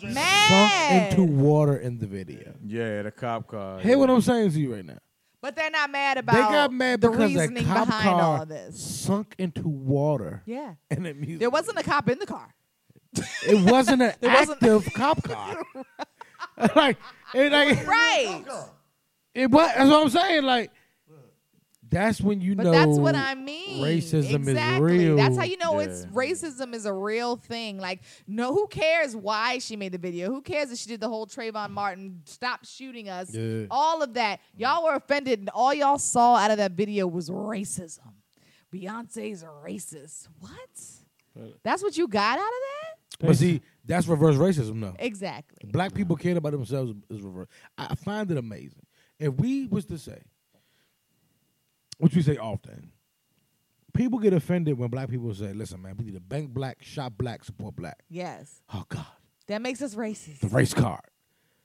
B: sunk into water in the video.
D: Yeah, the cop car.
B: Hear what I'm saying to you right now.
A: But they're not mad about
B: They got mad
A: the
B: because a
A: reasoning
B: cop
A: behind
B: car
A: all this.
B: sunk into water.
A: Yeah.
B: And the music.
A: There wasn't a cop in the car.
B: It wasn't an
A: (laughs) There wasn't-
B: active cop car. (laughs) like, it, like
A: Right.
B: it was. That's what I'm saying. Like, that's when you
A: But
B: know.
A: that's what I mean.
B: racism is
A: exactly.
B: real.
A: That's how you know it's
D: Yeah.
A: racism is a real thing. Like, no, who cares why she made the video? Who cares that she did the whole Trayvon Martin stop shooting us?
B: Yeah.
A: All of that. Y'all were offended, and all y'all saw out of that video was racism. Beyonce's a racist. What? That's what you got out of
B: But see, that's reverse racism, though.
A: that? Exactly.
B: Black people caring about themselves is reverse. I find it amazing. If we was to say, which we say often, people get offended when black people say, "Listen, man, we need to bank black, shop black, support black."
A: Yes.
B: Oh God,
A: That makes us racist. (laughs)
B: the race card.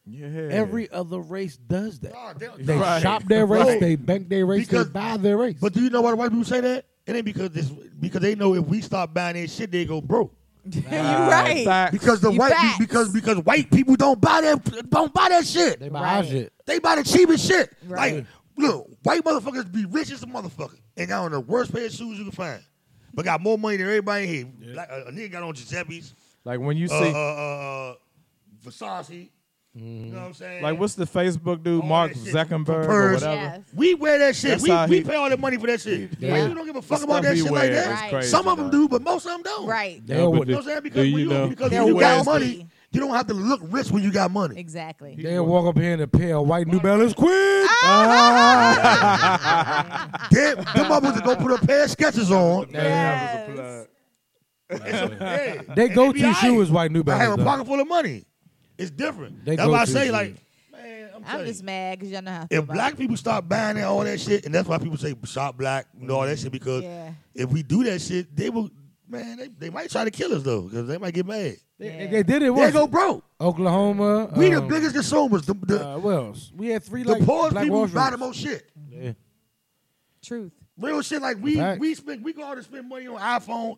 D: Yeah.
B: Every other race does that. They
D: Right.
B: shop their race,
E: Right.
B: they bank their race,
E: Because-
B: they buy their race.
E: But do you know why the white people say that? It ain't because this because they know if we stop buying their shit, they go broke.
A: You're right.
D: Facts.
E: Because the
A: You
E: white
A: facts.
E: because because white people don't buy that don't buy that shit.
B: they buy our
A: Right.
B: shit.
E: They buy the cheapest shit.
A: Right.
E: Like, look, white motherfuckers be rich as a motherfucker and got on the worst pair of shoes you can find, but got more money than everybody here. Like, a, a nigga got on Giuseppe's,
D: Like when you
E: uh,
D: see, Mm-hmm.
E: uh, uh, uh, Versace. You know what I'm saying?
D: like what's the Facebook dude,
E: All
D: Mark
E: that shit.
D: Zuckerberg or
E: Purse.
D: whatever.
A: Yes.
E: We wear that shit.
D: That's
E: We,
D: how
E: we
D: he-
E: pay all that money for that shit.
A: Yeah.
E: White people don't give a fuck
D: The
E: about
D: stuff
E: that
D: he
E: shit like
D: wears
E: that.
A: is
D: crazy,
E: Some of them
D: dog.
E: do, but most of them don't.
A: Right.
B: They don't
D: but
B: want-
E: You know what I'm saying? Because, when
D: Do you
E: you,
D: know-
E: because
A: They're
E: when you got
A: wealthy.
E: money, you don't have to look rich when you got money.
A: Exactly.
B: They'll walk up here in a pair of white New Balance quick.
E: Ah! Damn, them motherfuckers go put a pair of sketches on.
D: (laughs)
A: Yes.
E: Yeah.
B: They
E: And
B: go
E: be
B: to
E: all
B: shoe
E: right.
B: is white New
E: I
B: Balance.
E: have a
B: though.
E: pocket full of money. It's different.
B: They
E: that's why I
B: go-to
E: say,
B: shoes.
E: like, man, I'm,
A: I'm
E: telling
A: just
E: you,
A: mad because y'all know how I feel
E: if
A: about
E: black
A: it.
E: people stop buying that, all that shit, and that's why people say shop black, you know, all that shit, because
A: Yeah.
E: if we do that shit, they will, man, they, they might try to kill us, though, because they might get mad.
B: They,
A: Yeah.
B: they did it
E: They
B: once.
E: go broke.
B: Oklahoma.
E: We the
B: um,
E: biggest consumers. The, the,
B: Uh, what else? We had three
E: the
B: like
E: poorest
B: Black
E: people
B: Wall
E: buy the
B: Street.
E: most shit.
B: Yeah.
A: Truth.
E: Real shit, like we
B: Facts.
E: we spend we go out and spend money on iPhone.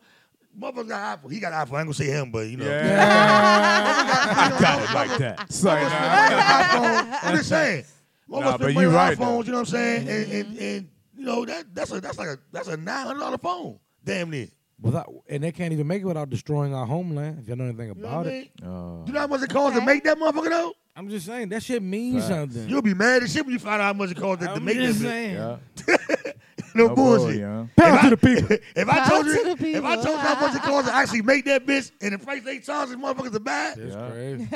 E: Motherfucker got iPhone. He got iPhone. I ain't gonna say him, but you know. (laughs)
B: (laughs)
D: I got it like that. So
E: Motherfuckers spend money on iPhone. I'm just saying. Motherfuckers
D: (laughs) Nah,
E: spend
D: but
E: money
D: you
E: on iPhones,
D: right, though. Mm-hmm.
E: you know what I'm saying? And, and, and you know that that's a that's like a that's a nine hundred dollar phone. Damn near.
B: without, and they can't even make it without destroying our homeland. If you know anything
E: You know
B: about
E: what I
B: it,
E: mean? You know how much it costs to
A: Okay.
E: make that motherfucker though?
B: I'm just saying that shit means
D: Facts.
B: something.
E: You'll be mad as shit when you find out how much it costs to, to
B: I'm
E: make
B: just
E: this. bitch.
B: saying.
D: Yeah.
E: No
D: Overall,
E: bullshit.
D: Oh, yeah.
B: Power
E: If
B: to
E: I- (laughs)
B: the people.
E: If I
A: Power
E: told
A: to
E: you,
A: the
E: if I
A: people.
E: told you how
B: (laughs)
E: much it costs to actually make that bitch and the price they charge these motherfuckers to buy,
B: That's
D: Yeah.
B: crazy.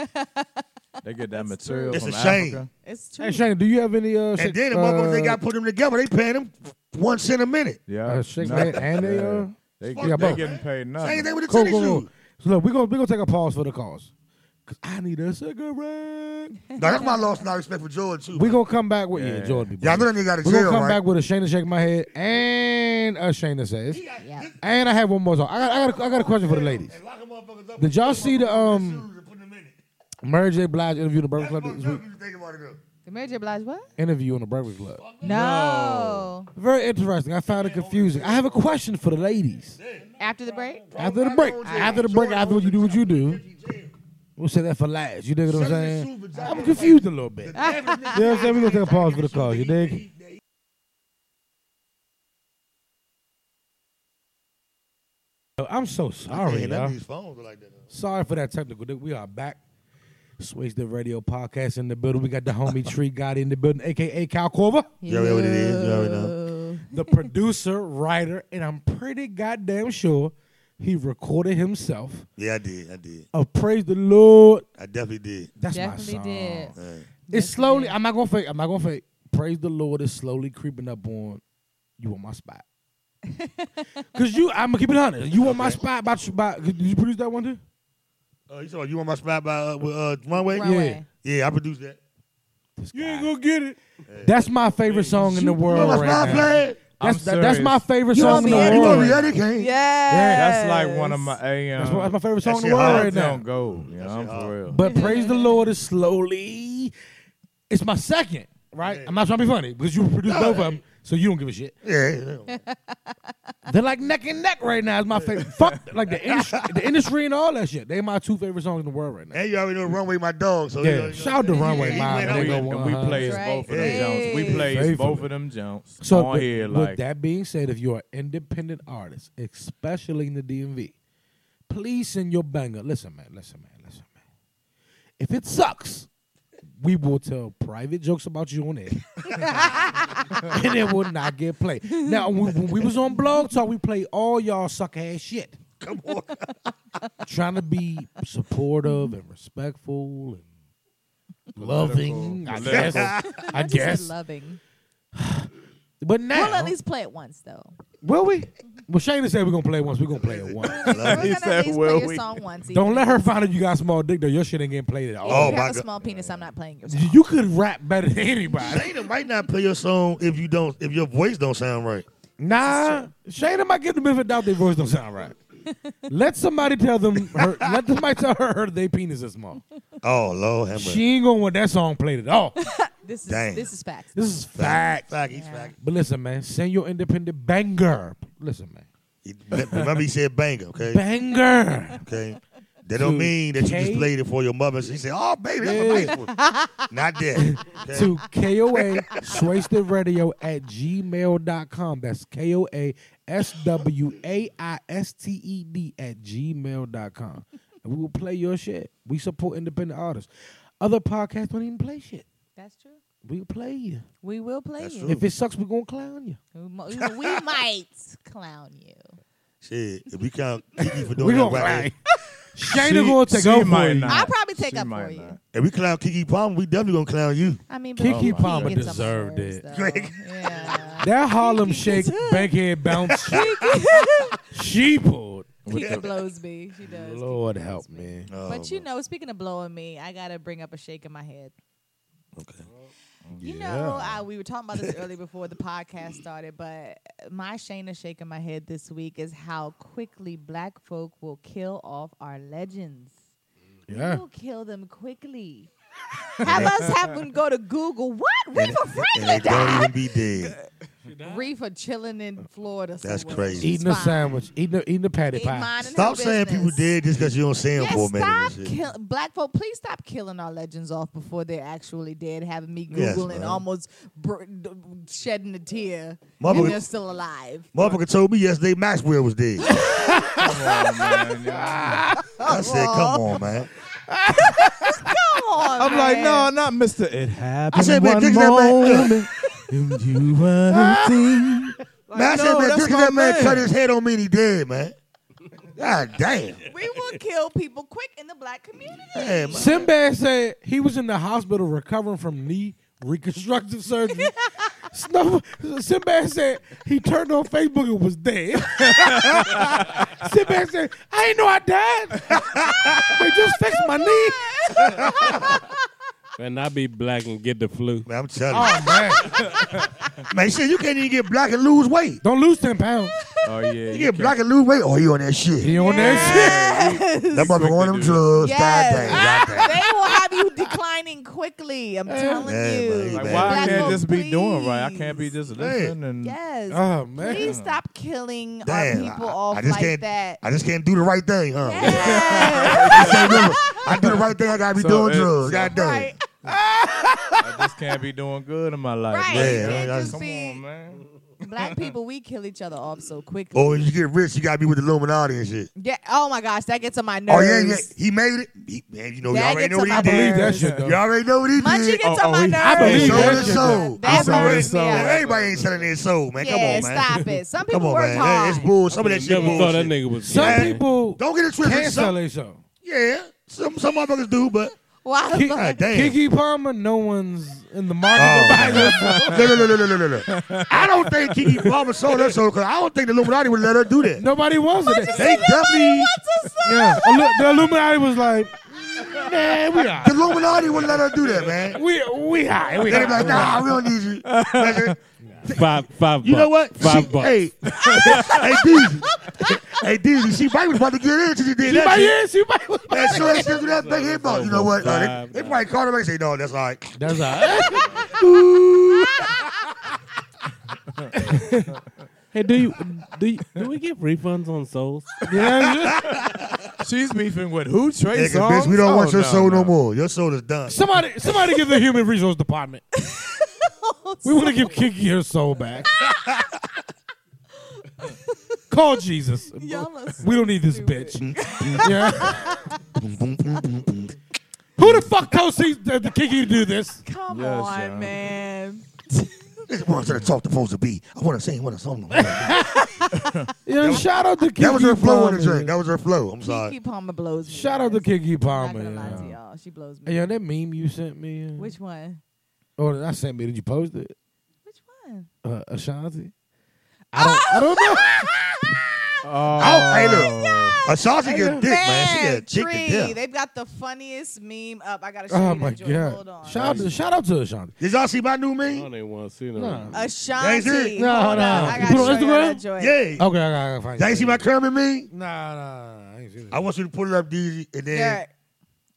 D: They get that material
E: It's
D: from
E: a shame.
D: Africa.
A: It's true.
B: hey Shane, do you have any? Uh,
E: and then the motherfuckers they got put them together, they paying them one cent a minute.
D: Yeah.
B: Uh, shake
D: No.
B: that and they, uh,
D: they,
E: fuck
D: get-
B: yeah,
D: they
B: both.
D: getting paid
E: Same
D: nothing.
E: thing with the
B: Cool,
E: tennis
B: cool, cool.
E: shoes.
B: So look, we're gonna we gonna take a pause for the cause. Cause I need a cigarette.
E: No, that's why I lost my respect for George too.
B: We gonna come back with yeah,
D: Yeah.
B: Jordan.
E: Y'all know that nigga got a
B: We're gonna
E: jail,
B: come
E: right?
B: back with a Shana shake my head and a Shana says.
A: Yeah.
B: And I have one more song. I got, I got, a, I got a question for the ladies.
E: And lock them motherfuckers up
B: Did y'all
E: with
B: see the, um,
E: shoes and put them in it.
B: Mary J. Blige interviewed the Burger
E: That's
B: Club
E: fucked
B: this
E: up
B: week.
E: if you think about it though.
A: The Mary J. Blige what?
B: Interview on the Burger Club.
A: No.
B: Very interesting. I found it confusing. I have a question for the ladies.
A: After the break?
B: After the break, after the break, after you do what you do, we'll say that for last. You dig what I'm saying? I'm confused a little bit. You know what I'm saying? We're gonna take a pause for the call. You dig? Yo, I'm so sorry, y'all.
E: These phones are like that. though.
B: Sorry for that technical. di- We are back. Switch the radio podcast in the building. We got
E: (laughs)
B: the homie Tree God in the building, aka Cal Corver,
E: You already know what it is. You already know. (laughs)
B: the producer, writer, and I'm pretty goddamn sure he recorded himself.
E: Yeah, I did. I did.
B: Of praise the Lord.
E: I definitely did.
B: That's
A: Definitely
B: my song.
A: did.
E: Alright.
B: It's slowly. I'm not gonna fake. I'm not gonna fake. Praise the Lord is slowly creeping up on you on my spot.
A: (laughs)
B: Cause you, I'm gonna keep it honest. You on my spot? By, by, did you produce that one too?
E: Uh, you saw you on my spot by uh, with, uh, Runway?
A: Runway.
E: Yeah, I produced that.
C: You ain't gonna get it.
B: That's my favorite song in the
E: You
B: world
E: on my
B: right
E: spot,
B: now.
E: Flag?
B: That's
D: I'm
B: that, that's my
D: serious.
B: favorite
A: You
B: song
A: want
B: in
A: me
B: the
A: at-
E: You
B: world.
E: gonna be at it, Kane?
D: That's like one of my
A: Yes.
D: AM.
B: That's, one- that's my favorite song in the
E: shit
B: world
E: hard.
B: right now.
D: Don't go. Yeah, I'm
E: hard.
D: for real.
B: But praise the Lord is slowly. It's my second, right? I'm not trying to be funny because you produced both of them, so you don't give a shit.
E: Yeah. yeah.
B: They're like neck and neck right now. It's my favorite. Fuck, like the industry, the industry and all that shit. They my two favorite songs in the world right now.
E: And you already know Runway, my dog. So you know-
B: Yeah,
E: you
B: shout out to Runway
E: Yeah,
B: Live.
E: yeah,
B: They
D: we,
B: go
E: yeah.
D: and we
B: 100.
D: plays
A: Right.
D: both of them
A: Yeah.
D: Jones. We plays
B: Faithfully.
D: both of them Jones
B: So
D: on
B: with,
D: here
B: with
D: (laughs) like
B: that being said, if you're an independent artist, especially in the DMV, please send your banger. Listen, man. Listen, man. Listen, man. If it sucks, we will tell private jokes about you on air, (laughs) and it will not get played. Now, when, when we was on Blog Talk, we played all y'all suck ass shit.
E: Come on.
B: (laughs) trying to be supportive and respectful and loving. I
D: Political.
B: guess. I guess.
A: Loving.
B: But now,
A: We'll at least play it once, though.
B: will we? Well, Shana said we're gonna play it once. We're gonna play it once. (laughs)
A: We're
D: He
A: gonna
D: said,
A: at least
D: "Will
A: play
D: we?"
A: your song once.
B: Don't
A: even
B: let
A: if
B: her find out you got small dick though. Your shit ain't getting played at all.
E: Oh,
A: you
E: my
A: have a
E: God.
A: small penis. I'm not playing your
B: (laughs) You
A: song.
B: you could rap better than anybody.
E: Jada might not play your song if you don't if your voice don't sound right.
B: Nah, Shana might get the benefit of the doubt. Their voice don't sound right. let somebody tell them. Her, (laughs) let somebody tell her, her their penis is small.
E: Oh Lord, have mercy.
B: She ain't gonna want that song played at all.
A: This is
E: Damn.
A: this is facts.
B: This is fact.
E: Fact, he's fact.
B: But listen, man, send your independent banger. Listen, man,
E: He- Remember he said banger, okay?
B: banger.
E: Okay. That don't
B: To
E: mean that you
B: K-
E: just played it for your mother. She said, "Oh, baby, that's
B: Yeah.
E: a nice one." Not that. Okay.
B: to
A: (laughs)
B: KOA Swasted Radio at gmail.com. That's K O A S W A I S T E D at gmail.com. And we will play your shit. We support independent artists. Other podcasts don't even play shay.
A: That's true.
B: We'll play you.
A: We will play
E: That's
A: you.
E: true.
B: If it sucks, we're going to clown you.
A: We mo- We might clown you.
E: Shit, if we count Kiki for
B: We're
E: doing that
B: going to
E: right,
B: clown
D: She-
B: Shayna going to take
D: she
B: over.
D: might
B: for you.
D: not.
A: I'll probably take
D: She
A: up
D: might
A: for you.
D: not.
E: if we clown Kiki Palmer, we definitely gonna clown you.
A: I mean, but
B: Kiki
A: Kiki
B: Palmer
A: gets on my
B: deserved
A: nerves,
B: it.
A: though.
E: Drake.
B: (laughs)
A: Yeah. (laughs)
B: That Harlem Shake bankhead bounce shit, she pulled.
A: Kiki
B: (laughs)
A: blows me. She does. Kiki
B: Lord
A: blows
B: help
A: me.
B: me.
E: Oh,
A: But you know, speaking of blowing me, I gotta bring up a shake in my head.
E: okay.
A: You know, I, we were talking about this earlier before the podcast started, but my Shayna shake in my head this week is how quickly black folk will kill off our legends.
B: Yeah.
A: We'll kill them
E: (laughs)
A: quickly. have us have them go to Google. What? River Franklin
E: And they don't
A: died?
E: even be dead.
A: Reefer chilling in Florida.
E: That's
A: somewhere.
E: crazy.
B: Eating a
A: Fine.
B: sandwich, eating a, eating a patty
A: Eat
B: pie.
A: mine and
E: Stop
A: her
E: saying people
A: business.
E: dead just because you don't see them
A: Yes,
E: for a minute. and
A: stop
E: shit.
A: kill, black folk. Please stop killing our legends off before they're actually dead. Having me
E: Yes,
A: googling,
E: ma'am.
A: almost br- d- shedding a tear,
E: Mother-
A: and they're still alive.
E: Motherfucker told me yesterday Maxwell was dead.
D: Come on, man.
A: (laughs)
D: Yeah.
E: I said, come on, man.
A: Come on,
D: I'm like,
A: man.
D: no, not Mister. It
E: I
D: happened
E: said, man,
D: one
E: drink that
D: moment.
E: man.
D: (laughs) and you were the thing.
E: (laughs) man, I said,
D: no,
E: man,
D: that's
E: drink
D: my
E: that man,
D: man.
E: cut his head on me and he dead, man. God damn.
A: We will kill people quick in the
E: (laughs)
A: black community.
E: Hey,
D: (laughs)
E: man.
B: Sinbad said he was in the hospital recovering from knee reconstructive surgery.
E: (laughs)
B: Snow- Sinbad said he turned on Facebook and was dead. (laughs) Sinbad said, I ain't know
E: (laughs)
B: I died. they just fixed my knee. Oh,
C: And I be black and get the flu.
E: Man, I'm telling
D: Ah.
B: Oh, man.
E: you. Man, shit, you can't even get black and lose weight.
B: Don't lose 10 pounds.
D: Oh yeah, you
E: You get
D: can't-
E: black and lose weight. Oh, you on that shit.
B: He on that
E: That motherfucker on them
D: to do that.
E: drugs.
A: Yes.
E: God damn. God damn.
A: they will have you declining quickly. I'm telling
E: Yeah,
A: you.
E: man.
D: Like,
E: Man.
D: why I
A: Black
D: can't
A: folk,
D: just be doing right? I
A: please.
D: can't be just listening and
A: Yes.
B: shit. Oh, man.
A: Please stop killing
E: Damn,
A: our people
E: I-
A: off
E: I just
A: like
E: can't- (laughs)
A: that.
E: I just can't do the right thing, huh? (laughs)
A: Yes.
E: I, say, look, I do the right thing. I gotta be
D: So
E: doing
D: it-
E: drugs.
D: so-
E: God damn.
A: right.
D: I just can't be doing good in my life.
A: Right.
D: man.
E: Yeah,
A: Can't
E: I-
A: just
D: Come
A: be-
D: on, man.
A: Black people, we kill each other off
E: (laughs)
A: so quickly.
E: Or if Oh, you get rich, you gotta be with the Illuminati and shit.
A: Yeah. Oh my gosh, that gets on my nerves.
E: Oh yeah, yeah, he made it. He, man, you know,
A: That
E: y'all already
A: gets
E: know what
A: on
E: he
A: my
E: did.
B: believe that
A: nerves.
B: shit, though.
E: Y'all already know what he
A: Munchie
E: did.
A: gets
D: Oh,
A: on my
D: oh, he-
A: nerves.
D: I
E: He
D: believe
E: sold
D: that
E: his
D: shit,
E: soul.
A: That
D: Sold
A: burns
D: his
A: me
D: soul.
A: out.
D: Hey,
E: Everybody ain't selling their soul, man.
A: yeah,
E: Come on, man.
A: stop it. Some people
E: Come on,
A: work
E: man.
A: hard.
E: Hey, it's bull. Some of that
C: Never
E: shit
C: thought
E: bullshit.
C: that nigga was
B: Some
C: black.
B: people
E: Don't get it
B: can
E: twisted.
B: sell
E: Some,
B: themselves.
E: yeah, some some motherfuckers do, but
A: Why?
B: Ki-
E: God damn.
B: Kiki Palmer, no one's in the market
E: Oh,
B: to buy
E: man.
B: her.
E: no, no, no, no, no, no, no, no. I don't think Kiki Palmer sold her soul because I don't think the Illuminati would let her do that.
B: Nobody was in it.
E: They definitely,
B: Yeah, Illu- the Illuminati was like,
E: (laughs)
B: man, we are,
E: the Illuminati wouldn't let her do that, man.
B: we we high, we
E: They'd be
B: high.
E: like, nah, we don't need you. That's it.
C: Five, five.
E: You know
C: bucks.
E: what?
C: Five
E: She-
C: bucks.
A: (laughs)
E: Hey, hey, Dizzy. (laughs) Hey, Dizzy, she might was about to get in till she did
B: She
E: that.
B: might
E: shit.
B: is, she might.
E: And so they still do that big hit box. You know what? Uh,
C: Five.
E: they, they probably called her back and say, no, that's all right.
B: That's all.
C: Hey, do you do you, do we get refunds
E: (laughs)
C: on souls?
B: Yeah,
D: She's beefing with who? Trey
E: Nigga,
D: Songz?
E: bitch, we don't
D: Oh,
E: want your soul no. more. Your soul is done. (laughs)
B: (laughs) somebody somebody give the human resource department. (laughs) We want to give Kiki her soul back. (laughs) Call Jesus.
A: (laughs) Y'all are so
B: We don't need this
A: stupid.
B: bitch. yeah. Who the fuck told C- the, the Kiki to do this?
A: Come
D: Yes,
A: on,
D: y'all.
A: man.
E: This is what I'm trying to talk to folks to be. I want to sing one of something. That
B: Yeah, shout out to Kiki.
E: was her flow in the
B: Palmer.
E: drink. That was her flow. I'm
A: Kiki
E: sorry.
A: Palmer blows me.
B: Shout out to
A: guys.
B: Kiki
A: I'm not
B: Palmer.
A: gonna lie
B: yeah.
A: to y'all. She blows me.
B: Hey, yo, that meme you sent me. uh,
A: Which one?
B: Oh, that I sent me. Did you post it?
A: Which one?
B: Uh,
A: (laughs)
B: Ashanti. I don't. I
D: Oh,
E: Oh, hey, look. Ashanti
B: Hey,
E: get dick, man. She
A: Man,
E: got chick
A: Bree,
E: to death.
A: They've got the funniest meme up. I gotta show
B: don't know. Oh
A: you
B: my
A: that joint. Hold
B: god.
A: on.
B: Shout out, to, shout out to Ashanti.
E: Did y'all see my new
C: I
E: meme?
C: don't even want to see no.
B: Nah.
A: Ashanti.
E: Thank you.
A: Hold
B: No,
A: on.
B: no.
A: I
B: You
A: gotta
B: put on Oh
A: show you that
B: Instagram?
A: joint.
E: Yeah.
B: Okay, I gotta find
E: Y'all see my Kermit meme?
B: Nah, nah, nah, I ain't seen it.
E: I want you to pull it up, DZ, and then
A: Derek,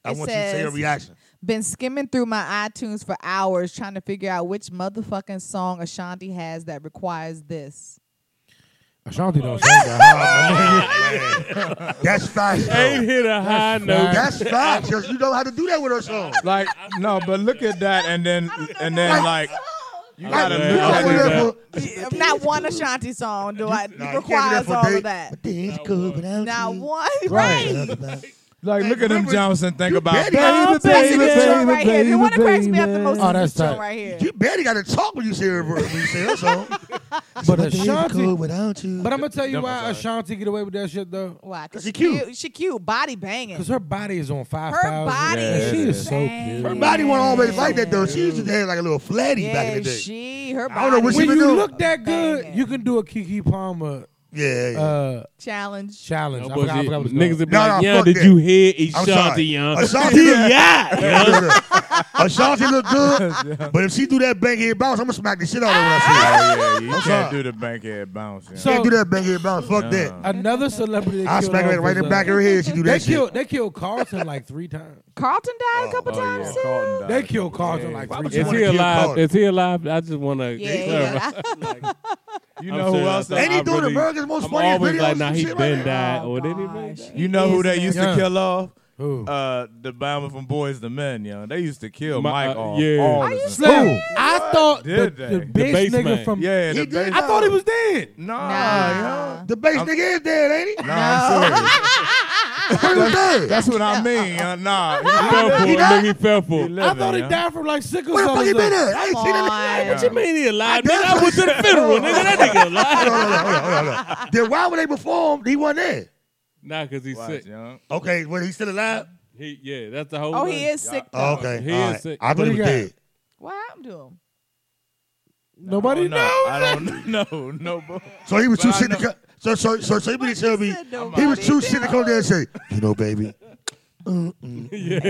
E: I
A: it
E: want you to say a
A: says-
E: reaction.
A: Been skimming through my iTunes for hours trying to figure out which motherfucking song Ashanti has that requires this.
B: Ashanti don't sing that.
E: That's (laughs) facts.
C: Ain't
E: though.
C: hit a high note.
E: That's facts. 'cause You know how to do that with her song.
D: Like no, but look at that, and then and then like
A: (laughs)
D: you gotta
E: Like,
D: look
E: you over
D: at it.
E: there
D: that-
E: for-
A: Not one Ashanti song do I
E: Nah, you can't do
A: requires
E: for
A: all
E: day-
A: of that.
E: but days go without
A: Not
E: you.
A: one,
D: Right.
A: right?
D: Like look at them
E: remember-
D: jumps and think about
E: better-
D: baby,
A: That's this
D: baby,
A: joint right here. If
D: baby,
A: you want to crack me up the
D: baby.
A: most,
B: Oh,
A: is
B: that's
A: this joint
B: tight.
A: right here.
E: You barely got to talk when you say her, when you say her
B: (laughs)
E: song.
B: But
E: But days go
B: Ashanti.
E: without you.
B: Oh, But I'm gonna tell you
D: Never
B: why
D: mind.
B: Ashanti get away with that shit though.
A: Why?
E: 'Cause she cute.
A: She cute. Body banging.
B: Cause her body is on five
A: Her
B: thousand.
A: body
D: Yeah,
B: she
D: is
B: is so
A: banging.
B: cute.
E: her body wasn't always like that though. She used to have like a little flatty
A: yeah,
E: back in the day.
A: she. Her body.
E: I don't know what she
B: When
E: been
B: you
E: doing.
B: look that good,
A: Banging.
B: you can do a Kiki Palmer
E: Yeah, yeah.
B: uh,
A: Challenge.
B: challenge.
C: That
B: I forgot, I
C: bullshit.
B: forgot what it's
C: Niggas
B: called.
C: be like,
E: no,
C: yeah,
E: fuck
C: did
E: that.
C: you hear
E: I'm sorry.
C: Ashanti, young? (laughs)
E: Ashanti-
C: yeah. young.
B: (laughs)
E: Ashanti look good, but if she do that bang head bounce, I'm gonna smack the shit out of her when I
D: (laughs)
E: see
B: (laughs)
E: her.
D: Oh, yeah, you
E: sorry.
D: can't do the bank head bounce. yeah.
B: So-
E: Can't do that bang head bounce. Fuck that.
B: Another celebrity. they
E: I
B: killed
E: smack
B: off
E: her right in
B: was,
E: the
B: uh,
E: back of her head. She do
B: They
E: that shit.
B: killed. They killed Carlton like three times.
A: Carlton died a couple
D: Oh, yeah,
A: times too.
D: Carlton died.
B: They killed Carlton like
E: Why would
B: three
E: you
C: Is
E: wanna
C: he
B: times.
E: kill
C: alive?
E: Carter?
C: Is he alive? I just want to
A: Yeah,
C: clarify.
A: yeah.
D: You
C: I'm
D: know who
C: serious.
D: else?
C: I
E: And he doing
C: really-
E: America's most
C: I'm
E: funniest
C: always
E: videos
C: like, nah,
E: and
C: he
E: shit right
C: been
E: now.
C: died.
A: Oh,
C: Or did he
A: gosh.
C: been die?
D: You know who they
A: Isn't
D: used
B: it?
D: to kill off?
B: Who?
D: Uh, the bomber from Boys the Men, yo. They used to kill
C: My-
D: Mike
C: uh,
D: off.
C: yeah.
D: all
C: Are
D: the
B: Who?
D: time.
B: I thought the,
D: Did they?
B: the
D: The
B: big
C: bass
B: nigga
C: man.
B: from.
D: Yeah,
E: He
D: the
E: did
D: bass.
B: I thought he was dead.
D: Nah,
A: Nah.
D: yo.
E: The bass nigga is dead, ain't he?
D: Nah, I'm (laughs) serious.
E: He was dead.
D: That's what I mean. yo. (laughs) Nah.
C: He fell for it. Nigga, he fell for it.
B: I thought he died from like sickle
E: Where the
B: cell.
E: fuck
B: or
E: he been
B: something.
E: at? I ain't
A: (laughs)
E: seen
A: Come
E: him.
A: on.
C: What you mean he alive?
E: I
C: Nigga, I went to the funeral. Nigga, that nigga
E: (laughs)
C: alive.
E: Hold on, hold on, hold on, hold on. Then why would they perform? He wasn't there.
C: Nah, because he's
D: Watch,
C: sick.
D: yo.
E: Okay, well, he's still alive?
C: He, yeah, that's the whole
A: Oh,
C: thing.
A: he is sick.
E: Oh,
A: Though.
E: okay.
C: He
E: all
C: is
E: right.
C: sick.
E: I
B: What
E: thought he
B: he
E: was
B: got?
E: dead.
A: What happened to him?
B: Nobody
D: Oh, No,
B: knows.
D: I don't (laughs) know. No, bro.
E: So he was
D: But
E: too
D: I
E: sick to
D: know-
E: come. So, so, so, so,
A: What
E: somebody
A: you
E: tell me
A: said, though,
E: he was
A: buddy?
E: too sick to come there and say, you know, baby,
A: Yes.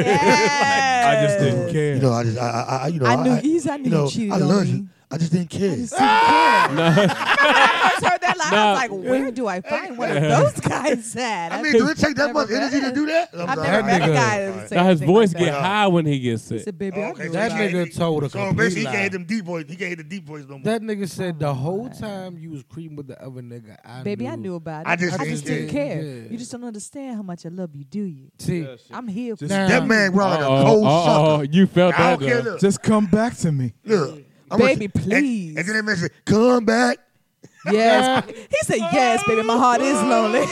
D: I just didn't care.
E: you know, I just, I, I, I you know,
A: I knew
E: I,
A: he's. I knew
E: you know,
A: you cheated
E: I
A: on
E: love
A: me.
E: you. I just didn't care.
A: Just didn't care. I first heard that line. I was like, where do I find one of those guys at?
E: I mean, do it take that
A: Never
E: much energy to
A: been.
E: do that?
A: I've
E: sorry.
A: never met a
B: nigga-
A: guy that would say
C: Now his
A: anything like
C: voice
A: that.
C: get high when he gets
A: He
C: sick.
A: said, baby, I
E: Okay,
A: knew
E: so
B: That
A: it.
E: he
B: nigga
E: can't-
B: told a
E: So
B: complete
E: basically, he
B: lie.
E: can't hit them deep voice. He can't hit the deep voice no more.
B: That nigga said the whole time you was creeping with the other nigga. I
A: Baby,
B: knew.
A: I knew about it.
E: I just
A: didn't
E: didn't
A: care.
B: care.
A: You just don't understand how much I love you, do you?
B: See,
A: I'm here. for
D: Just-
A: you.
B: Nah.
E: that man run like a cold
C: oh,
E: sucker.
C: you felt
E: I
C: that.
E: don't care.
C: though.
E: Look,
D: Just come back to me.
E: look. I'm gonna-
A: Baby,
E: and-
A: please.
E: And then they mentioned, come back.
A: Yes. (laughs) he said, yes, baby, my heart is lonely.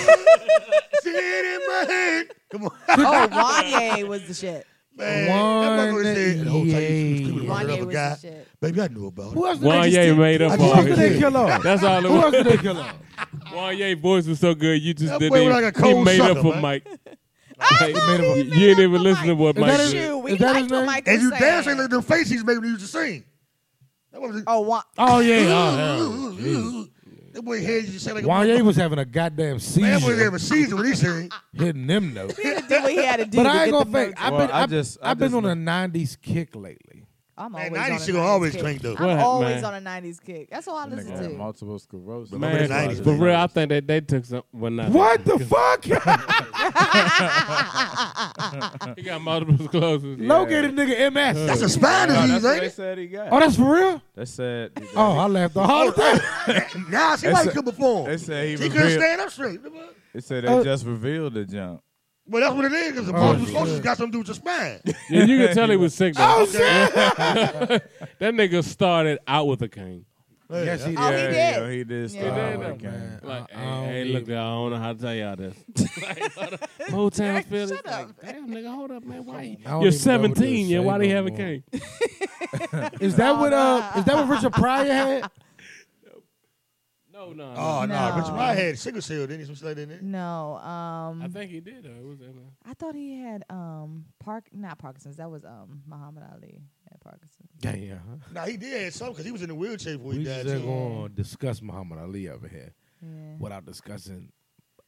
E: Sit in my hand. Come on.
A: (laughs) oh, Wanye was the shit.
E: Man, that
B: One
E: motherfucker said the whole time you was sleeping with
A: Wanye
E: another
A: was
E: guy.
A: the shit.
E: Baby, I knew about
B: who
E: it.
B: else did
C: Wanye
B: they just
C: made up
B: I
E: for all
B: just
E: his
B: did they
E: shit.
B: kill off?
C: That's all it
B: Who
E: (laughs)
B: else
C: was.
B: did they kill off?
C: Wanye's voice was so good, you just
E: That
C: did
E: boy
C: it.
E: was like a
C: he
E: cold
C: made
E: sucker,
C: up for
E: man. (laughs)
C: Mike.
A: I
C: Hey,
A: thought he (laughs)
C: you
A: made
C: ain't
A: up
C: even
A: for
C: listen to
A: Mike.
C: what
B: Is
C: Mike
B: that his-
C: said.
A: Shoot, we
B: Is that
A: liked
B: his
A: what
B: name?
A: Mike was
E: And you
A: saying.
E: dance like the face he's making when you used to sing. That was
A: Oh, Wa-
C: Oh yeah, oh, hell.
E: That boy head used to sound like a
B: Wanye was having a goddamn
E: Man, boy, they have
B: seizure
E: a season when he sing.
B: hitting them
A: (laughs)
B: notes.
A: he had to do what he had to do.
B: But
A: to
B: I ain't
A: get
B: gonna
A: the
B: fake.
A: votes.
B: I've
D: Well,
B: been
D: I
B: I've-
D: just- I
B: I've been on
D: just
B: a '90s kick lately.
A: I'm
E: Man,
A: always
E: 90s shit
A: on a
E: gonna
A: 90s
E: always
A: kick.
E: clink, though.
A: I'm
C: What,
A: always
C: man?
A: on a 90s kick. That's all I listen
D: Nigga,
A: to.
D: multiple sclerosis.
E: Remember the 90s,
C: for
E: man.
C: real, I think that they took some. Well, not
B: What the fuck?
C: He got multiple sclerosis.
B: Located nigga MS.
E: That's a spine disease,
D: that's what
E: ain't
D: they
E: it?
D: said he got.
B: oh, that's for real.
D: they said.
B: Oh, I laughed the whole time.
E: Now she might
D: That's a-
E: come perform.
D: they said he
E: She
D: revealed.
E: couldn't stand up straight.
D: They said they
B: Uh,
D: just revealed the jump.
E: Well, that's what it is, because the multiple sclerosis got something to do with your spine.
C: Yeah, you can tell he was sick.
B: Oh
C: Though.
B: shit!
C: (laughs) That nigga started out with a cane.
B: Yes, he
A: Oh, he
D: yeah,
A: did.
D: yeah, he did.
A: Yeah.
D: start out
B: Oh,
D: with a cane.
B: man.
C: Like,
B: I- I don't
C: hey, hey,
B: even-
C: look, Uh, I don't know how to tell y'all this. (laughs) like, whole town feels
A: shut
C: like,
A: up.
C: damn, nigga, hold up, man. Why?
B: I don't
C: You're
B: even know what to
C: 17, yeah.
B: say
C: Why do you
B: no
C: have a
B: more.
C: cane?
B: Is that what
D: (laughs)
B: uh? Is that what Richard Pryor had?
C: No, no.
E: Oh, no.
A: No.
E: Richard Pryor had sickle cell, didn't he? Some shit like that, didn't he?
A: No,
C: I
A: um,
C: think he did. Though. It was,
A: I thought he had um Park, not Parkinson's. That was um Muhammad Ali had Parkinson's.
B: Yeah, yeah.
E: No, he did have some, because he was in the wheelchair before he
B: We
E: died,
B: just
E: too.
B: gonna discuss Muhammad Ali over here
A: Yeah.
B: without discussing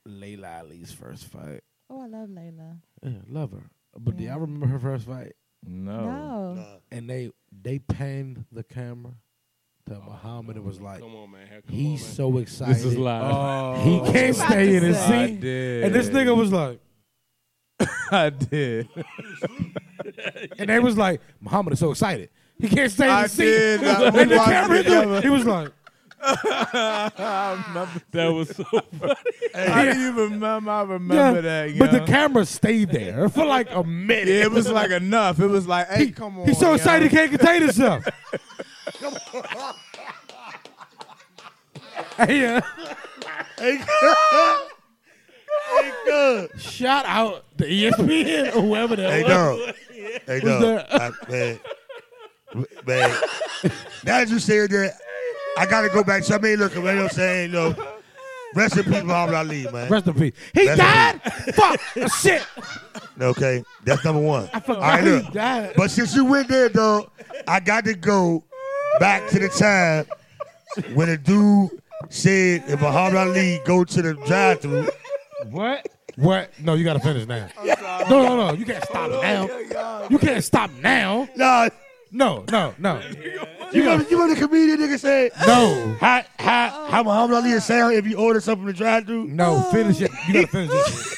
B: Layla Ali's first fight.
A: Oh, I love Layla.
B: Yeah, love her, but do
A: Yeah.
B: y'all remember her first fight? Oh.
D: No. (laughs)
A: No.
E: Nah.
B: And they they panned the camera to Muhammad and was like,
C: Oh, come on, man. Come
B: he's
C: on,
B: so excited.
C: man. This is live.
D: Oh,
B: He can't
A: about to
B: stay in his
A: say.
D: I
B: seat.
D: did.
B: And this nigga was like,
D: I did. (laughs)
B: and they was like, Muhammad is so excited. He can't stay in
D: I
B: his seat.
D: did. I
B: (laughs) and the
D: watched
B: camera
D: it.
B: hit him. He was like,
D: I remember.
C: that was so funny.
D: I didn't even remember. I remember
B: yeah.
D: that. You
B: But the
D: know?
B: camera stayed there for like a minute.
D: Yeah, it was like enough. It was like, hey,
B: He-
D: come on.
B: He's so
D: yo.
B: excited he can't contain himself. (laughs) hey, uh,
E: Hey, (laughs) good. hey, good.
B: shout out to E ESPN or whoever that
E: Hey,
B: was.
E: dog. Hey, dog.
B: there-
E: I, man, man. Now that you said that, I gotta go back. So I mean, look, you know what I'm saying? You know, rest in peace, Muhammad Ali, man.
B: Rest in peace. He
E: Rest in
B: died? Fuck. Shit.
E: Okay, that's number one. I All right,
B: he
E: look.
B: died.
E: But since you went there, dog, I got to go back to the time when a dude said if Muhammad Ali go to the drive through,
D: What?
B: What? No, you gotta finish now. No, no, no. You can't stop now. You can't stop now.
E: nah,
B: No, no, no.
E: you remember, you remember the comedian nigga said,
B: No.
E: how, how, how Muhammad Ali is sound if you order something from the drive through?
B: No, finish it. You gotta finish it.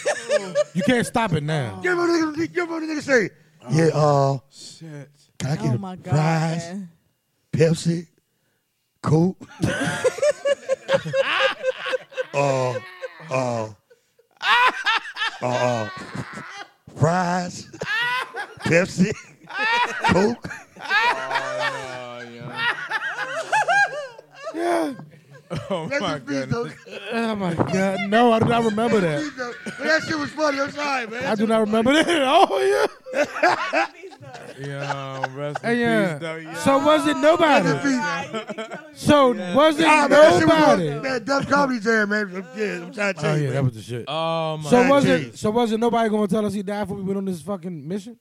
B: You can't stop it now.
E: You remember the nigga, you remember the nigga say, yeah, uh,
D: Shit.
E: can I get
A: Oh
E: a
A: my god.
E: fries,
A: man.
E: Pepsi, Coke? uh, uh, uh, fries, Pepsi, Coke.
D: Oh, yeah. Oh,
E: That's
D: my
E: just me,
D: goodness.
E: though.
B: Oh my god. No, I do not remember that.
E: But that shit was funny. I'm sorry, man.
B: I do not remember that at all. Yeah.
D: Yeah, rest in
B: Hey,
D: peace, though.
B: yeah.
D: Yeah.
B: So was it
E: That's a
B: nobody?
E: beat.
B: So was it
E: Ah, man, that shit was
B: nobody?
E: on- man, Def Comedy Jam, man. I'm- Yeah, I'm trying to
B: Oh
E: tell you.
B: yeah, that
E: man.
B: was the shit.
D: oh, my
B: So
E: Nah,
B: was
E: geez.
B: it? So was not nobody gonna tell us he died before we went on this fucking mission?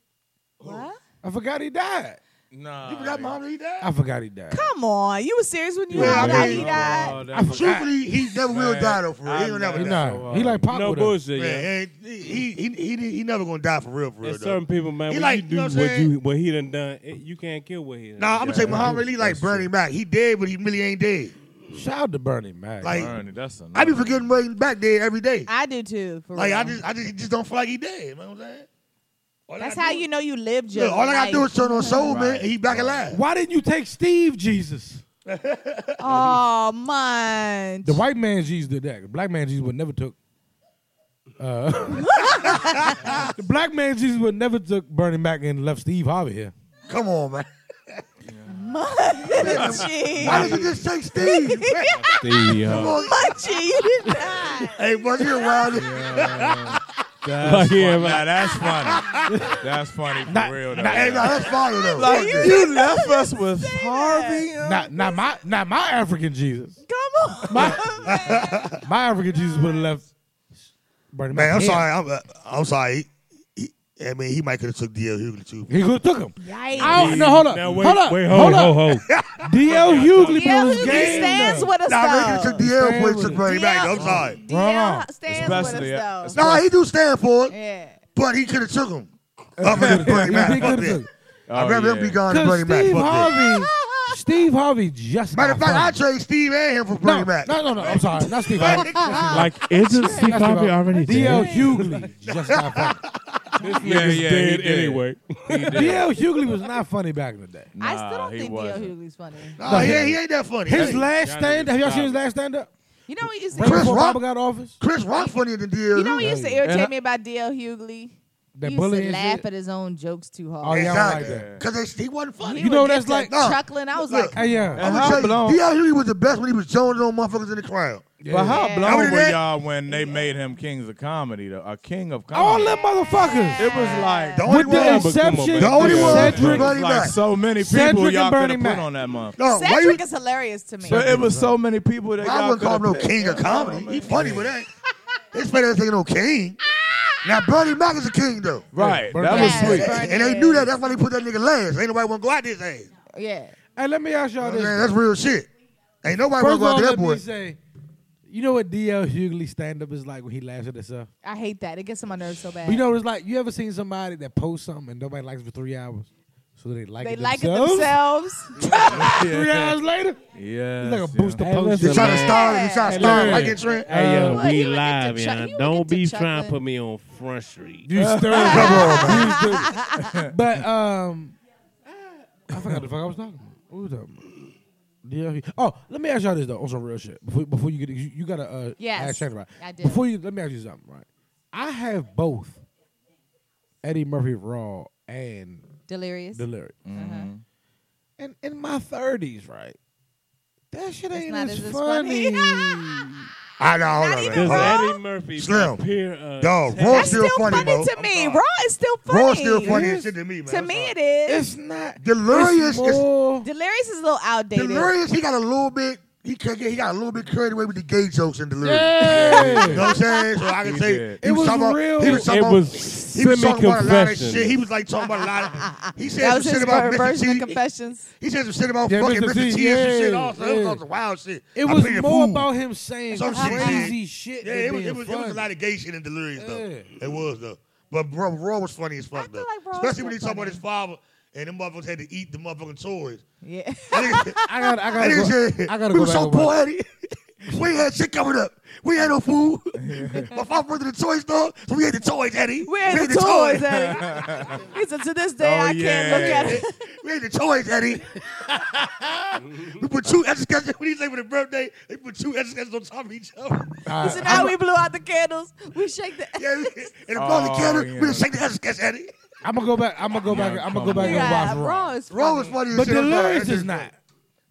A: What?
B: I forgot he died.
D: Nah.
E: You forgot Muhammad Ali died?
B: I forgot he died.
A: Come on, you were serious when you
E: Yeah, I
A: found out
E: mean-
A: he died.
D: Oh,
B: I
D: that's-
B: forgot.
E: Truthfully, he never will
D: Man,
E: die, though, for real. He
D: I'm
E: ain't never
B: He
E: die.
B: not. He like pop
C: No
B: with us.
C: bullshit. yeah.
E: Man, and he, he, he, he, he never gonna die for real, for real,
C: There's
E: though.
C: certain people, man,
E: He
C: when
E: like-
C: you
E: you
C: do
E: know what I'm
C: what
E: saying?
C: you what he done done, it, you can't kill what he done.
E: Nah, I'm gonna
D: Yeah,
E: say Muhammad Ali like
D: that's
E: Bernie Mac. He dead, but he really ain't dead.
B: Shout out to Bernie Mac.
E: Like-
D: Bernie, that's
E: I be
D: another-
E: forgetting Bernie Mac dead every day.
A: I do too. For
E: Like
A: real.
E: I just, I just, he just don't feel like he dead. You know what I'm saying? All I
A: That's
E: gotta
A: how
E: do-
A: you know you lived your
E: Look, all I gotta do
A: life.
E: is turn on Soul Man,
D: Right.
E: and he back alive.
B: why didn't you take Steve Jesus?
A: Oh man.
B: The white (laughs) man Jesus did that. The black man Jesus would never took.
E: (laughs)
B: Uh, (laughs) the black man Jesus would never took Bernie Mac and left Steve Harvey here.
E: Come on, man.
A: Munchie.
E: Why does it just take Steve? Come on,
A: Munchie, you did not.
E: (laughs) hey, was he around?
D: That's
C: Like,
D: funny.
C: yeah, like-
D: Nah, that's funny. that's funny for real though.
E: Hey, no, that's fine
B: (laughs)
E: though.
D: you left us with Harvey.
B: Not, not my, not my African Jesus.
A: Come on.
B: My African Jesus would have left Bernie Mac.
E: Man, I'm
B: here.
E: sorry. I'm, uh, I'm sorry. He, he- I mean, he might could have took DL Hughley too.
B: He could have took him.
A: Yikes.
B: I don't, no, hold up.
C: Now wait,
B: hold up.
C: wait,
B: hold
C: hold,
B: up.
C: hold, hold.
B: DL Hughley be on
A: Yeah,
B: his
A: he
B: game.
A: stands
B: though.
A: with us
E: Nah, man, he
A: though.
E: took DL before he
B: Stand
E: took
B: with
E: Bernie
A: it.
E: Mac. though. I'm
A: Yeah.
E: sorry.
B: Wrong.
A: DL stands with us
D: Especially, uh,
A: though.
E: Nah, he do stand for it,
A: Yeah.
E: but he could have took
B: (laughs)
E: him. Up against Bernie Mac.
B: He
E: Fuck
B: could
E: that.
B: have took. Oh,
E: I'd rather
D: Oh,
E: him be gone than Bernie Mac.
B: Steve
E: Fuck that.
B: Harvey, Steve Harvey just.
E: Matter of
B: got
E: fact, I
B: fired.
E: trade Steve and him for Bernie
B: no,
E: Mac.
B: no, no, no. I'm sorry. Not Steve
E: (laughs)
B: Harvey. (laughs)
C: Like, isn't Steve
B: That's
C: Harvey
B: about-
C: already
B: DL
C: dead?
B: Hughley just not funny.
C: This
D: Yeah,
C: nigga's
D: yeah, he
C: dead
D: did.
C: anyway.
B: DL Hughley was not funny back in the day.
A: I still
D: Nah,
A: don't
D: he
A: think
D: wasn't.
A: DL Hughley's funny.
E: Nah, he, ain't- he ain't that funny.
B: His
E: Hey,
B: last
C: y'all
B: stand.
C: need
B: Have y'all
C: to
B: seen his
C: stop.
B: last stand up?
A: You know what used to
B: Right
E: Chris
B: before
E: Rock?
B: Baba got office.
E: Chris Rock funnier than DL
A: you know what
E: Hughley.
A: used to irritate me about DL Hughley?
B: That
A: he used
B: bullying
A: to laugh
B: shit.
A: at his own jokes too hard.
B: Oh yeah, I don't like
E: Exactly.
B: that.
E: Because he wasn't funny.
A: He
B: You
A: would
B: know
A: get
B: that's
A: to
B: like-
E: Nah.
A: chuckling. I was
E: Look,
A: like,
B: Hey, yeah.
E: I'm
D: how
E: gonna tell
D: blown-
E: you, DL Hughley was the best when he was jonesing on motherfuckers in the crowd.
D: But how
A: Yeah.
E: Other
D: blown
E: than
D: were
E: that-
D: y'all when they made him kings of comedy though? A king of comedy.
B: All them motherfuckers.
D: It was like
E: The only
B: With the
E: one,
C: but come on,
B: exception
C: man.
B: of
E: The only one-
D: It
B: Cedric,
E: Bernie
D: was
E: Bernie
D: like
E: Mac.
D: so many people
B: Cedric and
D: y'all could
B: Bernie
D: have
B: Mac.
D: put on that month.
E: no, why you,
A: Cedric is hilarious to me.
D: But it was so many people that
E: I
D: y'all
E: wouldn't
D: could
E: call
D: have
E: him no king of comedy. He funny with that. His fat ass ain't no king. Now Bernie Mac is a king though.
D: Right,
B: Bernie
D: that
B: Mac.
D: was
A: Yes,
D: sweet.
A: Bernie
E: And they
A: is.
E: knew that. That's why they put that nigga last. Ain't nobody want to go out this ass. You know
A: Yeah.
B: Hey, let me ask y'all
E: what I'm
B: this.
E: saying? That's real shit. Ain't nobody
B: First
E: want to
B: of
E: go
B: all,
E: out to
B: let
E: that
B: me
E: boy.
B: say, you know what DL Hughley stand up is like when he laughs at himself.
A: I hate that. It gets on my nerves so bad.
B: You know what it's like? You ever seen somebody that posts something and nobody likes it for three hours? So they like
A: they
B: it
A: like
B: themselves?
A: it themselves.
B: Three hours later?
D: Yeah,
B: It's like a booster
C: Hey,
B: post.
C: listen,
E: They
B: It's
E: try to
B: like-
E: start.
C: man.
E: They try to
B: Hey,
E: start
B: look.
E: like it, Trent.
C: (laughs) Hey, yo,
A: Well, he
C: we
A: would get
C: live,
A: to
C: yeah.
A: chuck- he would
C: Don't
A: get to
C: be trying to
A: chuckling.
C: put me on front street.
B: You stir
E: Come on, man.
B: But um, I forgot the fuck I was talking about. What was I talking about? Yeah. he- Oh, let me ask y'all this though, on some real shit. Before, before you get, you, you gotta uh,
A: Yes,
B: ask Shane about. it.
A: I did.
B: Before you, let me ask you something, right? I have both Eddie Murphy Raw and
A: Delirious.
B: Delirious,
A: Uh-huh.
B: and in my thirties, right? That shit ain't
A: not
B: as,
A: as
B: funny.
A: funny.
E: I know. Hold on,
A: even
E: man.
C: Does
E: Hold on.
C: Eddie Murphy
E: Slim.
C: appear? Uh,
E: Dog,
C: ten-
E: Raw
A: That's
E: still
A: still
E: funny,
A: funny,
E: bro.
A: to me. Raw is still funny.
E: Raw still funny as shit to me, man.
A: (laughs) To
E: I'm
A: me,
E: sorry.
A: it is.
B: (laughs) it's not.
E: Delirious
B: it's
E: is
B: more,
A: Delirious is a little outdated.
E: delirious. He got a little bit he could get, he got a little bit creative way with the gay jokes and the lyrics. You know
B: Yeah.
E: what I'm saying? So I can
D: He
E: say
D: did.
E: he
B: It
E: was
B: was
E: talking about,
B: real.
E: He was talking
C: It
E: about,
C: was
E: he was talking about a lot of
C: semi-confession.
E: shit. He was like talking about a lot of. He said
A: That
E: some
A: was his
E: shit about
A: ver- version
E: Mr.
A: of
E: T.
A: confessions.
E: He said some shit about
B: Yeah,
E: fucking
B: Mr.
E: Mr. T.
B: T,
E: and some shit
B: yeah,
E: also. It was
B: yeah.
E: all some wild shit.
B: It
E: I
B: was
E: played a
B: more
E: fool.
B: about him saying
E: Some shit, yeah.
B: crazy shit.
E: Yeah,
B: than
E: it was, it
B: being
E: was, it was a
B: funny.
E: lot of gay shit in Delirious though.
B: Yeah.
E: It was though. But bro, Raw was funny as fuck
A: feel
E: though.
A: like Raw was
E: Especially when
A: still
E: he talking about
A: funny.
E: his father and them motherfuckers had to eat the motherfucking toys. (laughs)
A: Yeah.
E: That nigga-
B: I got. I
E: that nigga
B: got.
E: said,
B: I got to
E: we
B: go
E: was
B: back.
E: so
B: and watch-
E: poor, Eddie. (laughs) we ain't had shit coming up. We ain't had no
B: (laughs)
E: food. My father went to the toy store, so we had the toys, Eddie.
A: We had the
E: ate
A: toys at it. He said, to this day,
D: Oh,
A: I can't look at
D: yeah.
A: it.
E: (laughs) We had the toys,
A: (laughs)
E: Eddie. we put two extra sketches when he's like with a birthday. They put two extra sketches on top of each other. (laughs)
B: All
A: He
B: right,
A: said, now
B: I'm-
A: we blew out the candles. We shake the.
E: Yeah, we- and if on the
D: Oh,
E: camera,
D: yeah.
E: we just shake the extra sketch, Eddie.
B: I'm gonna go back. I'm gonna go back. I'm gonna go back
A: Yeah,
B: and
A: Raw
B: watch Raw.
A: is
E: Raw was
A: funny.
E: funny, as
B: But
E: shit. I'm sorry.
B: Delirious
E: That's
B: is
E: just-
B: not.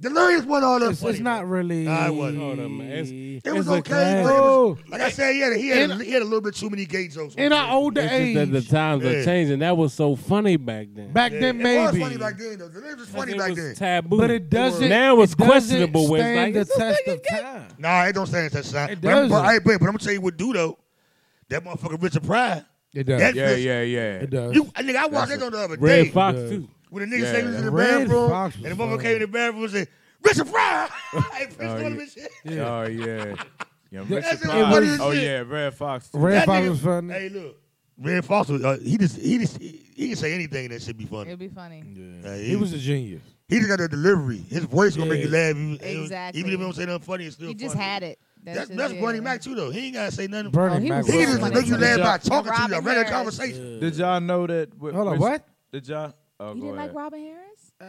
E: Delirious wasn't all that
B: It's,
E: funny.
B: it's not really.
E: Nah, it wasn't.
C: Hold on, man. It's-
E: It was
B: It's
E: okay.
B: a
E: but it
B: class-
E: was- like I said, yeah, he had,
B: In-
E: he had a little bit too many gay jokes.
B: in our older
C: It's just that the
B: age,
C: times
E: Yeah.
C: are changing. That was so funny back then.
B: back
E: Yeah,
B: then
E: It was funny
B: maybe,
E: back then, though. Delirious was funny
C: it
E: back
C: was
E: then.
C: taboo.
B: but it doesn't.
C: Now it's
B: it doesn't
C: questionable. Where it's
B: Stand
C: like,
B: the test of time.
E: Nah, it don't stand a test of time.
B: It
E: But I'm, but,
B: doesn't.
E: hey, but, but I'm gonna tell you what do though. That motherfucker Richard Pryor.
B: It does.
E: That-
D: Yeah, yeah, yeah.
B: it does.
E: You, uh, nigga, I watched that on the other
C: Red
E: day
C: Fox
B: Yeah.
C: too.
E: when the nigga
D: Yeah,
E: said he was in the
B: Red
E: bathroom
B: Fox
E: and
B: was
E: the motherfucker
B: funny.
E: came in the bathroom and said, "Richard Pryor." (laughs) I pissed on him
D: yeah.
E: and shit.
D: Oh yeah. Yeah,
E: That
D: Richard
E: shit
D: Pryor.
E: was funny as
D: Oh
E: shit.
D: yeah, Red Fox. too.
B: Red
E: That
B: Fox
E: nigga-
B: was funny.
E: Hey, look, Red Fox was uh, he just he just he, he can say anything that should be funny.
A: It'd be funny.
E: Uh, he,
B: He was a genius.
E: he just got that delivery. His voice gonna make you laugh. Even- even-
A: Exactly.
E: Even if he don't say nothing funny, it's still
A: He just
E: funny.
A: had it.
E: That's
A: just
E: that's
A: it.
E: Bernie Mac too though. He ain't gotta say nothing.
B: Bernie
A: he
B: Mac.
A: was
E: He
A: so
E: can
B: was
E: just
A: funny.
E: make you laugh by
A: And
E: talking to you,
A: Robin
E: a regular
A: Harris.
E: conversation.
D: Did y'all know that? with
B: Hold on,
D: Rich-
B: what?
D: Did y'all?
A: You
D: Oh, go
A: didn't like
D: ahead.
A: Robin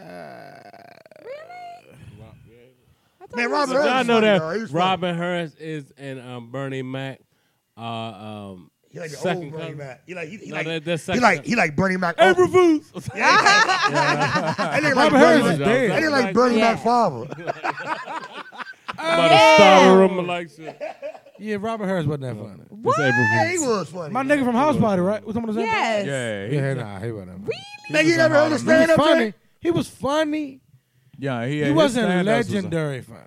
A: Harris? really? I thought
E: Man,
A: he was-
E: Robin Harris
C: But y'all
E: was
C: know
E: funny, though. He
C: that
E: was funny.
C: Robin Harris is and um, Bernie Mac. Uh, um,
E: He like the
C: second
E: old Bernie
C: cousin.
E: Mac. He like he, he
C: No,
E: like
C: that- that's
E: he
C: second
E: like
C: cousin.
E: he like Bernie Mac.
C: April (laughs) Fools.
E: I didn't like
B: Robert
E: Bernie
B: Harris
E: Mac.
B: is dead.
E: I didn't like Bernie
A: Yeah.
E: Mac father.
C: About to start a rumor like shit.
B: Yeah, Robert Harris wasn't that funny.
C: What?
E: Yeah, he was funny.
B: My nigga from House Party, right? Was someone
A: Yes.
D: Yeah, he,
B: Yeah, nah, he wasn't. Really?
E: nigga, you never
D: He was
E: understand up
B: funny.
E: there.
B: He was funny.
D: yeah, he,
B: He
D: his
B: wasn't
D: stand-ups was a-
B: legendary funny.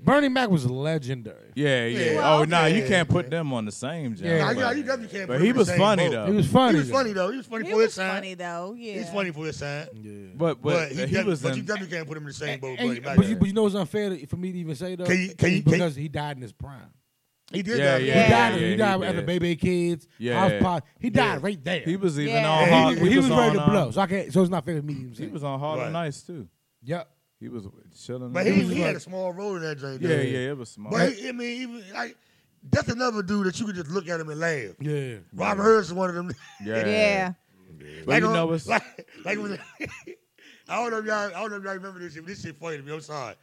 B: Bernie Mac was legendary.
D: yeah, yeah.
E: Well,
D: oh, nah, you
E: yeah,
D: can't put them on the same. Genre,
B: Yeah.
E: Nah,
B: Nah,
E: yeah, you definitely can't.
D: But
E: put
D: he
E: him in the
D: was
E: same
D: funny,
E: boat.
D: though.
B: He was funny.
E: He was
B: though.
E: funny though. He was funny
A: He
E: for his
A: was
E: time.
A: funny, though. Yeah.
E: He's funny for his time.
D: But but,
E: But, he,
D: he,
E: def-
D: was.
E: but
D: in-
E: you definitely can't put him in the same boat,
B: And-
E: buddy. Back
B: but, you,
E: then.
B: but you know it's unfair to- for me to even say though.
E: Can you- can you-
B: It's
E: can you-
B: because he died in his prime.
E: he did
D: Yeah,
E: that.
D: yeah,
B: He
A: Yeah.
B: died.
D: yeah,
B: he
D: he
B: died after
D: did.
B: Baby Kids.
D: Yeah.
B: House Party. He died
E: Yeah.
B: right there.
D: he was even
A: Yeah.
D: on.
E: Yeah,
D: Hard,
B: he, he was
D: on,
B: ready to
D: um,
B: blow. So I can't. So it's not fair for me to even say.
D: He was on Harder
E: Right.
D: Nights too.
B: Yep.
D: He was chilling.
E: But he, he,
B: was
E: had
B: like-
E: a small role in that joint.
D: yeah,
E: though.
D: yeah, it was smart.
E: But he, I mean, even like that's another dude that you could just look at him and laugh.
B: Yeah.
E: Robert Harris is one of them.
D: yeah,
A: Yeah.
D: But you
E: uh,
D: know it's
E: like, like (laughs) when- I don't know if y'all, I don't know if y'all remember this shit. But this shit funny to me. I'm sorry.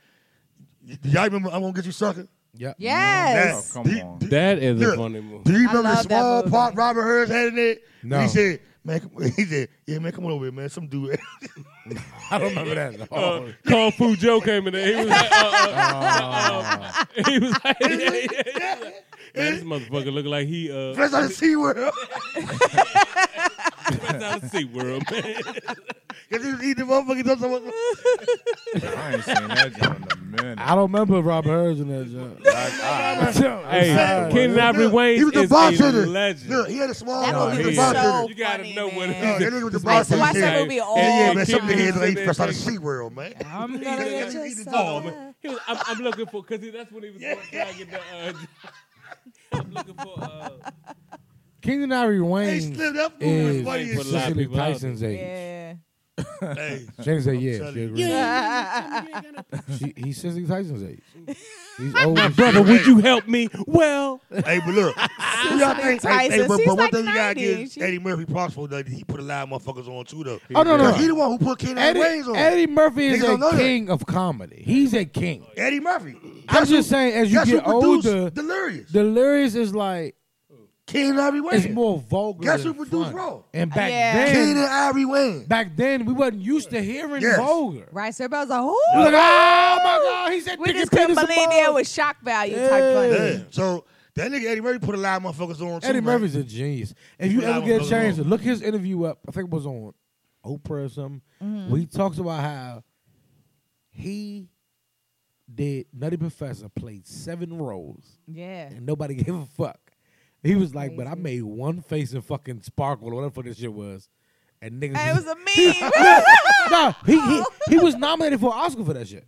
E: Y- Y'all remember? I won't get you sucker.
B: Yep.
D: oh,
A: Yes.
D: come
E: Do you-
D: on.
E: do-
C: That is
E: Look,
C: a funny movie.
E: Do you
A: I
E: remember the
A: love that
E: small
A: movie.
E: part Robert Harris had in it?
B: No.
E: He said, man, come- (laughs) he said, yeah, man, come on over here, man. Some dude.
B: (laughs)
E: (laughs)
B: I don't remember that
D: (laughs)
B: at all.
C: Uh,
D: Oh.
C: Kung Fu Joe came in there. He was like, uh, uh, uh, (laughs) he was like, yeah, yeah. Man, this motherfucker look like he
E: (laughs)
C: uh,
E: Fresh out of SeaWorld.
C: fresh out of Sea World, man.
E: Because he was eating the motherfucking doesn't want
D: I ain't seen that joint in a minute.
B: I don't remember Robert Harris in that
D: (laughs)
B: job.
C: (laughs) hey,
E: Sorry.
C: Ken Ivory Wayne
E: He was the
C: is
E: boxer.
C: a legend.
E: Look, he had a small
A: That
E: role. He was
A: movie
D: he
E: a
A: was
D: is.
E: bartender.
A: so
C: You gotta
A: funny,
C: know
A: man.
C: what it
E: No, that nigga was the
A: I used to
E: bartender.
A: watch
E: Yeah,
A: that movie all
E: yeah, man,
A: the
E: some
A: time.
E: nigga had ate fresh out of
C: Yeah.
E: SeaWorld, man.
B: I'm
E: He
B: gonna
E: had
B: get
E: to
B: you.
E: eat the
C: Oh,
E: dog.
C: man. He was, I'm, I'm looking for because that's when he was going to try to get the. Uh, (laughs) I'm looking for. Uh,
B: King Ivory
E: Hey,
B: Wayne
E: Slim, that movie was
B: is
E: funny
C: Hey,
E: as
C: put a lot of
B: Cicely
C: people out
B: Tyson's age.
A: Yeah.
E: shit.
B: Shane said yes.
E: telling
B: She
E: you.
B: agreed. She- He's Cicely Tyson's age.
A: (laughs)
B: He's old. as
C: brother,
B: shit.
C: would you help me? Well,
E: Hey, but
A: (laughs)
E: look, who y'all think? Hey, hey,
A: Tyson,
E: but,
A: she's
E: but one
A: like
E: thing you gotta
A: 90.
E: give
A: She-
E: Eddie Murphy props for that he put a lot of motherfuckers on too though.
B: Oh no no.
E: Cause he
B: no.
E: the one who put Ken
B: Eddie,
E: Reigns on.
B: Eddie Murphy is
E: Niggas don't know
B: a
E: that.
B: king of comedy. He's a king.
E: Eddie Murphy.
B: I'm just saying, as you
E: Guess who
B: get
E: produced
B: older,
E: Delirious?
B: Delirious is like
E: King and Ivory Wayne.
B: it's more vulgar.
E: Guess who
B: than
E: produced
B: funny.
E: Raw?
B: And back
A: Yeah.
E: King and
B: then,
E: Ivory Wayne.
B: back then we wasn't used to hearing
E: Yes.
B: vulgar.
A: (laughs) Right, so everybody was like,
B: We was
A: "Ooh,
B: like, oh my god, he said
A: we
B: Dick
A: just
B: and
A: couldn't
B: penis
A: believe
B: above."
A: that was shock value type funny."
E: Yeah. So that nigga Eddie Murphy put a lot of motherfuckers on too.
B: Eddie
E: man.
B: Murphy's a genius. If you
E: Yeah, I
B: ever
E: don't
B: get
E: know
B: a chance,
E: the
B: to look his interview up. I think it was on
A: Mm-hmm.
B: Oprah or something. Where he talks about how he did Nutty Professor played seven roles
A: Yeah.
B: and nobody (laughs) gave a fuck. He was like, but I
A: Crazy.
B: made one face in fucking Sparkle or whatever the fuck this shit was. And niggas
A: Hey, it
B: (laughs)
A: was a meme. (laughs)
B: no, he, he he was nominated for an Oscar for that shit.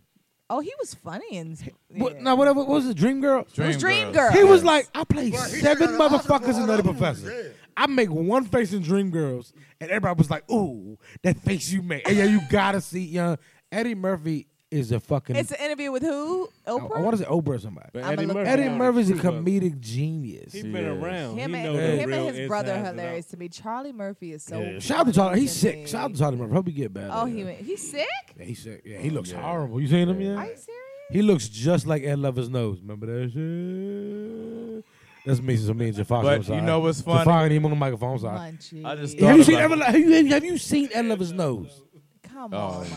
A: oh, he was funny and
B: What, no, whatever what was it, Dream Girl?
A: It was Dream
D: Dream
A: Girl.
D: Girl.
B: He was like, I played
E: Bruh, he
B: seven
E: should've got an Oscar for
B: motherfuckers in
E: all
B: Nutty
E: them movies,
B: Professor.
E: yeah.
B: I make one face in Dream Girls, and everybody was like, "Ooh, that face you made!" And yeah, you gotta see, young Eddie Murphy is a fucking. Oh,
A: It's an interview with who?
B: I,
A: Oprah.
B: want to say Oprah or somebody.
C: But
A: I'ma
C: Eddie
A: look
C: Murphy,
A: it
B: Eddie
A: up.
B: Murphy's a
C: He was-
B: comedic genius.
C: He been
D: Yes.
A: him
C: around. he
A: and,
C: know the
A: him
C: real
A: and his brother are
C: insides and
A: hilarious
C: outs.
A: to me. Charlie Murphy is so.
B: Yeah. Shout out to Charlie.
A: funny
B: He's
A: to
B: sick.
A: me.
B: Shout out to Charlie Murphy. Hope he get better.
A: Oh, he went. He's sick.
B: Yeah, he's sick. Yeah, he looks
D: Yeah.
B: horrible. You seen him yet?
A: Are you serious?
B: He looks just like Ed Lover's nose. Remember that shit? That's me. So me and Jafar.
D: But
B: I'm
D: you
B: sorry.
D: know what's funny?
B: Jafar ain't even on the microphone. I'm sorry.
A: Munchie.
D: I just
B: Have you
D: thought
B: seen
D: about-
B: Ed, have you have you seen Ed Lover's nose?
A: Come
D: Oh.
A: on, Munch.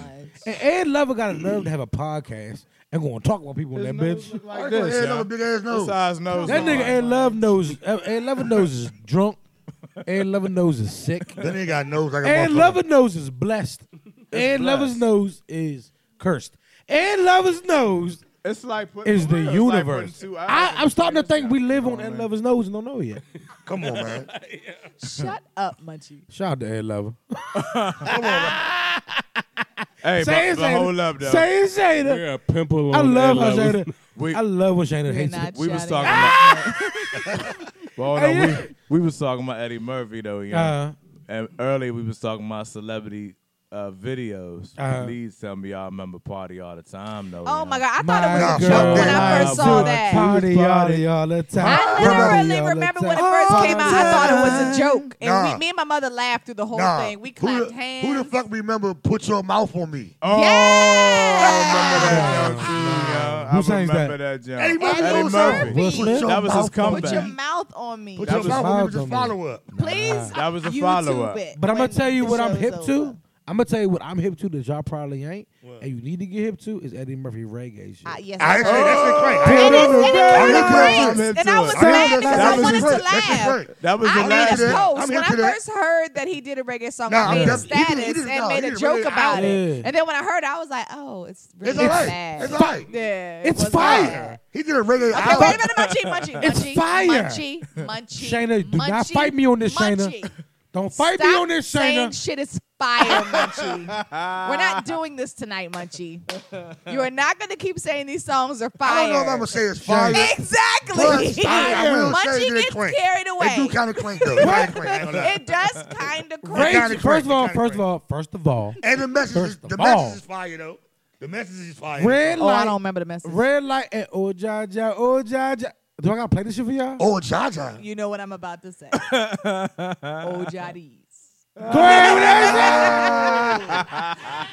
B: And Ed Lover got a nerve to have a podcast and go and talk about people in that bitch.
E: Like
D: this,
E: this,
D: y'all.
E: another big ass
D: This
E: nose.
D: size nose.
B: That
D: look
B: nigga
D: like-
B: Ed Love knows. Ed Lover knows is drunk. Ed Lover knows is sick.
E: That nigga got nose like a
B: Ed
E: motherfucker.
B: Lover knows is blessed. Ed
D: blessed.
B: Lover's nose is cursed. Ed Lover's nose
D: It's like putting
B: is the
D: it's like putting
B: universe.
D: two eyes
B: I,
D: in
B: I'm
D: the
B: starting to
D: same
B: think we
D: shot.
B: live
D: Come
B: on Ed
D: man.
B: Lover's nose and don't know yet.
E: Come on, man.
A: (laughs) Shut up, Munchie.
B: Shout out to Ed Lover. Say
D: Hey, but,
B: it,
D: but
B: Shayna.
D: hold up though.
B: Say it, Shayna.
C: We're a pimple on
B: I love
C: Ed
B: how
C: Lover's-
B: Shayna.
D: (laughs) We-
B: I love when Shayna
A: You're
B: hates it.
A: not
D: we was
A: shouting.
D: talking about. well, hold on, we, we was talking about Eddie Murphy though, yeah.
B: Uh,
D: and earlier we was talking about celebrity uh, videos.
B: Uh-huh.
D: Please tell me y'all remember party all the time though.
A: (laughs) Oh
D: y'all.
A: my god, I
B: My
A: thought it was a
E: girl,
A: joke when I
D: my
A: first saw
D: boy.
A: that.
B: Party, party all the time.
A: I
B: Party
A: literally
B: all the
A: remember when it
B: time.
A: first came out. I thought it was a joke, and
E: Nah.
A: we, me and my mother laughed through the whole
E: Nah.
A: thing. We
E: who
A: clapped
E: the,
A: hands.
E: Who the fuck remember put your mouth on me?
D: Oh,
A: Yeah.
D: I remember that John.
B: Who
D: I
B: sings that?
D: remember that, John.
E: Eddie Murphy.
A: Eddie
D: Eddie Murphy.
A: Murphy.
B: Will Smith?
E: Put your
D: That was his
E: mouth on
A: Put
D: comeback.
A: your
E: me.
A: mouth on me,
E: Put
D: That
E: your
D: was
E: mouth on me.
B: mouth
E: Just
B: on me.
E: follow up.
A: please.
D: That was a
A: YouTube
D: follow-up.
A: it
B: But I'm
A: when
B: gonna tell you
A: the
B: what I'm
A: show's
B: hip
A: over.
B: to. I'm gonna tell you what I'm hip to that y'all probably ain't, and you need to get hip to is Eddie Murphy reggae shit.
A: I, yes,
E: I ain't say that's it, Craig. I
B: Tell
E: ain't-
A: And it's-
B: them
A: and
B: to reggae.
E: I'm
A: it's
E: into
A: lyrics,
D: it.
A: and I was
D: I'm
A: mad
E: into it.
A: because
D: That
A: I
D: was
A: wanted
D: his
A: to
E: first- that's his
A: laugh.
E: first.
D: That was the
A: I
E: I'm
A: made
D: last.
E: into
A: a
E: that.
A: post
E: I'm
A: when I
E: into that.
A: first heard that he did a reggae song.
E: Nah,
A: I made a
E: I'm def- he did-
A: status
E: he did-
A: and
E: no,
A: made
E: he
A: a
E: did
A: joke
E: really-
A: about it.
B: Yeah.
A: And then when I heard it, I was like, oh, it's really
E: It's all right.
A: bad.
E: It's all right.
A: Yeah, it
B: It's
A: wasn't
B: fire.
A: bad.
E: He did a regular
A: Okay, wait a
E: album.
A: minute, Munchie,
E: (laughs)
A: Munchie,
B: It's
A: Munchie,
B: fire.
A: Munchie, Munchie.
B: Shayna, do not
A: Munchie,
B: fight me on this, Shayna.
A: Munchie.
B: Don't fight me
A: Stop
B: on this,
A: saying
B: Shayna.
A: shit is fire, Munchie.
E: (laughs)
A: We're not doing this tonight, Munchie. You are not going to keep saying these songs are
E: I
A: fire.
E: don't know if I'm gonna say it's fire.
A: Exactly.
E: But it's fire. I will say that
A: Munchie
E: it
A: gets
E: crank.
A: carried
E: They do
A: away.
E: kind of crank though. They kinda crank, I ain't gonna lie.
A: It does kind of
E: Right.
A: crank.
E: kinda
B: Reggae. First of all,
E: crazy,
B: first of
E: kinda
B: all, first of all,
E: And the message, is,
B: First
E: the
B: of all.
E: message is fire though. The message is fire.
B: red
A: Oh, I
B: light,
A: don't remember the message.
B: red light, and oh ja ja, oh ja ja. Do I gotta play this shit for y'all?
E: Oh, Jaja.
A: You know what I'm about to say. oh, Jadis.
B: Go ahead with that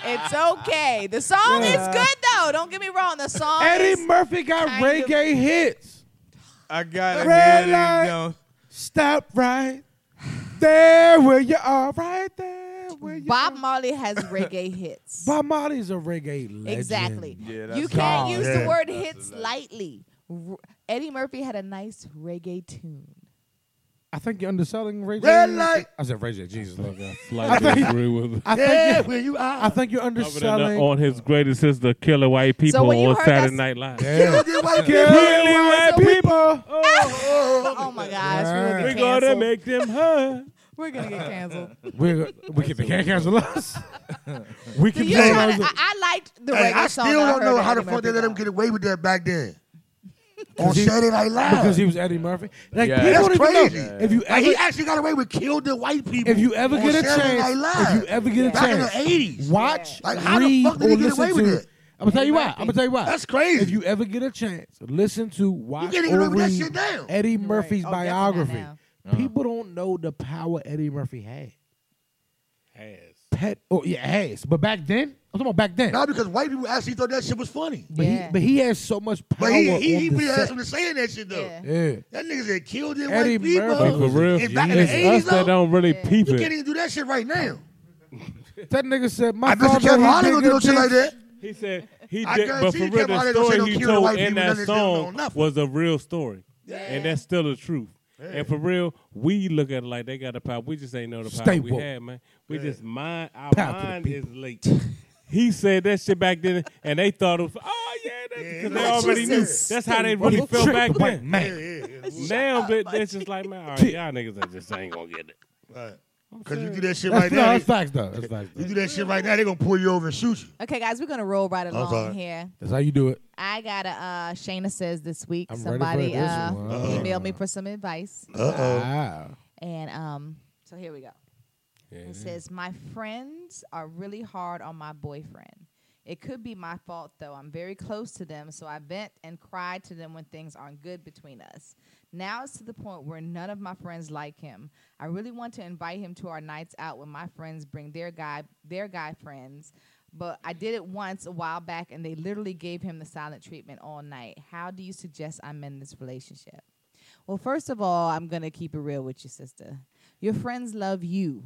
A: It's okay. The song is good though. Don't get me wrong. The song
B: shit.
A: is
B: Eddie Murphy got
A: Kind of-
B: reggae hits.
D: I got it.
B: Red light.
D: You know.
B: Stop right there where you are, right there where you
A: Bob Marley has reggae hits.
B: Bob Marley's a reggae legend.
A: exactly.
D: Yeah, that's
A: you can't
B: God.
A: use
E: Yeah.
A: the word hits lightly. R- Eddie Murphy had a nice reggae tune.
B: I think you're underselling Ray
E: Red
B: J.
E: light.
B: I said Ray J. Jesus, Lord God.
C: Slightly agree with him.
B: I think
E: Yeah,
B: you-
E: where you
B: I
E: are.
B: think you're
C: Other than that,
B: underselling.
C: on his greatest hits, the Killer White People
A: when you
C: on
A: heard
C: Saturday
A: that's-
C: Night Live.
B: Yeah.
E: Did white people-
B: Killing white people.
A: Oh my gosh, we're
C: We're
A: gonna get
C: gonna
A: canceled.
C: make them hurt.
A: we're gonna get canceled.
B: We're, we can, they can't cancel us. (laughs) we
A: Do
B: can
A: you
E: Hey.
A: try
B: cancel
A: to, I,
B: us.
A: I liked the
E: Hey,
A: reggae
E: I
A: song.
E: still don't
A: heard
E: know
A: that
E: how the
A: Eddie
E: fuck they
A: Murphy
E: let him
A: got.
E: get away with that back then. On
B: Because he-
E: Saturday Night Live.
B: Because he was Eddie Murphy. Like,
D: Yeah.
B: people
E: That's
B: don't even know.
E: crazy.
B: If you
E: Like
B: ever,
E: he actually got away with killed the white people.
B: if you ever
E: on
B: get a
E: Saturday
B: chance,
E: Night Live.
B: if you ever get a
E: back in
B: chance,
E: the eighties.
B: watch,
E: Like, how the
B: read,
E: fuck did
B: or
E: he get
B: listen
E: away with
B: to.
E: it?
B: I'm gonna tell you why. I'm gonna tell you why.
E: That's crazy.
B: If you ever get a chance, listen to watch
E: can't even
B: or
E: remember that
B: read
E: shit down.
B: Eddie
A: Right.
B: Murphy's
A: Oh, definitely not
B: biography.
A: now.
B: People don't know the power Eddie Murphy had. Pet, oh yeah, has. But back then, I'm talking about back then.
E: Not because white people actually thought that shit was funny.
B: but
A: Yeah.
B: he, but he has so much power.
E: But he he,
B: on
E: he
B: the
E: put his
B: set.
E: ass on the saying that shit though.
A: Yeah.
B: Yeah.
E: That nigga said killed them
B: Eddie
E: white people.
B: Murphy
C: For real,
E: And back in the
C: it's
E: 80s,
C: us that
E: though,
C: don't really peep
E: you can't
C: it.
E: even do that shit right now.
B: That nigga said, "My
E: I bet you
B: father,
E: Kevin Holland
B: he
E: don't
B: dig
E: do no
B: a
E: shit like
B: bitch." (laughs)
E: that.
C: He said he
E: I
C: did, but
E: guarantee
C: for
E: you
C: real,
E: Kevin
C: the
E: Holland gonna say
C: story
E: no
C: he
E: killer
C: told
E: white
C: in
E: people,
C: that
E: none of them know
C: song
E: nothing.
C: was a real story,
A: Yeah.
C: and that's still the truth. And for real, we look at it like they got the power. We just ain't know the power
B: Stay
C: we
B: woke.
C: had, man. We just mind our
B: Power to the
C: mind is late. he said that shit back then, and they thought it was, oh yeah, Because they already knew.
E: Jesus.
C: That's how they really
B: Trick
C: felt back
B: the white
C: then.
E: Yeah,
B: man.
E: yeah. yeah.
C: Now they- they're just like, man, all right, y'all niggas are just ain't gonna get it.
E: Right. Cause you do that shit
B: That's,
E: right
B: (laughs) no,
E: now.
B: that's facts though. (laughs) That's facts.
E: You
B: Though.
E: do that shit right now, they gonna pull you over and shoot you.
A: Okay, guys, we're gonna roll right along
E: sorry.
A: here.
B: That's how you do it.
A: I got a uh, Shayna says this week.
B: I'm
A: somebody
B: ready for this
A: uh,
B: one.
A: emailed me for some advice,
E: Uh
B: Wow.
A: and um, so here we go.
C: Yeah,
A: It says, My friends are really hard on my boyfriend. It could be my fault, though. I'm very close to them, so I vent and cry to them when things aren't good between us. Now it's to the point where none of my friends like him. I really want to invite him to our nights out when my friends bring their guy their guy friends, but I did it once a while back and they literally gave him the silent treatment all night. How do you suggest I'm in this relationship? Well, first of all, I'm going to keep it real with you, sister. Your friends love you,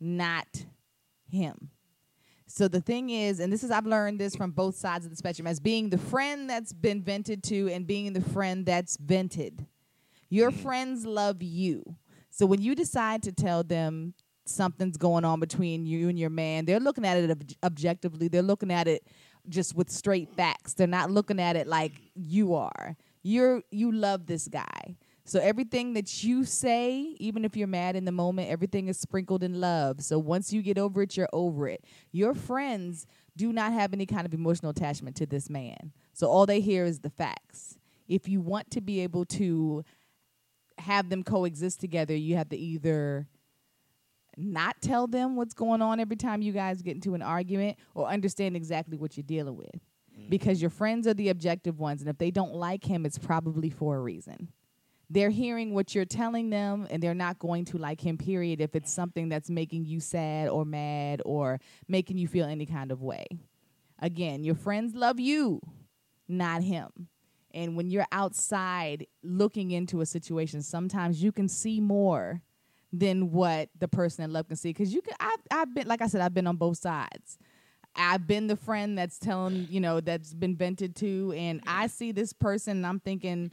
A: not him. So the thing is, and this is I've learned this from both sides of the spectrum as being the friend that's been vented to and being the friend that's vented. Your friends love you. So when you decide to tell them something's going on between you and your man, they're looking at it ob- objectively. They're looking at it just with straight facts. They're not looking at it like you are. You're you love this guy. So everything that you say, even if you're mad in the moment, everything is sprinkled in love. So once you get over it, you're over it. Your friends do not have any kind of emotional attachment to this man. So all they hear is the facts. If you want to be able to have them coexist together, you have to either not tell them what's going on every time you guys get into an argument or understand exactly what you're dealing with. Because your friends are the objective ones, and if they don't like him, it's probably for a reason. They're hearing what you're telling them, and they're not going to like him, period, if it's something that's making you sad or mad or making you feel any kind of way. Again, your friends love you, not him. And when you're outside looking into a situation, sometimes you can see more than what the person in love can see. Because you can, I've, I've been, like I said, I've been on both sides. I've been the friend that's telling, you know, that's been vented to, and I see this person and I'm thinking,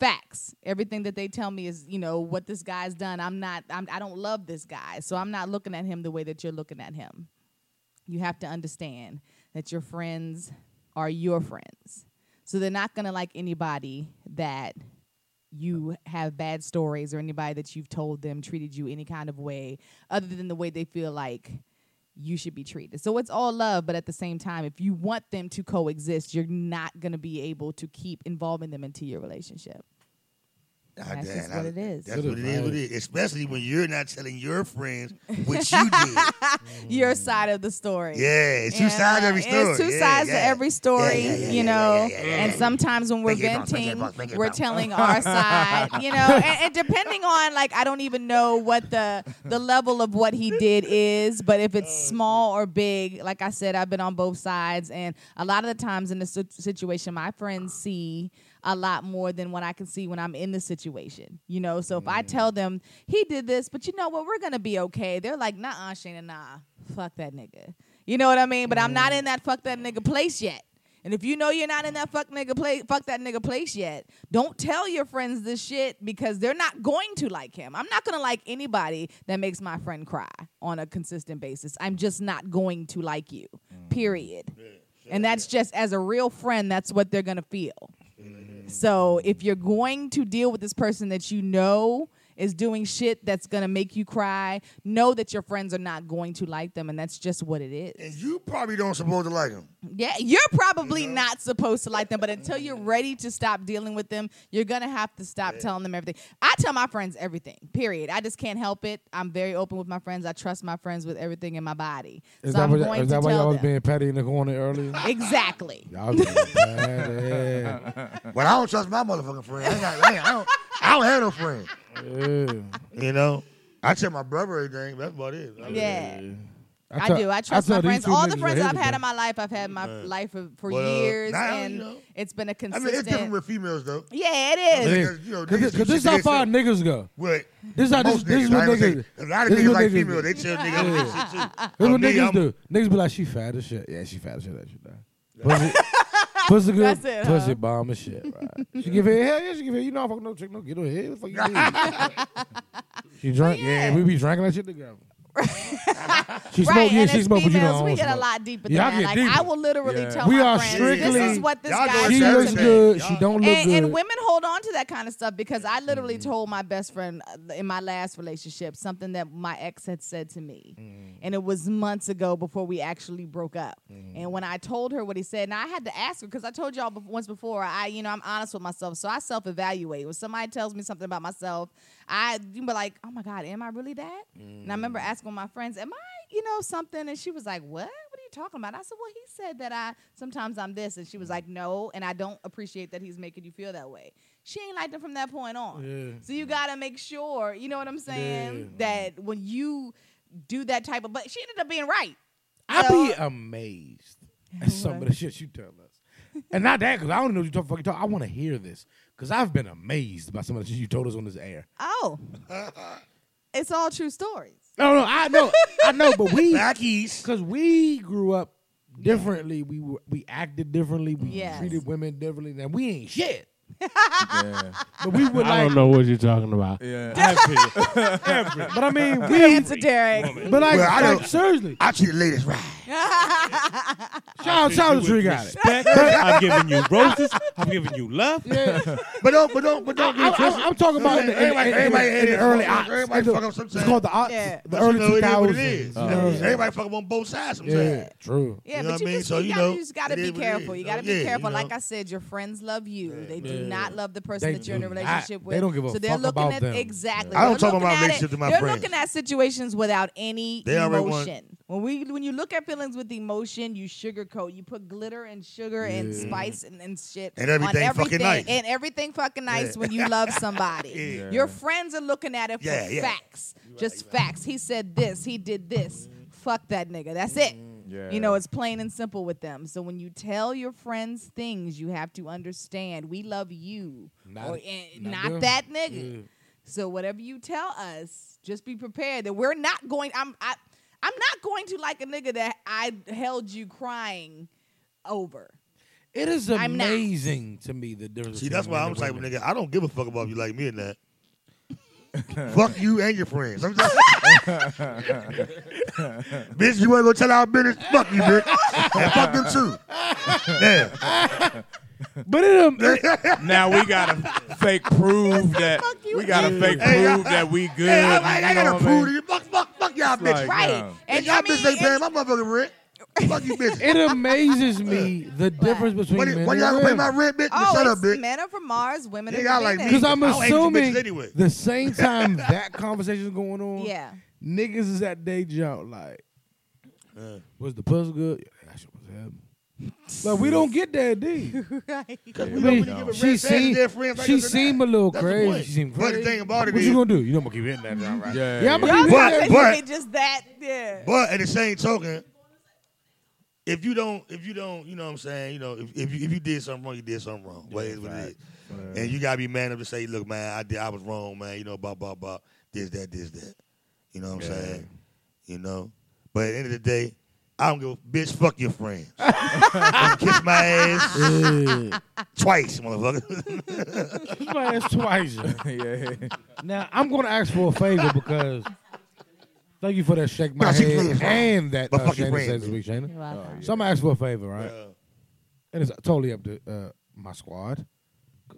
A: facts. Everything that they tell me is, you know, what this guy's done. I'm not, I'm, I don't love this guy. So I'm not looking at him the way that you're looking at him you have to understand that your friends are your friends. So they're not going to like anybody that you have bad stories or anybody that you've told them treated you any kind of way other than the way they feel like you should be treated. So it's all love, but at the same time, if you want them to coexist, you're not going to be able to keep involving them into your relationship. That's just what it is.
E: That's
B: Good
E: what it is, what
B: advice.
E: it is. Especially when you're not telling your friends what
A: (laughs)
E: you did.
A: Your side of the story.
E: Mm. Yeah, it's two
A: And,
E: sides to
A: uh,
E: every
A: and
E: story.
A: It's two
E: Yeah,
A: sides
E: yeah.
A: to every story,
E: Yeah, yeah, yeah,
A: you
E: yeah,
A: know.
E: yeah, yeah, yeah,
A: and
E: yeah.
A: sometimes when we're
E: Make it wrong, make it
A: venting,
E: wrong, make it
A: we're
E: wrong.
A: telling our side, you know. And, and depending on like, I don't even know what the the level of what he did is, but if it's small or big, like I said, I've been on both sides, and a lot of the times in this sit- situation, my friends see a lot more than what I can see when I'm in the situation, you know. So if I tell them he did this, but you know what, we're gonna be okay. They're like, nah, Shayna, nah, fuck that nigga. You know what I mean? But I'm not in that fuck that nigga place yet. And if you know you're not in that fuck nigga place, fuck that nigga place yet, don't tell your friends this shit because they're not going to like him. I'm not gonna like anybody that makes my friend cry on a consistent basis. I'm just not going to like you. Period. And that's just as a real friend, that's what they're gonna feel. So if you're going to deal with this person that you know is doing shit that's gonna make you cry, know that your friends are not going to like them, and that's just what it is.
E: And you probably don't supposed to like them.
A: Yeah, you're probably not supposed to like them, but until
E: (laughs)
A: you're ready to stop dealing with them, you're gonna have to stop telling them everything. I tell my friends everything. Period. I just can't help it. I'm very open with my friends. I trust my friends with everything in my body.
B: Is
A: so
B: that,
A: I'm
B: what,
A: going
B: is
A: to
B: that why
A: tell
B: y'all was
A: them.
B: being petty in the corner earlier?
A: exactly.
B: y'all (laughs) was being petty.
E: But I don't trust my motherfucking friend. I, ain't got- I, ain't- I don't, I don't have no friend.
B: Yeah.
E: You know? I tell my brother everything. That's about it. I mean,
A: Yeah. I,
B: tell-
A: do. I trust
B: tell
A: my friends.
B: these two
A: All the
B: niggas
A: friends
B: right
A: I've
B: here
A: had in
B: today.
A: my life, I've had in my life for, for
E: But, uh,
A: years,
E: now, you
A: and
E: know.
A: it's been a
E: I mean, it's
A: consistent.
E: different with females, though.
A: yeah, it is.
E: Yeah. Because, you know, niggas
B: Because this
E: do
B: is
E: shit
B: how
E: they
B: far
E: say-
B: niggas go.
E: But
B: This is how this,
E: most
B: this is
E: niggas,
B: what
E: I ain't gonna
B: niggas.
E: say- a lot of
B: this is
E: niggas
B: what
E: like
B: niggas
E: females. They
B: do.
E: tell niggas other shit too.
B: That's
E: Oh,
B: what
E: me,
B: niggas
E: I'm-
B: do. Niggas be like, she fat as shit. Yeah, she fat as shit. That shit. though. Pussy,
E: (laughs)
B: pussy good.
A: That's it,
B: pussy
A: huh?
B: bomb as shit. Right. She give her hell yeah. She give her. You know,
E: (laughs)
B: I fuck no chick. No, get her head. Fuck you. mean? she drank. Yeah.
A: yeah. (laughs)
B: we be drinking that shit together. She
A: right,
B: smoked, yeah,
A: and
B: she
A: as
B: smoked, but you
A: females,
B: know, I
A: we
B: don't
A: get a
B: smoke.
A: lot deeper than
B: Y'all
A: that.
B: get
A: Like I
B: deeper.
A: will literally
B: Yeah.
A: tell
B: We
A: my
B: are
A: friends, this is
B: strictly-
A: what this
E: Y'all
A: guy
E: doing
B: She
A: said to
B: looks
E: service
A: me.
B: good.
E: Y'all-
B: She don't look
A: and,
B: good.
A: and women hold on to that kind of stuff because I literally told my best friend uh, in my last relationship something that my ex had said to me.
E: Mm.
A: And it was months ago before we actually broke up. And when I told her what he said, and I had to ask her because I told y'all bef- once before, I, you know, I'm honest with myself. So I self evaluate. When somebody tells me something about myself, I you be like, oh my God, am I really that? And I
E: Mm.
A: remember asking my friends, am I, you know, something? And she was like, what? What are you talking about? I said, well, he said that I sometimes I'm this, and she was like, no, and I don't appreciate that he's making you feel that way. She ain't liked him from that point on.
B: Yeah.
A: So you gotta make sure, you know what I'm saying, that when you do that type of, but she ended up being right.
B: I'd be
A: So-
B: amazed at some of the shit you tell us. And not that, because I don't know what you talk, fucking talk. I want to hear this, because I've been amazed by some of the shit you told us on this air.
A: Oh, it's all true stories.
B: No, no, I know, I know,
A: (laughs)
B: but we,
E: Back east.
B: because we grew up differently. We were, we acted differently. We
A: Yes.
B: treated women differently, and we
A: (laughs)
B: ain't shit.
D: Yeah.
B: But we would
C: I
B: like,
C: don't know what you're talking about.
B: (laughs)
D: yeah.
C: Every,
B: but I mean, we,
A: Good answer, Derek.
B: but like,
E: Well, I
B: like,
E: don't-
B: seriously,
E: I treat the ladies right.
B: shout out, shout out, to Tree got it.
C: respect. I'm giving you roses. I'm giving you love.
E: But don't, but don't, but don't.
B: I, am talking about in the, in,
E: Everybody-
B: in- in-
E: everybody
B: in
E: had
B: the
E: it.
B: early
E: Fuck,
B: aughts.
E: everybody
B: In the-
E: fuck up sometimes.
B: It's called the aughts,
A: Yeah.
B: the early
E: you know, it
B: two
E: is what it
B: thousands.
E: is. You know, everybody fuck up on both sides
B: yeah,
E: sometimes.
B: true.
A: Yeah,
E: You know
A: but
E: what
A: you
E: I mean?
A: just
E: So,
A: you,
E: you
A: gotta,
E: know,
A: you just gotta
E: it is
A: be
E: what it
A: careful.
E: is.
A: You gotta
E: Yeah,
A: be
E: you
A: careful. Like
E: know.
A: I said, your friends love you. They do
B: Yeah.
A: not love the person
B: They
A: that you're in a
B: do not.
A: relationship with.
B: They don't give a
A: so they're
B: fuck
A: looking
B: about
A: at
B: them.
A: exactly.
E: I don't talk
A: They're
E: about
A: looking
E: my
A: at it-
E: relationship to my
A: They're
E: friends.
A: looking at situations without any
E: They already want-
A: emotion. When we when you look at feelings with emotion, you sugarcoat. You put glitter and sugar and spice and, and shit
E: And
A: on
E: everything fucking
A: everything
E: nice.
A: and everything fucking nice
E: Yeah.
A: when you
E: (laughs)
A: love somebody.
E: Yeah.
A: Your friends are looking at it for
E: Yeah, yeah.
A: facts, just facts. He said this. He did this. Fuck that nigga. That's
E: Mm.
A: it.
D: Yeah.
A: You know, it's plain and simple with them. So when you tell your friends things, you have to understand we love you,
B: Not-
A: not,
B: not
A: not,
B: them.
A: that nigga. So whatever you tell us, just be prepared that we're not going. I'm I, I'm not going to like a nigga that I held you crying over.
B: It is
A: I'm not.
B: amazing to me the difference.
E: See, that's
B: between
E: why I'm
B: men
E: the type
B: and
E: of
B: women.
E: nigga. I don't give a fuck about if you like me or
D: (laughs)
E: not. fuck you and your friends. I'm just, (laughs) bitch, you wanna go tell our business? Fuck you, bitch, and fuck them too. Yeah.
B: But it,
E: (laughs)
B: um, it-
D: Now we gotta fake prove that
A: you
D: we gotta
A: mean.
D: fake
E: Hey, I-
D: prove that we good.
E: Hey, (laughs) I, I, I
D: you know
E: gotta
D: what mean?
E: prove to you. Fuck, fuck, fuck y'all
D: It's
E: bitches.
D: like,
A: Right.
D: yeah.
A: And
E: y'all
A: I mean,
E: bitches ain't paying
A: it's-
E: my motherfucking rent. fuck you,
A: (laughs)
E: bitch.
B: it amazes me the difference between
E: What,
B: men
E: what y'all
B: and
E: gonna pay my
B: women.
E: rent, bitch?
A: oh,
E: Shut up,
A: it's
E: bitch.
A: men are from Mars, women
E: Nigga,
A: are
E: I
A: from
E: like me.
B: Because
A: Venus.
B: I'm
E: I don't hate you bitches
B: assuming
E: anyway.
B: the
E: (laughs)
B: same time that conversation is going on,
A: Yeah.
B: niggas is at day job like,
E: Yeah.
B: was the puzzle good? Yeah, that shit was happening. Like we don't get that
E: (laughs)
B: deep.
E: Because
D: Yeah,
E: we
D: we
E: don't really
D: don't.
E: give a
B: She
E: rat's ass if
B: seemed,
E: their friends like
B: she
E: us or
B: seemed
E: not.
B: a little
E: That's the
B: crazy.
E: point.
B: She seemed
E: But the
B: crazy.
E: thing about it
B: what
E: is-
B: you gonna do? You know I'm gonna keep hitting that down, right?
D: Yeah,
B: yeah I'm gonna
A: Y'all
E: (laughs) But-
A: said
B: keep hitting that.
A: you
E: but-
A: ain't (laughs) just that. Yeah.
E: But at the same token, if you don't, if you don't, you know what I'm saying, you know, if, if you if you did something wrong, you did something wrong. But it's what it is. And you gotta be man enough to say, look, man, I did I was wrong, man, you know, blah, blah, blah. This, that, this, that. You know what I'm saying? You know? But at the end of the day, I don't give a bitch, fuck your friends.
B: (laughs)
E: Kiss my ass
B: Yeah.
E: twice, motherfucker. (laughs)
B: Kiss my ass twice. yeah.
D: yeah.
B: Now I'm gonna ask for a favor because thank you for that shake
E: No,
B: my
E: she
B: head
E: playing, bro.
B: and that
E: My
B: uh,
E: fucking
B: Shayna
E: friend,
B: says this
E: dude.
B: week, Shayna.
D: Oh,
B: So I'm gonna ask for a favor, right?
E: Yeah.
B: And it's totally up to uh, my squad.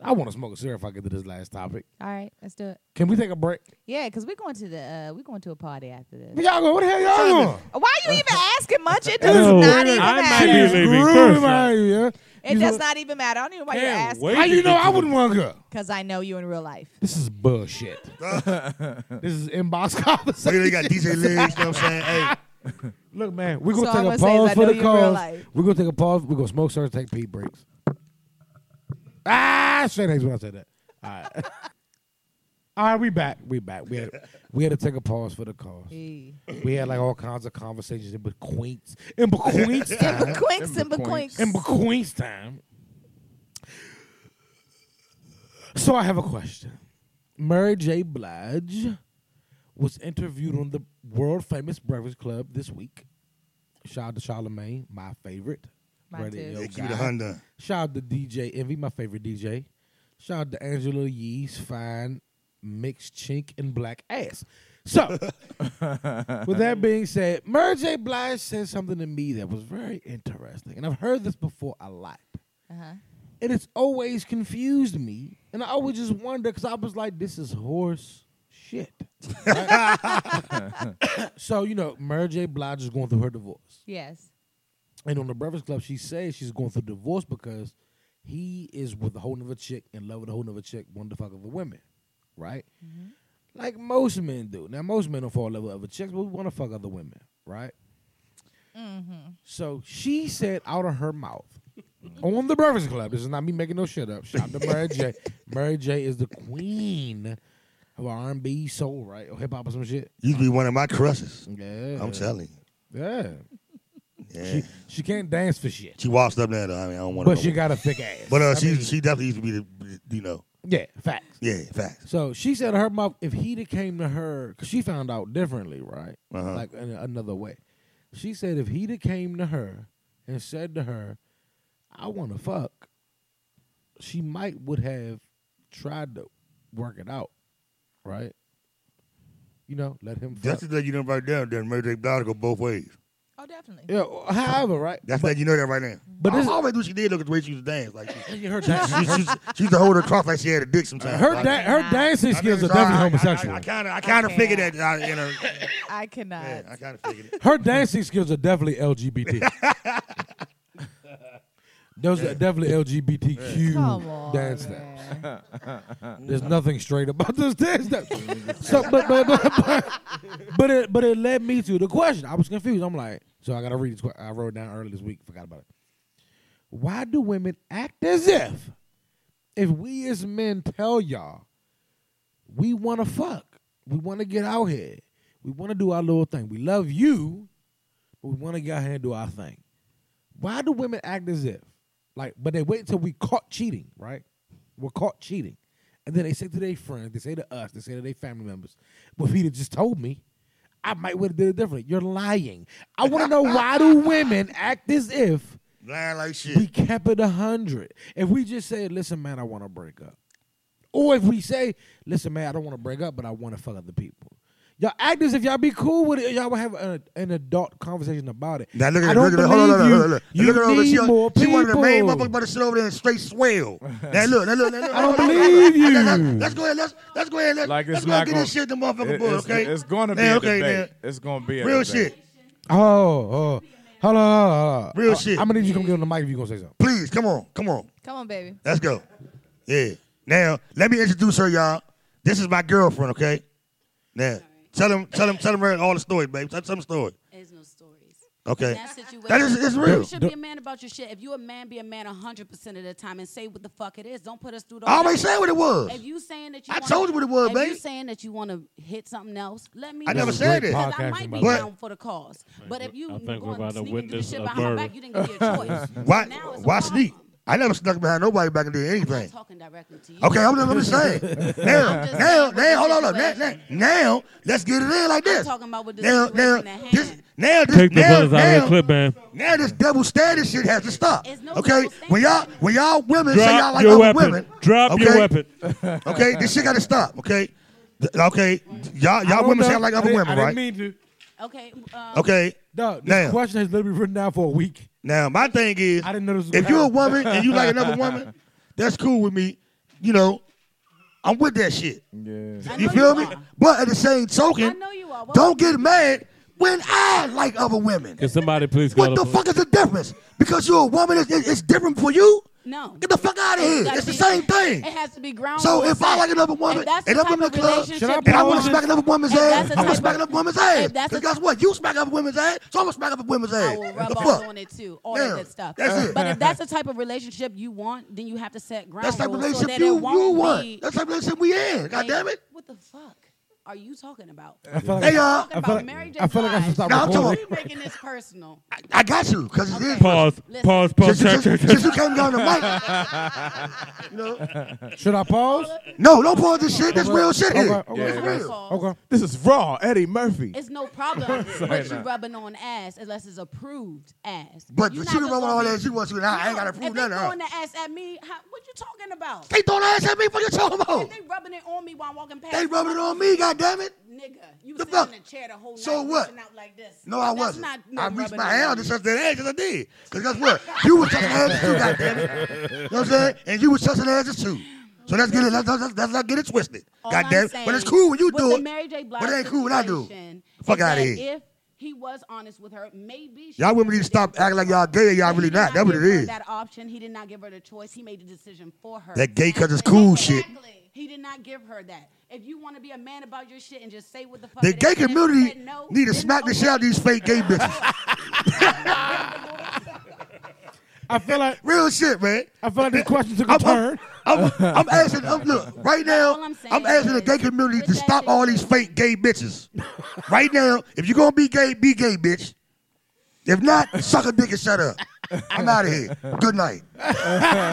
B: I want to smoke a cigarette if I get to this last topic.
A: All right, let's do it.
B: Can we take a break?
A: Yeah, because we're going to the uh, we're going to a party after this.
B: Y'all go. What the hell y'all going?
A: Why are you even asking much? It does
C: Ew.
A: not even
C: I might
A: matter.
C: be leaving
B: Screw
C: first.
B: my- yeah.
A: It
B: You
A: does
B: know-
A: not even matter. I don't even know why you're
C: Can't
A: asking.
C: wait.
B: How you know I wouldn't want to go?
A: Because I know you in real life.
B: This is bullshit. this is inbox conversation.
E: Look, they got DJ Legs, you know what I'm saying? Hey,
B: Look, man, we're
A: So
B: gonna
A: all
B: take
A: I'm gonna
B: a
A: say is
B: pause
A: I
B: for
A: know
B: the
A: you in real
B: cause.
A: life.
B: We're gonna take a pause. We're gonna smoke start take pee breaks. Ah, shit eggs when I said that. All right. (laughs) All right, we back. We back. We had we had to take a pause for the cause.
A: Hey.
B: We had like all kinds of conversations in betweens.
A: (laughs)
B: In betweens time.
A: Quinks and
D: Ember Quinks.
A: Quinks.
B: In betweens time. So I have a question. Mary J. Blige was interviewed on the world famous Breakfast Club this week. Shout out to Charlemagne, my favorite.
A: Mine
B: radio
A: too.
E: they keep
B: guy.
E: the Honda.
B: Shout out to DJ Envy, my favorite DJ. Shout out to Angela Yee's fine mixed chink and black ass. So, with that being said, Mary J. Blige said something to me that was very interesting, and I've heard this before a lot,
A: Uh-huh.
B: and it's always confused me, and I always just wonder because I was like, "This is horse shit." right? so you know, Mary J. Blige is going through her divorce.
A: Yes.
B: And on the Breakfast Club, she says she's going through divorce because he is with a whole nother chick in love with a whole nother chick, one the fuck of a woman, right? Like most men do. Now most men don't fall in love with other chicks, but we want to fuck other women, right? So she said out of her mouth (laughs) on the Breakfast Club. This is not me making no shit up. Shout out to Mary J. Mary J. is the queen of R and B, soul, right, or hip hop or some shit.
E: You'd be one of my crushes.
B: Yeah,
E: I'm telling you.
B: Yeah,
E: Yeah.
B: she she can't dance for shit,
E: She walks up there though. I mean, I don't want to.
B: but she got a thick ass.
E: But
B: I
E: uh, she
B: mean-
E: she definitely used to be the you know
B: Yeah, facts.
E: yeah facts.
B: So she said her mouth, if he'd have came to her, because she found out differently, right?
E: Uh-huh.
B: Like in another way. She said if he'd have came to her and said to her, I want to fuck, she might would have tried to work it out, right? You know, let him fuck.
E: That's the thing you know right now. That Mary J. Blige go both ways.
A: Oh, definitely.
B: yeah, however, right?
E: That's that you know that right now.
B: But
E: But
B: this-
E: I always knew she did look at the way she was dance. Like she,
B: Her, dan-
E: she, she, she used to hold her cross like she had a dick sometimes.
B: her,
E: Like,
B: da- her dancing
E: I
B: skills
E: mean,
B: are
E: so I-
B: definitely
E: I- I-
B: homosexual.
E: I kind of I kind of
A: Okay.
E: figured that out in her.
A: I cannot.
E: Yeah, I kind of figured it.
B: Her dancing skills are definitely LGBT. Those are definitely
A: Come
B: LGBTQ
A: on.
B: dance steps.
A: man.
B: There's nothing straight about this dance step. so, but but but but, but it, but it led me to the question. I was confused. I'm like, so I gotta read this. que- I wrote it down earlier this week. Forgot about it. Why do women act as if if we as men tell y'all we want to fuck, we want to get out here, we want to do our little thing, we love you, but we want to get out here and do our thing. Why do women act as if like, but they wait until we caught cheating, right? We're caught cheating, and then they say to their friends, they say to us, they say to their family members, "But if he'd have just told me." I might would have did it differently. You're lying. I want to know why do women act as if
E: Lying like shit.
B: we kept it a hundred. If we just say, "Listen, man, I want to break up," or if we say, "Listen, man, I don't want to break up, but I want to fuck other people," y'all act as if y'all be cool with it. Y'all would have an, an adult conversation about it.
E: Now look at
B: I
E: it.
B: don't
E: Look at it. Hold on,
B: believe
E: hold on,
B: you.
E: hold on, look.
B: You
E: Look at all this.
B: need
E: She,
B: more
E: she one of the main
B: people.
E: motherfuckers about to sit over there and straight
B: (laughs)
E: swell. Now look, now look, now look.
B: I don't
E: now look, now
B: believe
E: look, now
B: you.
E: look. Let's go ahead. Let's let's go ahead. Let's,
D: Like
E: let's
D: it's
E: go ahead
D: not
E: and get
D: gonna
E: this shit to motherfucker
D: it-
E: book.
D: it's-
E: Okay,
D: It's gonna be
E: Man,
D: a
E: okay,
D: debate.
E: man.
D: It's gonna be a
E: Real
D: debate.
E: shit.
B: Oh, oh, hold on, hold on, hold on.
E: Real
B: Uh,
E: shit.
B: I'm gonna need you to come get on the mic if you gonna say something.
E: Please, come on, come on.
A: Come on, baby.
E: Let's go. Yeah. Now let me introduce her, y'all. This is my girlfriend. Okay. Now tell him, tell him, tell him her all the story, baby. Tell some story.
G: There's no stories.
E: Okay.
G: That situation.
E: That is it's real.
G: You should be a man about your shit. If you a man, be a man 100% of the time and say what the fuck it is. Don't put us through those.
E: I always said what it
G: If
E: was.
G: you saying that you
E: I
G: wanna,
E: told you what it was,
G: if
E: baby.
G: you saying that you want to hit something else, let me
E: I
G: know.
E: never said that.
G: Because
B: Podcasting, by
G: I might be
E: the way.
G: down for the cause. But if you
C: I think we're
G: going
C: about to
G: sneak and do the
C: witness
G: shit
C: a
G: behind my
C: murder.
G: back, you didn't
E: (laughs)
G: give your choice.
E: Why?
G: Now it's a
E: Why
G: problem.
E: sneak? I never snuck behind nobody back and did
G: I'm
E: anything.
G: talking directly to you.
E: Okay, I'm just, I'm just
G: (laughs)
E: saying. Now,
G: I'm
E: now,
G: just saying
E: now, hold on,
G: what
E: now,
G: the
E: now, now, let's get it in like this.
G: talking about with the
E: Now, now,
G: situation at
E: this,
G: hand.
E: now, this,
C: Take the
E: now,
C: bullets out of the
E: now,
C: clip, man.
E: now, this double standard shit has to stop.
G: It's no
E: Okay,
G: double standard.
E: when y'all, when y'all women say y'all
C: Drop
E: like
C: your
E: other
C: weapon.
E: women,
C: Drop
E: okay,
C: your weapon.
E: Okay, this shit got to stop. Okay, Th- okay, y'all, y'all women sound like other women, right?
B: mean to.
G: Okay. Um,
E: Okay,
B: No, this
E: Now.
B: question has literally been written down for a week.
E: Now my thing is,
B: I didn't know this was
E: if
B: gonna
E: you're a
B: happen.
E: woman and you like
B: (laughs)
E: another woman, that's cool with me. You know, I'm with that shit.
D: Yeah.
G: I know
E: You feel me?
G: are.
E: But at the same
G: I
E: token,
G: know you are. What-
E: don't get mad when I like other women.
C: Can somebody please call
E: What the fuck is the difference? Because you're a woman, it's, it's different for you.
G: No.
E: Get the fuck out of here.
G: gotta
E: It's the
G: be-
E: same thing.
G: It has to be grounded.
E: So
G: in
E: if I
G: sex.
E: like another woman,
G: If that's the
E: and I'm
G: type
E: in the
G: of
E: club,
G: relationship
B: Should I
G: that
E: and I
G: you
E: want to
B: Moses-
E: smack another woman's
G: If
E: ass,
G: that's the
E: I'm gonna
G: type
E: smack
G: of-
E: another woman's ass.
G: if that's
E: Because
G: the-
E: guess what? You smack other women's ass, so I'm gonna smack other women's ass.
G: I will
E: What
G: rub
E: the
G: off
E: fuck?
G: on it too, all
E: Yeah,
G: of that stuff.
E: that's it.
G: But if that's the type of relationship you want, then you have to set ground
E: That's the type of
G: rules so
E: relationship
G: that
E: you,
G: it won't
E: you
G: be,
E: want. That's the type of relationship we in. God
G: like,
E: damn it.
G: What the fuck are you talking about?
B: I feel like
E: Hey, y'all.
G: Talking
B: I feel
G: about
B: like-
G: Mary J.
B: I feel like I should
G: Blige.
B: stop
E: Now, I'm talking
B: recording.
E: about-
G: You making
E: (laughs)
G: this personal?
E: I, I got you, because it is.
C: Pause.
G: Listen.
C: Pause. Pause.
E: Since,
C: Check,
E: since,
C: check, check.
E: since you came down the mic.
C: (laughs)
B: Should I pause?
E: No, don't pause this shit. That's real shit here.
B: Okay, okay.
E: It's real.
G: Pause.
B: Okay.
D: This is raw, Eddie Murphy.
G: It's
B: (laughs)
G: no problem with you rubbing on ass unless it's approved ass.
E: But
G: You're
E: she
G: not
E: can rub
G: gonna
E: on all
G: be-
E: that she wants to, and I I ain't got to
G: If
E: prove
G: they
E: nothing. to her.
G: throwing the ass at me, how, what you talking about?
E: They throwing ass at me. What you talking about?
G: They rubbing it on me while I'm walking past.
E: They rubbing it on me. God damn it.
G: Nigga, you
E: The
G: was
E: fuck?
G: sitting in a chair the whole night.
E: So what?
G: reaching Out like this.
E: No, I
G: That's
E: wasn't.
G: Not, no
E: I reached
G: rubbing
E: my
G: it
E: hand
G: in.
E: out and touched that ass as I did. Because guess what? You was touching asses too, goddammit. You know what I'm saying? And you was touching asses too. So let's get it. Let's, let's, let's not get it twisted.
G: All I'm
E: Goddamn.
G: saying,
E: But it's cool when you
G: with
E: do
G: the Mary
E: it.
G: J. Blige
E: But it ain't cool when I do.
G: situation,
E: Fuck
G: is
E: outta
G: that
E: here.
G: If he was honest with her, maybe she
E: Y'all women
G: would've
E: need to stop
G: dated
E: acting like y'all gay and y'all
G: He
E: really
G: did
E: not. That's what
G: give
E: it
G: her
E: is.
G: That option, he did not give her the choice. He made the decision for her.
E: That gay cuz it's cool shit.
G: Exactly. He did not give her that. If you want to be a man about your shit and just say what the fuck.
E: The
G: it is,
E: gay
G: and if she
E: community
G: said no,
E: need to
G: then
E: smack the shit out of
G: okay.
E: these fake gay
G: (laughs)
E: bitches.
B: I feel like
E: Real shit, man.
B: I feel like this question took a
E: I'm, I'm,
B: turn.
E: I'm, I'm asking, I'm, look, right now,
G: All I'm saying
E: I'm asking the gay
G: is,
E: community
G: with
E: to
G: that
E: stop all these fake
G: situation-
E: gay bitches. right now, if you're gonna be gay, be gay, bitch. If not, suck a dick and shut up. I'm out of here. Good night.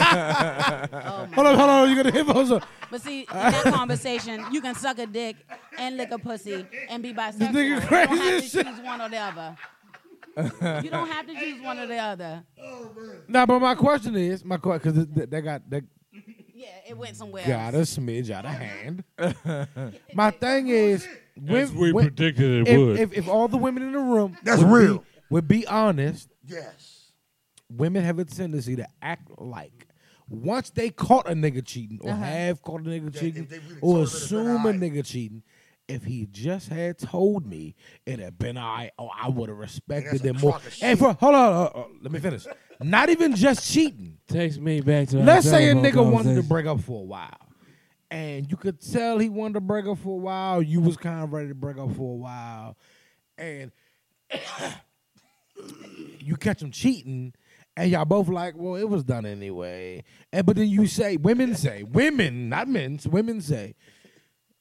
G: Oh my
B: Hold on, hold on. You gotta hit those up.
G: But
B: (laughs)
G: see, in that conversation, you can suck a dick and lick a pussy and be bisexual.
B: nigga
G: you
B: crazy
G: don't have
B: as
G: to
B: shit.
G: choose one or the other. You don't have to choose one or the other.
B: Nah, but my question is, my question because that, that got that
G: Yeah, it went somewhere.
B: got a
G: else.
B: smidge out
E: (laughs)
B: of hand. my thing is,
C: As
B: when,
C: we
B: when-
C: predicted it would.
B: if, if if all the women in the room
E: That's
B: would be-
E: real.
B: would be honest,
E: Yes.
B: women have a tendency to act like once they caught a nigga cheating or have caught a nigga cheating
E: Uh-huh. they really told
B: or
E: her it'd been
B: assume a
E: alright.
B: nigga cheating, if he just had told me it had been I, oh, I would have respected
E: That's a
B: them more.
E: crock of
B: And for hold on, uh, uh, let me finish. Not even just cheating.
C: Takes me back to.
B: Let's say a nigga wanted to break up for a while. And you could tell he wanted to break up for a while. You was kind of ready to break up for a while. And (coughs) you catch him cheating. And y'all both like, well, it was done anyway. And but then you say, women say, women, not men, women say,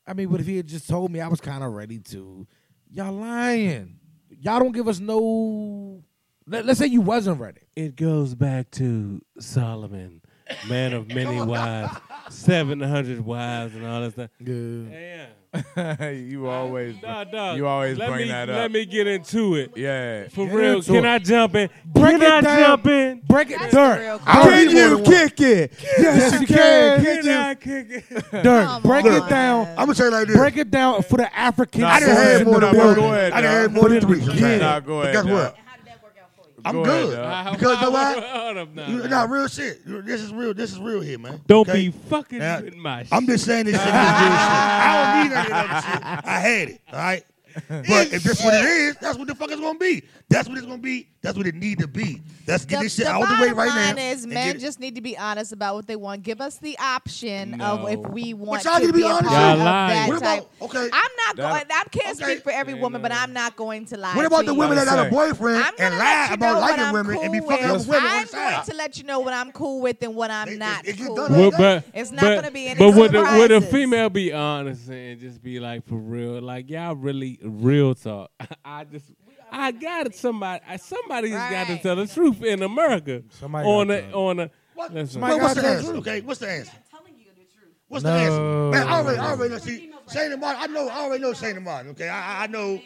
B: I mean, but if he had just told me I was kind of ready to, y'all lying. Y'all don't give us no let, let's say you wasn't ready.
C: It goes back to Solomon, man of many wives, seven hundred wives, and all that stuff.
B: Good.
C: Yeah.
D: (laughs) you always.
C: Nah, dog.
D: You always
C: let
D: bring
C: me,
D: that
C: Let
D: up.
C: me get into it.
D: Yeah.
C: For
B: Get
C: real,
B: into
C: can
B: it.
C: I jump in?
B: Break
C: can I
B: it down.
C: jump in?
B: Break it
A: That's
B: dirt.
A: the real
B: I
A: question.
B: really wanna know.
D: it?
B: Yes, you can.
C: Can I kick it?
B: Dirt.
A: Come
B: break
A: on.
B: it down.
E: I'm gonna tell you like this.
B: Break it down for the African.
D: Nah,
E: I didn't
D: Go
B: citizens
E: have
D: ahead,
E: more
B: in
E: than
B: the
D: nah,
E: one.
B: building.
D: go ahead,
E: I didn't
D: nah.
E: have more than
B: Put it
E: three.
B: in the-
E: sometimes.
D: Nah, go
E: But
D: ahead,
E: guess
D: nah.
E: what?
G: How did that work out for you?
E: I'm
D: Go ahead,
E: good.
D: dog.
E: Because you know why?
C: (laughs) Hold up now.
E: You, nah, real shit. You- This is real. This is real here, man.
C: Don't
E: Okay?
C: be fucking
E: Now,
C: with my shit.
E: I'm just saying this shit. is real shit. I don't need any of that shit. I had it, all right? But if this what it is, that's what the fuck it's gonna be. That's what it's gonna be. That's what it need to be. Let's get this shit out the way
A: bottom
E: right
A: line
E: now.
A: is
E: and
A: men
E: get it-
A: just need to be honest about what they want. Give us the option of if
D: No.
A: we want
E: y'all need
A: to
E: to
A: be,
E: be
A: a
E: honest
A: part
C: with.
A: of
C: Y'all
A: that
C: lying.
E: What
A: type.
E: about- okay.
A: I'm not
D: That-
A: going. I can't
E: okay.
A: speak for every woman, but I'm not going to lie.
E: what
A: to
E: about the
A: you.
E: women that got a
D: That's right.
E: boyfriend
A: I'm
E: and
A: gonna
E: lie
A: let you
E: about
A: know what
E: liking
A: I'm
E: women
A: cool
E: and be fucking up
A: with.
E: with women on
A: I'm
E: the
A: going
E: side?
A: to let you know what I'm cool with and what I'm
E: It- it-
A: not
E: it get
A: cool.
E: done
A: with.
E: like
C: Well,
E: that.
C: but,
A: It's not
C: but,
A: gonna be any
C: But would the, would a
A: surprises.
C: female be honest and just be like for real? Like y'all really real talk. (laughs) I just I got somebody. I, somebody's got to
A: Right.
C: tell the truth in America.
B: Somebody
C: on
B: gotta
C: a
B: tell.
C: on a.
E: What?
C: Listen.
E: Well, what's
B: God,
E: the
B: that's
E: answer?
B: true.
E: Okay, what's the answer?
G: Telling you the truth.
E: What's
B: No.
E: the answer? Man, I already, I already know she, Shane Martin. I know, I already know Shane Martin. Okay, I, I- I
A: (laughs)
E: know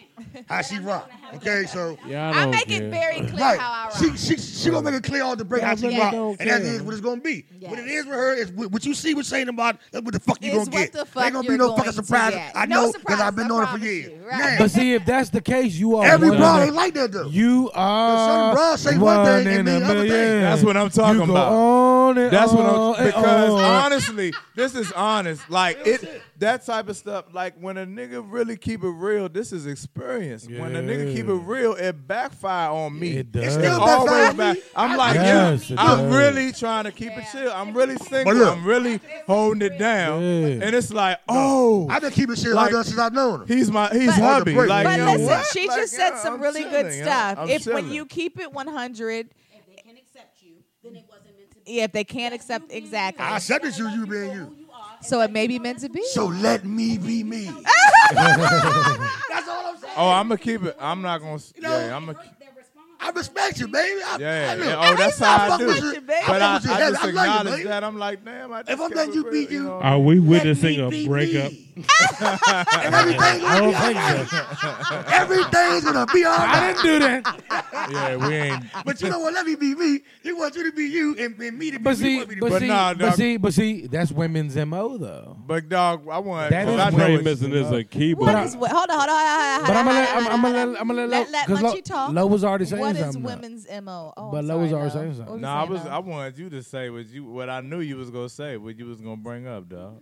E: how she rock. Okay, so
C: Y'all
A: I
C: don't
A: make
C: care.
A: it very clear
E: Right.
A: how I rock.
E: She she she gonna make it clear all the break how she
A: really
E: rock,
C: don't
E: and that
C: care.
E: is what it's gonna be.
A: Yes.
E: What it is with her is what what you see with Shane about. That's what the fuck you
A: Is
E: gonna
A: what
E: get.
A: the fuck
E: Ain't gonna be
A: you're
E: no
A: going
E: fucking
A: to
E: surprise.
A: get.
E: I
A: No
E: know
A: surprise,
E: I've been
A: I
E: knowing it for
A: promise
E: years.
A: you,
E: Now,
A: right.
B: But see, if that's the case, you are
E: every
B: one
E: broad
B: in a-
E: ain't like that though.
B: You are
E: broad say one thing and
B: in
E: mean
B: a
E: other thing.
B: million.
D: That's what I'm talking
B: You go
D: about.
B: on and
D: That's what
B: on
D: I'm
B: and
D: because
B: on.
D: honestly, this is honest. Like it, that type of stuff. Like when a nigga really keep it real, this is experience. When a nigga keep it
B: Yeah.
D: real, it backfire on me.
B: It does.
E: still
D: always
E: backfire on
D: back.
E: me.
D: I'm like,
B: Yes,
D: you,
B: it
D: I'm
B: does.
D: really trying to keep it chill. I'm really single.
E: look-
D: I'm really holding it down.
B: Yeah.
D: And it's like, oh,
E: I've been keeping shit like
D: Like-
E: that since I've known her.
D: he's my, he's
A: But-
D: hubby.
E: But
D: Like,
A: But
D: you know
A: listen,
D: what?
A: she
D: Like,
A: just
D: yeah,
A: said some
D: I'm
A: really good
D: chilling.
A: stuff.
D: I'm
A: if when
D: chilling.
A: you keep it 100,
G: If they can accept you, then it wasn't meant to be.
A: yeah, if they can't
G: That's you
A: accept
G: being
A: exactly,
E: I accepted you, you being
G: for
E: you.
G: who you are, and
A: so
G: let
A: it may
G: you
A: be
G: know
A: meant to
G: that's
A: be.
E: So let me be
A: (laughs)
E: me. That's all I'm saying.
D: Oh, I'm gonna keep it. I'm not gonna. yeah, I'm gonna.
G: what Their response.
E: I respect you, baby. I, I
D: Yeah, yeah.
E: look,
D: yeah. Oh, that's how I
A: fuck
D: do.
A: with you, baby.
D: But
E: I
D: I, I
E: fuck with you.
D: just
E: I love you,
D: acknowledge
E: baby.
D: that. I'm like, damn. I just
E: If I'm
D: kept
E: letting
D: it
E: you
D: real,
E: beat you,
D: know?
C: Are we
E: Let
C: witnessing
E: me
C: a
E: be
C: breakup?
E: me. (laughs) and everything gonna be alright. Everything's gonna be alright.
B: I didn't do that.
C: Uh, yeah, we ain't.
E: But you know what? Let me be me. You want you to be you, and, and me to be
B: But
E: me.
B: see,
E: want me to
B: but
E: be-
B: see,
H: nah,
B: but
H: dog.
B: see, but see, that's women's mo though.
H: (laughs) But dog, I want.
B: That is
H: I know
B: way
C: Brain
H: it's-
C: missing is a keyboard.
B: I-
A: What is wo- hold on, hold on, hold on, hold
B: But
A: on,
B: I'm gonna let,
A: hold
B: I'm,
A: on, hold
B: I'm gonna
A: on,
B: let, I'm gonna let,
A: Let- let
B: Lo, 'cause
A: Munchie talk.
B: Lo was already saying
A: What is
B: something.
A: women's mo? Oh,
B: But
A: I'm
B: Lo was
A: sorry,
B: already saying something.
A: What was
H: No,
A: you
H: I
A: saying,
H: was.
A: Lo?
H: I wanted you to say what you what I knew you was gonna say, what you was gonna bring up, dog.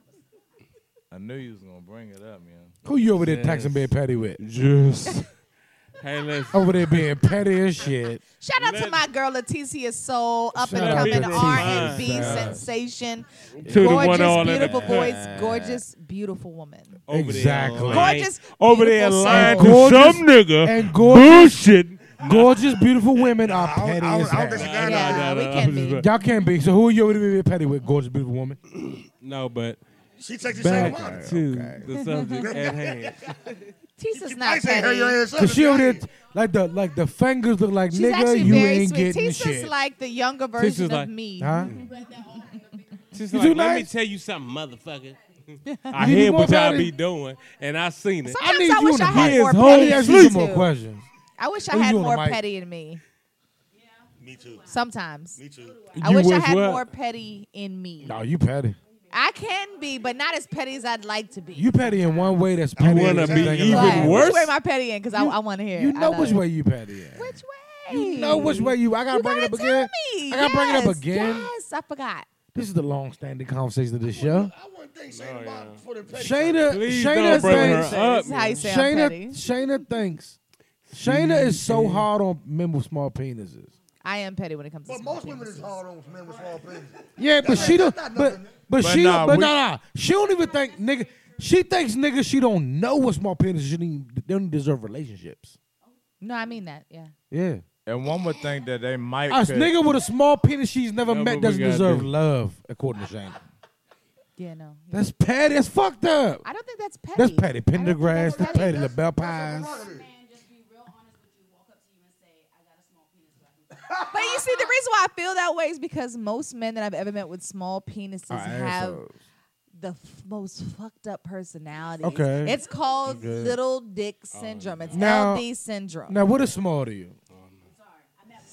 H: I knew you was gonna bring it up, man.
B: Who you over there taxing being petty with?
C: Juice. hey, listen.
B: Over there being petty
E: (laughs)
B: as shit.
A: Shout out to
C: Let-
A: my girl Leticia Soul, up
B: Shout
C: out
A: and coming
C: to
A: R
C: Leticia.
A: and B
B: Shout out.
A: sensation,
C: To the one
A: gorgeous,
C: all in the (laughs)
A: beautiful
C: back.
A: voice, gorgeous, beautiful woman.
C: Over
B: Exactly.
C: There, lying-
A: Gorgeous,
C: Over there
A: beautiful
C: lying
A: soul.
C: to
B: Gorgeous
C: some nigga.
B: And gorgeous,
C: Bullshit.
B: gorgeous, beautiful women are
E: I don't- I
B: petty
E: don't-
B: as
E: I don't think she got-
B: hell.
A: Yeah,
C: no,
A: we
C: no,
A: can
C: I'm just
A: be.
C: like-
B: Y'all can't be. So who are you over there being petty with? Gorgeous, beautiful woman.
C: No, but
E: She takes the same
C: back
E: water.
C: to the
B: (laughs)
C: subject at hand.
A: Titi's
E: I
A: not
E: say, hurry your
A: petty.
E: ass up.
B: Cause she over there, like the like the fingers look like
A: She's
B: nigga.
A: actually
B: You
A: very
B: ain't
A: sweet.
B: getting
A: Titi's
B: shit.
A: like the younger version
C: Titi's
A: of
C: like-
A: me.
B: huh?
C: She's
B: You
C: like,
B: too
C: let me
B: nice?
C: tell you something,
B: (laughs)
C: motherfucker. I
B: You need
C: hear
B: more
C: what y'all
B: body?
C: be doing, and I seen it.
A: Sometimes I,
B: need you
A: wish
B: in
A: I
B: the
A: had
C: biz,
A: more
C: homie.
A: petty.
B: Let me ask
A: in
B: you
A: me
B: some more
A: too.
B: questions.
A: I wish I
B: Who
A: had
B: Oh, you on the
A: more
B: mic?
A: petty in me.
E: Me too.
A: Sometimes
E: Me too.
A: I
C: You
A: wish I
C: wish
A: had
C: what?
A: more petty in me.
B: No, you petty.
A: I can be, but not as petty as I'd like to be.
B: You petty in one way that's petty.
C: wanna
B: as
C: be
B: anything
C: even
B: else.
A: But
C: worse?
A: Which way am I petty in? Because I, I want to hear.
B: You
A: it. I
B: know which way you petty at.
A: Which way?
B: You know which way you. I gotta
A: You
B: bring it
A: gotta
B: up
A: tell
B: again.
A: me.
B: I gotta bring it up
A: Yes,
B: again.
A: Yes, I forgot.
B: This is the long-standing conversation of this show.
E: I wouldn't think Shayna about before the petty.
B: Shayna,
C: Please
B: Shayna
C: don't bring her
B: thinks.
C: up.
A: This is how you say I'm
B: Shayna,
A: petty.
B: Shayna thinks. Shayna is so hard on men with small penises.
A: I am petty when it comes to
E: But
A: small
E: most women
A: penises.
E: is hard on men with small penises.
B: Yeah, but she don't.
E: that's not
B: But
E: nothing.
B: but
H: But
B: she
H: nah,
B: don't. But
H: we-
B: nah, nah, she don't even think nigga. She thinks nigga she don't know what small penises. She don't even, they don't even deserve relationships.
A: No, I mean that. Yeah.
B: Yeah,
H: And one would think that they might.
B: a
H: could-
B: nigga with a small penis she's never
C: Know
B: met
C: what
B: doesn't
C: we gotta
B: deserve
C: do.
B: love, according to Shayna.
A: Yeah. No. yeah.
B: That's petty. That's fucked up.
A: I don't think that's petty.
B: That's petty.
A: I don't think that's
B: Pendergrass, that's petty. LaBelle Pies.
G: Man, just be real honest with you. Walk up to you and say, I got a small penis. So I can
A: But you see, the reason why I feel that way is because most men that I've ever met with small penises
B: Are
A: have
B: assholes.
A: the f- most fucked up personalities.
B: Okay.
A: It's called little dick
C: Oh,
A: syndrome. It's
B: Now-
A: LD syndrome.
B: Now, what is small to you?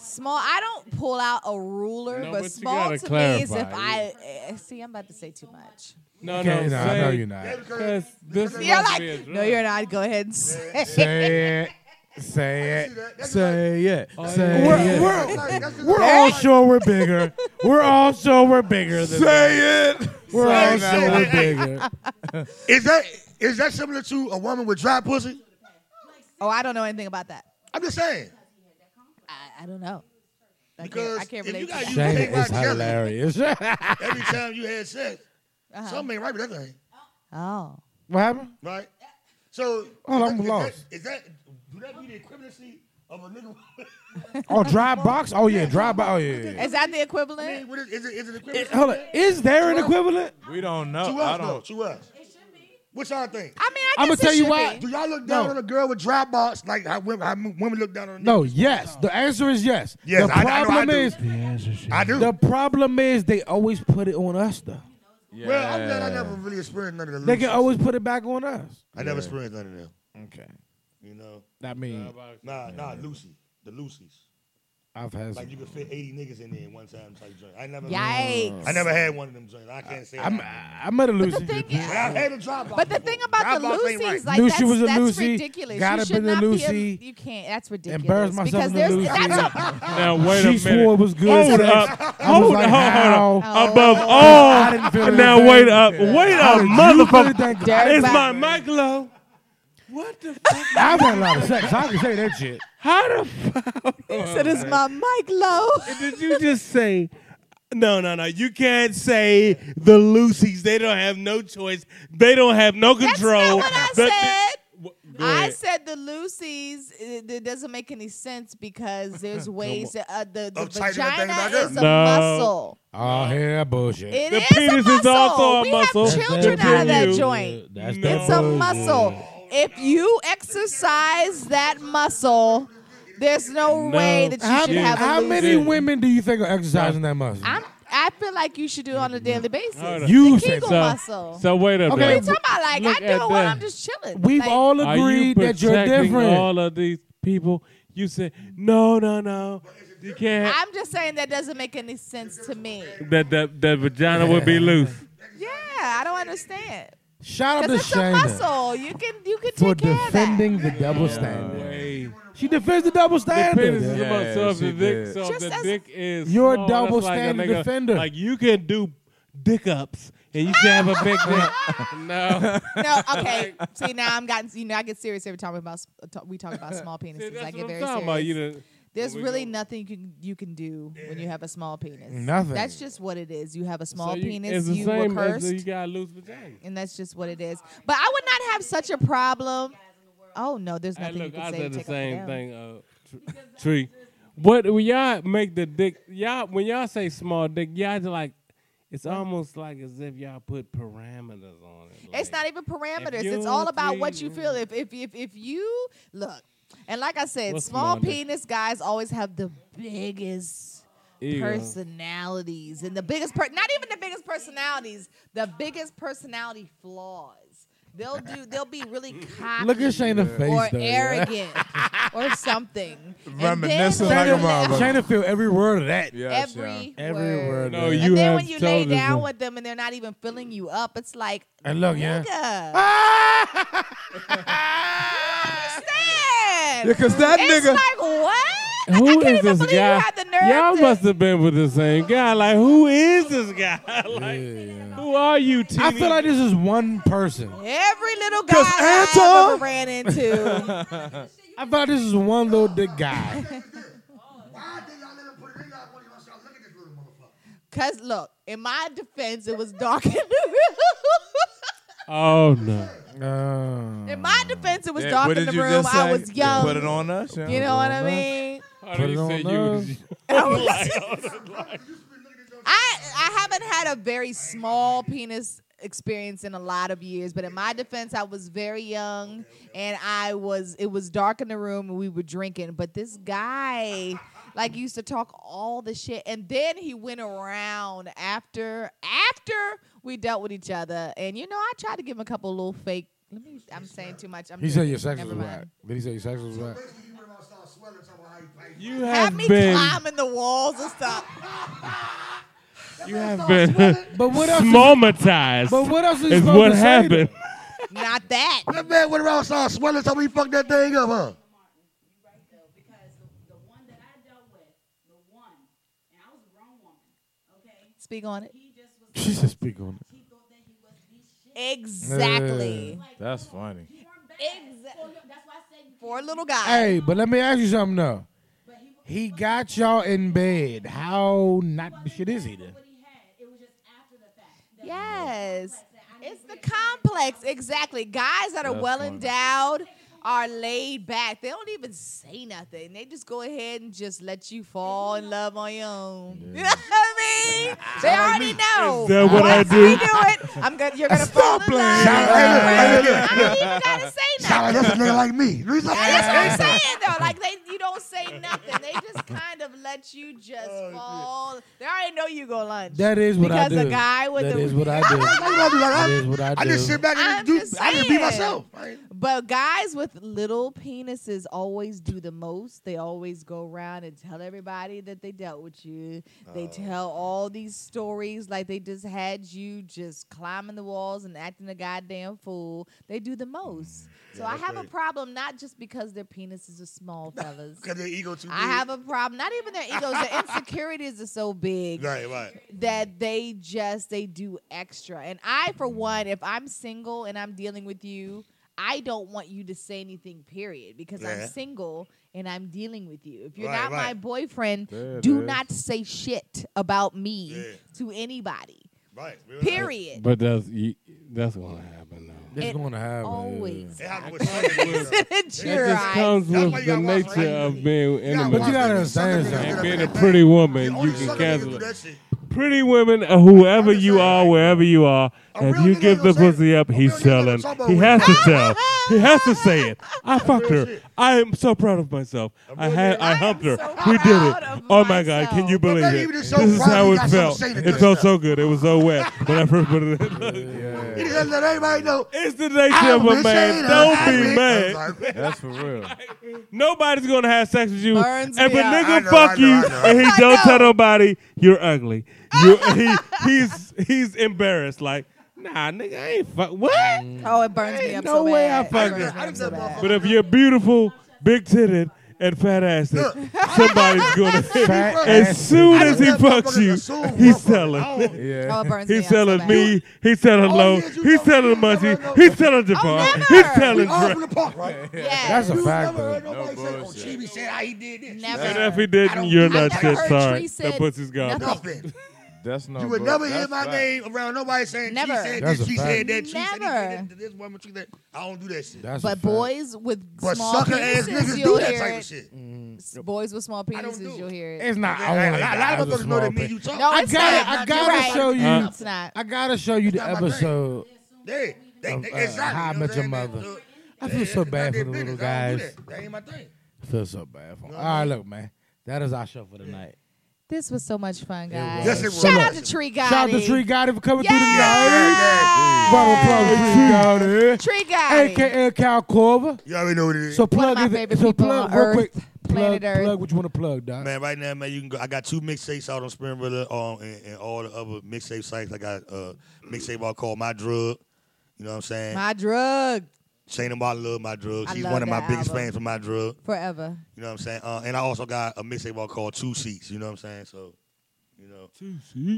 A: Small. I don't pull out a ruler,
C: No,
A: but,
C: but you
A: small
C: gotta
A: to me is if I eh, see. I'm about to say too much.
C: No,
B: Okay,
C: no,
B: no, I know
C: say-
B: you're not.
C: Because this is
A: You're
C: about to
A: like,
C: be a drug.
A: no, you're not. Go ahead and say.
B: Say it. Say it. Say it. Say
C: We're-
B: it.
C: we're-
B: We're all sure we're bigger. We're all sure we're bigger than
H: Say it.
B: We're all
E: it.
B: sure
E: (laughs)
B: we're bigger.
E: Is that is that similar to a woman with dry pussy?
A: Oh, I don't know anything about that.
E: I'm just saying.
A: I, I don't know. I
E: Because
A: can't, I can't
E: if you
A: relate. to
E: got
A: that.
E: you-
B: Shayna is hilarious. (laughs) what
A: (laughs)
E: Every time you had sex,
A: Uh-huh.
E: something ain't right with that thing,
A: Oh,
B: happened?
E: right? So
B: Oh, I'm
E: is that-
B: lost.
E: Is that would that be the equivalency of a nigga? (laughs)
B: Oh, dry box? Oh, yeah, dry box. Oh, yeah, yeah. yeah.
A: is that the
E: I
A: equivalent?
E: mean, what is, is it? Is it
B: It-
E: equivalent?
B: Hold on. Is there an equivalent?
H: We don't know.
E: To
H: I
E: us, though.
H: don't.
E: To us. What y'all think?
A: I mean, I
B: I'ma
A: guess it
B: tell you
A: should
B: why.
A: be.
E: Do y'all look down
B: No.
E: on a girl with dry box like how women, how women look down on? a nigga?
B: No, yes. The answer is yes.
E: Yes,
B: the
E: I- I know I
B: problem
E: do.
B: is
E: I do.
B: the problem is they always put it on us though.
H: Yeah.
E: well, I'm glad I never really experienced none of the.
B: They
E: Loose.
B: can always put it back on us.
E: I never experienced none of them.
B: Okay.
E: You know,
B: I mean,
E: nah, nah, Lucy, the Lucy's.
B: I've had.
E: Like you could fit 80 niggas in there at one time type joint. I never.
A: Yikes.
E: I never had one of them joints. I can't say.
B: I'm,
E: I,
B: I met a Lucy.
A: The thing
E: but
A: is,
E: I had a drop box.
A: but the thing about the
E: Dropbox ain't
A: Lucy's,
E: right.
A: like
B: Knew
A: that's,
B: she was a
A: that's
B: Lucy,
A: ridiculous.
B: gotta
A: you should
B: been a
A: not
B: Lucy.
A: Be a, you can't. That's ridiculous.
B: Embarrassed myself
A: because
B: in the
A: there's
B: Lucy.
A: that's a,
B: (laughs)
C: Now wait
B: she
C: a minute.
B: swore it was good
C: Hold
B: sex.
C: up.
B: I was
C: Hold
B: like,
C: up. Hold
B: how?
C: up. Above all.
B: I didn't feel
C: Now
B: anything.
C: wait up. Wait
B: How
C: up,
B: did you
C: motherfucker.
B: feel anything?
C: It's
A: Dirtbag.
C: my mic low. What the fuck?
B: I've had a lot of sex. I can say that shit.
C: How the fuck
A: (laughs)
B: Oh,
A: so does my mic low.
B: (laughs)
C: did you just say? No, no, no. You can't say the Lucy's. They don't have no choice. They don't have no
A: That's
C: control.
A: not what I
C: The-
A: said.
C: Wh- go
A: I
C: ahead.
A: said the Lucy's. It, it doesn't make any sense
B: (laughs)
A: because there's ways that uh, the, the
E: Of tightening that thing
A: vagina
E: back up.
A: is a
C: No.
A: muscle.
B: Oh, hell, bullshit.
A: It
C: The
A: is
C: penis
A: a
C: is
A: muscle.
C: also a
A: we
C: muscle.
A: have
C: That's
A: children out of that
C: Continue.
A: joint.
B: That's
C: No.
B: that
A: It's a
B: bullshit.
A: muscle. If you exercise that muscle, there's no,
C: No.
A: way that you
B: How,
A: should have a
B: how
A: loose-
B: many
C: Lucy.
B: women do you think are exercising that muscle?
A: I'm, I feel like you should do it on a daily basis.
C: Hold
A: The
C: on.
B: You
A: Kegel
B: said
C: so.
A: muscle.
C: So wait a
B: Okay,
A: what are you
C: minute.
A: talking about? Like
C: Look
A: I do
C: at
A: it when
C: that.
A: I'm just chilling.
B: We've
A: Like,
B: all
C: Are you
B: agreed that you're
C: protecting
B: different.
C: All of these people, You said, no, no, no. You can't.
A: I'm just saying that doesn't make any sense to me.
C: that, that, that vagina would be loose.
A: Yeah, I don't understand.
B: Shout out to
A: Because it's a
B: Shayna
A: muscle. You can you can
B: for
A: take care of that.
B: defending the double standard.
C: Hey.
B: She defends the double
C: The penis
B: standard.
C: is
H: Yeah,
C: about so if
H: she
C: the dick,
H: did.
C: so if
A: Just
C: the
A: as-
C: dick is
B: You're a
C: small,
B: double
C: that's like
B: standard
C: nigga-
B: defender.
C: Like you can do dick ups and you can have a big
B: (laughs)
C: dick. (laughs) no,
A: No, okay. See now I'm gotten you know I get serious every time we about talk- we talk about small
C: (laughs) See,
A: penises.
C: that's
A: I
C: what
A: get
C: I'm
A: very
C: talking about. You
A: serious.
C: done-
A: There's
C: when we
A: really
C: go-
A: nothing you can you can do when you have a small penis.
B: Nothing.
A: That's just what it is. You have a small
C: so you,
A: penis.
C: It's the
A: You were
C: same as the- you
A: cursed,
C: got a loose vagina.
A: and that's just what it is. But I would not have such a problem. Oh no, there's
C: Hey,
A: nothing
C: look,
A: you can
C: I
A: say. to
C: said the
A: take off your
C: same
A: gown.
C: thing. Uh, tr- tree. What when y'all make the dick? Y'all when y'all say small dick, y'all just like it's almost like as if y'all put parameters on it.
A: It's
C: like-
A: not even parameters.
C: you
A: It's all about what
C: three-
A: you feel. If if if if you look, and like I said,
C: What's
A: small
C: Monday?
A: penis guys always have the biggest
C: Ew.
A: personalities and the biggest per- not even the biggest personalities, the biggest personality flaws. They'll do. They'll be
C: (laughs)
A: really cocky.
B: Look at Shayna's face.
A: or
B: though, yeah.
A: arrogant or
C: (laughs)
A: something. And then
H: Reminiscent
A: when
H: like
A: you
H: a
A: la-
H: motherfucker.
B: Shayna feel every word of that.
H: Yeah, sure.
A: Every
B: Every
A: word.
B: word.
C: No,
B: of that.
C: You
A: and then
C: have
A: when you lay
C: told us
A: down
C: that.
A: with them and they're not even filling you up, it's like,
B: And look, yeah.
C: (laughs)
A: nigga. Understand?
H: Yeah, 'cause that
A: it's
H: nigga-
A: like what? I
C: Who
A: can't
C: is
A: even
C: this
A: believe
C: guy?
A: you had the nerve.
C: Y'all
A: to-
C: must have been with the same guy. Like, who is this guy? (laughs) like, who are you, T?
B: I feel like this is one person.
A: Every little guy
H: 'Cause
A: I
H: Anton-
A: ever ran
C: (laughs)
A: into.
B: I thought this is one little dick guy.
A: (laughs)
E: Why did y'all let him put it in y'all? Y'all said, look at this little motherfucker.
A: Cause look, in my defense, it was dark in the room.
C: Oh no!
B: Uh,
A: In my defense, it was
H: Mm. Yeah,
A: dark
H: what
A: in the
H: did you
A: room.
H: just
A: I
H: say?
A: was
H: You
A: young.
H: Put it on Uh-huh. us. Yeah.
A: You know what I
B: on us.
A: mean?
B: Put it on us.
A: I I haven't had a very small penis experience in a lot of years, but in my defense, I was very young and I was it was dark in the room and we were drinking. But this guy like used to talk all the shit and then he went around after after we dealt with each other and you know I tried to give him a couple little fake let me I'm saying too much. I'm
B: He said
A: drinking.
B: your sex was
A: Never
B: right.
A: mind.
B: Did he say your sex was right?
E: You went outside sweating talking about how you fight.
C: You
A: Have
C: have
A: me
C: been.
A: climbing the walls and stuff.
C: You have (laughs) been
B: But what else? Is, but
C: smomatized.
B: what else is,
C: Is
B: supposed
C: what
B: to say
C: happened.
A: Not that.
E: That man went around outside sweating talking about he fucked that thing up, huh?
G: You right though, because the, the one that I dealt with, the one, and I was a grown woman, okay?
A: Speak on it.
G: He just was,
B: to- She should speak on it.
G: he thought that he was the shit.
A: Exactly.
G: Like,
H: That's funny.
G: you weren't bad.
A: Exactly.
G: For li- That's why I said you
A: For a
G: can't-
A: little guy.
B: Hey, but let me ask you something though.
G: But he, wa-
B: He got y'all in bed. How not shit is he then?
G: what he had, it was just after the fact. That
A: Yes. It's the complex, exactly. Guys that are
H: That's
A: well
H: funny.
A: endowed are laid back. They don't even say nothing. They just go ahead and just let you fall in love on your own. (laughs) You know what I
C: (laughs)
A: mean? They already know.
C: that what I
A: Once
C: do?
A: we do it, I'm gonna, you're
C: (laughs)
A: gonna fall in love.
E: Hey, look, hey,
A: I
E: look,
A: don't even gotta say
C: (laughs)
A: nothing.
E: Shout out, that's a nigga like me. Reason-
A: That's what I'm saying though. Like they, you don't say nothing. They just kind of let you just
C: Oh,
A: fall. They already know you go lunch.
B: That is what I
A: because
B: do.
A: a guy with
B: that
A: a
B: is what I
E: (laughs) Why
B: do.
E: you gonna do that?
B: that is what I do.
E: I just sit back
A: I'm
E: and just
A: just
E: do. I just be
A: saying.
E: myself. I ain't-
A: But guys with little penises always do the most. They always go around and tell everybody that they dealt with you. They tell all these stories like they just had you just climbing the walls and acting a goddamn fool. They do the most. so I have a problem not just because their penises are small, fellas.
E: Cause their ego too.
A: I have a problem. Not even their egos. Their insecurities are so big
E: big. Right, right.
A: that they just they do extra. And I, for one, if I'm single and I'm dealing with you, I don't want you to say anything. Period, because
E: Yeah.
A: I'm single and I'm dealing with you. If you're
E: Right,
A: not my
E: right.
A: boyfriend,
H: There it
A: do
H: is.
A: not say shit about me
E: Yeah.
A: to anybody.
E: Right. Real
A: Period.
C: But that's you, that's gonna happen though.
B: It's
A: It
B: going to happen.
A: Always.
E: It
A: happens. (laughs)
E: happened with Sunday.
A: It's
C: It
A: your
C: just
A: eyes.
C: comes
E: That's
C: with
E: why you
C: the
E: gotta watch
C: nature of
E: Raising
C: being in the
B: But you gotta understand
C: And
B: something.
C: being a pretty woman, you can cancel it. Pretty women, uh, whoever you are, wherever you are,
E: A
C: if
E: real
C: you
E: nigga
C: give the
E: gonna say-
C: pussy up,
E: a
C: he's
E: real nigga gonna
C: selling.
E: talk about
C: He
E: women.
C: has to sell. She has to say
E: (laughs)
C: it. I fucked her. I am so proud of myself. I had, I
A: I am
C: humped her.
A: so
C: we did
A: proud
C: it.
A: of
C: Oh my god,
A: myself.
C: can you
E: But
C: believe
E: not
C: it?
E: even
C: This
E: so
C: is
E: proud,
C: how
E: you
C: it
E: got
C: felt.
E: something to say to
C: It
E: this
C: felt
E: stuff.
C: so good. It was so wet (laughs) when I first put
E: (laughs)
C: it in.
E: You just let everybody know.
C: It's the nature
E: I'm
C: of a
E: rich,
C: man.
E: ain't
C: Don't
E: I? I'm
C: be
E: rich.
C: mad.
E: I'm sorry.
H: That's for real.
C: Nobody's gonna have sex with you.
A: Burns
C: if a
A: me up.
E: I
C: nigga
E: know,
C: fuck
E: I know,
C: you
E: I know.
C: and he
A: I
C: don't tell
A: know.
C: nobody, you're ugly.
A: (laughs)
C: You he he's he's embarrassed. Like, nah, nigga, I ain't fuck what?
A: Oh, it burns me
C: Ain't
A: up
C: no
A: so
C: way
A: bad.
C: I fucked
A: It
C: her.
A: burns me up so bad.
C: But if you're beautiful, big titted, and fat ass,
E: Look.
A: (laughs)
C: somebody's (laughs) gonna
B: Fat
C: as
B: ass.
C: soon as he
E: I let
C: fucks
E: motherfuckers
C: you,
E: assume
C: he's
E: motherfuckers.
C: selling.
E: Oh,
H: Yeah.
A: Oh, it burns me
C: He's
A: up so
C: selling
A: bad.
C: me, he's selling
E: Oh,
C: low,
E: yes, you
C: he's
E: know,
C: selling
E: you know,
C: Munchie,
E: no, no.
C: he's selling Javon, he's
A: Oh, never. Oh,
E: We
C: selling
E: all
C: Dre.
E: from the park, right?
A: Yeah.
B: That's a
E: You
B: fact.
E: never
B: though.
E: heard nobody say, oh,
H: bullshit.
E: Chibi said how he did this.
A: Never.
C: And if he didn't, you're
A: I
C: not
A: never
C: shit.
A: heard
C: Sorry,
A: Tree
C: that
A: said
C: pussy's gone.
A: nothing.
B: (laughs)
E: Nothing.
H: That's no.
E: You would
H: bull-
E: never hear
H: that's
E: my
H: fact.
E: name around nobody saying
A: Never.
E: she said
B: That's
E: this,
B: a
E: she
B: fact.
E: said that, she said
A: Never.
E: he did this, this woman, she said, I don't do that shit.
B: That's a
A: But
B: fact.
A: boys with
E: But
A: small
E: sucker ass
A: penises,
E: niggas do
A: you'll
E: that
A: hear
E: type of
A: it.
E: shit.
B: Mm,
A: Boys with small
E: I don't do
A: penises,
E: it.
A: you'll hear it.
B: it's not
E: A lot-
B: only.
E: a lot of
B: that. It's
E: motherfuckers
B: a
E: know
B: small
E: that me
B: pic-
E: you talk.
A: No,
B: I
A: it's
B: gotta,
A: not.
B: I
A: You're
B: gotta
A: right.
B: show you.
H: Uh,
A: No, it's not.
B: I gotta show you the
E: not my thing.
B: episode.
E: They, they,
B: Of,
E: they,
B: uh,
E: exactly.
B: How I
E: you know
B: Met
E: what
B: Your
E: I'm saying?
B: Mother.
E: So-
B: I
E: Yeah,
B: feel so
E: that's not
B: bad for
E: their
B: the little
E: business. I don't do
B: guys.
E: that. That ain't my thing.
B: I feel so bad for. 'em. All right, look, man. That is our show for tonight.
A: This was so much fun, guys.
B: was. Yes,
E: it
A: Shout
E: was.
A: out to Tree Guy.
B: Shout out to Tree Gotti for coming through
E: Yeah,
B: tonight.
E: yeah,
B: Brother, brother,
A: Tree
B: Tree Gotti.
A: Guy.
B: AKA Cal Corver.
E: yeah. You already know what it is.
B: So plug
A: my
B: it-
A: favorite
B: So
A: people
B: plug
A: on
B: real
A: Earth,
B: quick.
A: planet
B: Plug,
A: Earth.
B: plug what you want to plug, dog.
E: Man, right now, man, you can go. I got two mixtapes out on Spring Brother um, and, and all the other mixtape sites. I got uh, mixtape all called My Drug. You know what I'm saying?
A: My drug
E: Shayna Martin love My Drug.
A: I
E: She's
A: love
E: one of my
A: that
E: biggest
A: album.
E: fans for My Drug.
A: forever.
E: You know what I'm saying? Uh, and I also got a mixtape all called Two Seats. You know what I'm saying? So, you know.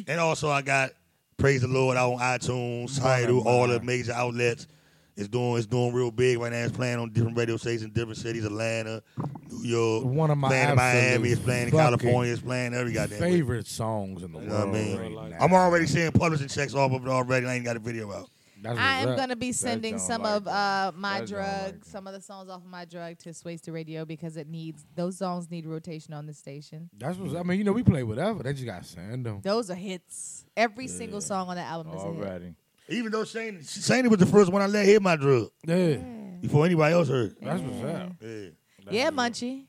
E: And also I got Praise the Lord out on iTunes, Tidal, all the major outlets. It's doing it's doing real big right now. It's playing on different radio stations in different cities, Atlanta, New York.
B: One of my
E: playing in Miami, it's
B: absolute
E: playing in
B: fucking
E: California, it's playing every goddamn place.
B: Favorite songs in the
E: You know what I
B: world.
E: mean?
B: right now.
E: I'm already seeing publishing checks off of it already. I ain't got a video out.
B: That's
A: I
B: what's
A: am
B: up.
A: gonna be sending
H: don't
A: some
H: like
A: of
H: that.
A: uh,
H: That
A: my
H: don't
A: drug,
H: like that.
A: some of the songs off of my drug to Swayze the Radio because it needs those songs need rotation on the station.
B: That's what's. I mean, you know, we play whatever. They just got to send them.
A: Those are hits. Every single song on the album is a hit.
H: Alrighty.
E: Even though Shane Shane was the first one I let hear my drug
B: Yeah,
E: before anybody else heard. it.
B: that's what's up.
E: Yeah.
A: Yeah, Munchie.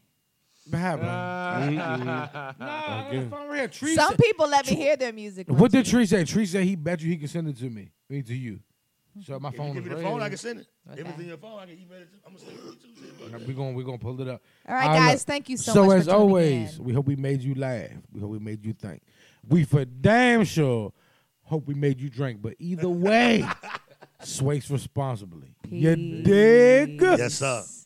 B: What happened? (laughs)
C: Okay.
B: over here. Tree
A: Mm-hmm. Some
B: said-
A: people let me hear their music. Munchie.
B: what did Tree say? Tree said he bet you he can send it to me. Me to you. So my
E: If you
B: phone
E: give
B: is
E: me the
B: red.
E: phone, I can send it. If it's
A: Okay.
E: in your phone, I can email it. To, I'm gonna send it to you. Shit, fuck that.
B: We're going, we're going to pull it up.
A: All right,
B: I'll
A: guys.
B: look.
A: Thank you so,
B: So,
A: much.
B: as
A: for tuning
B: always,
A: in.
B: we hope we made you laugh. We hope we made you think. We for damn sure hope we made you drink. But
A: (laughs)
B: either way, swakes responsibly. You
A: Peace.
B: dig?
E: Yes, sir.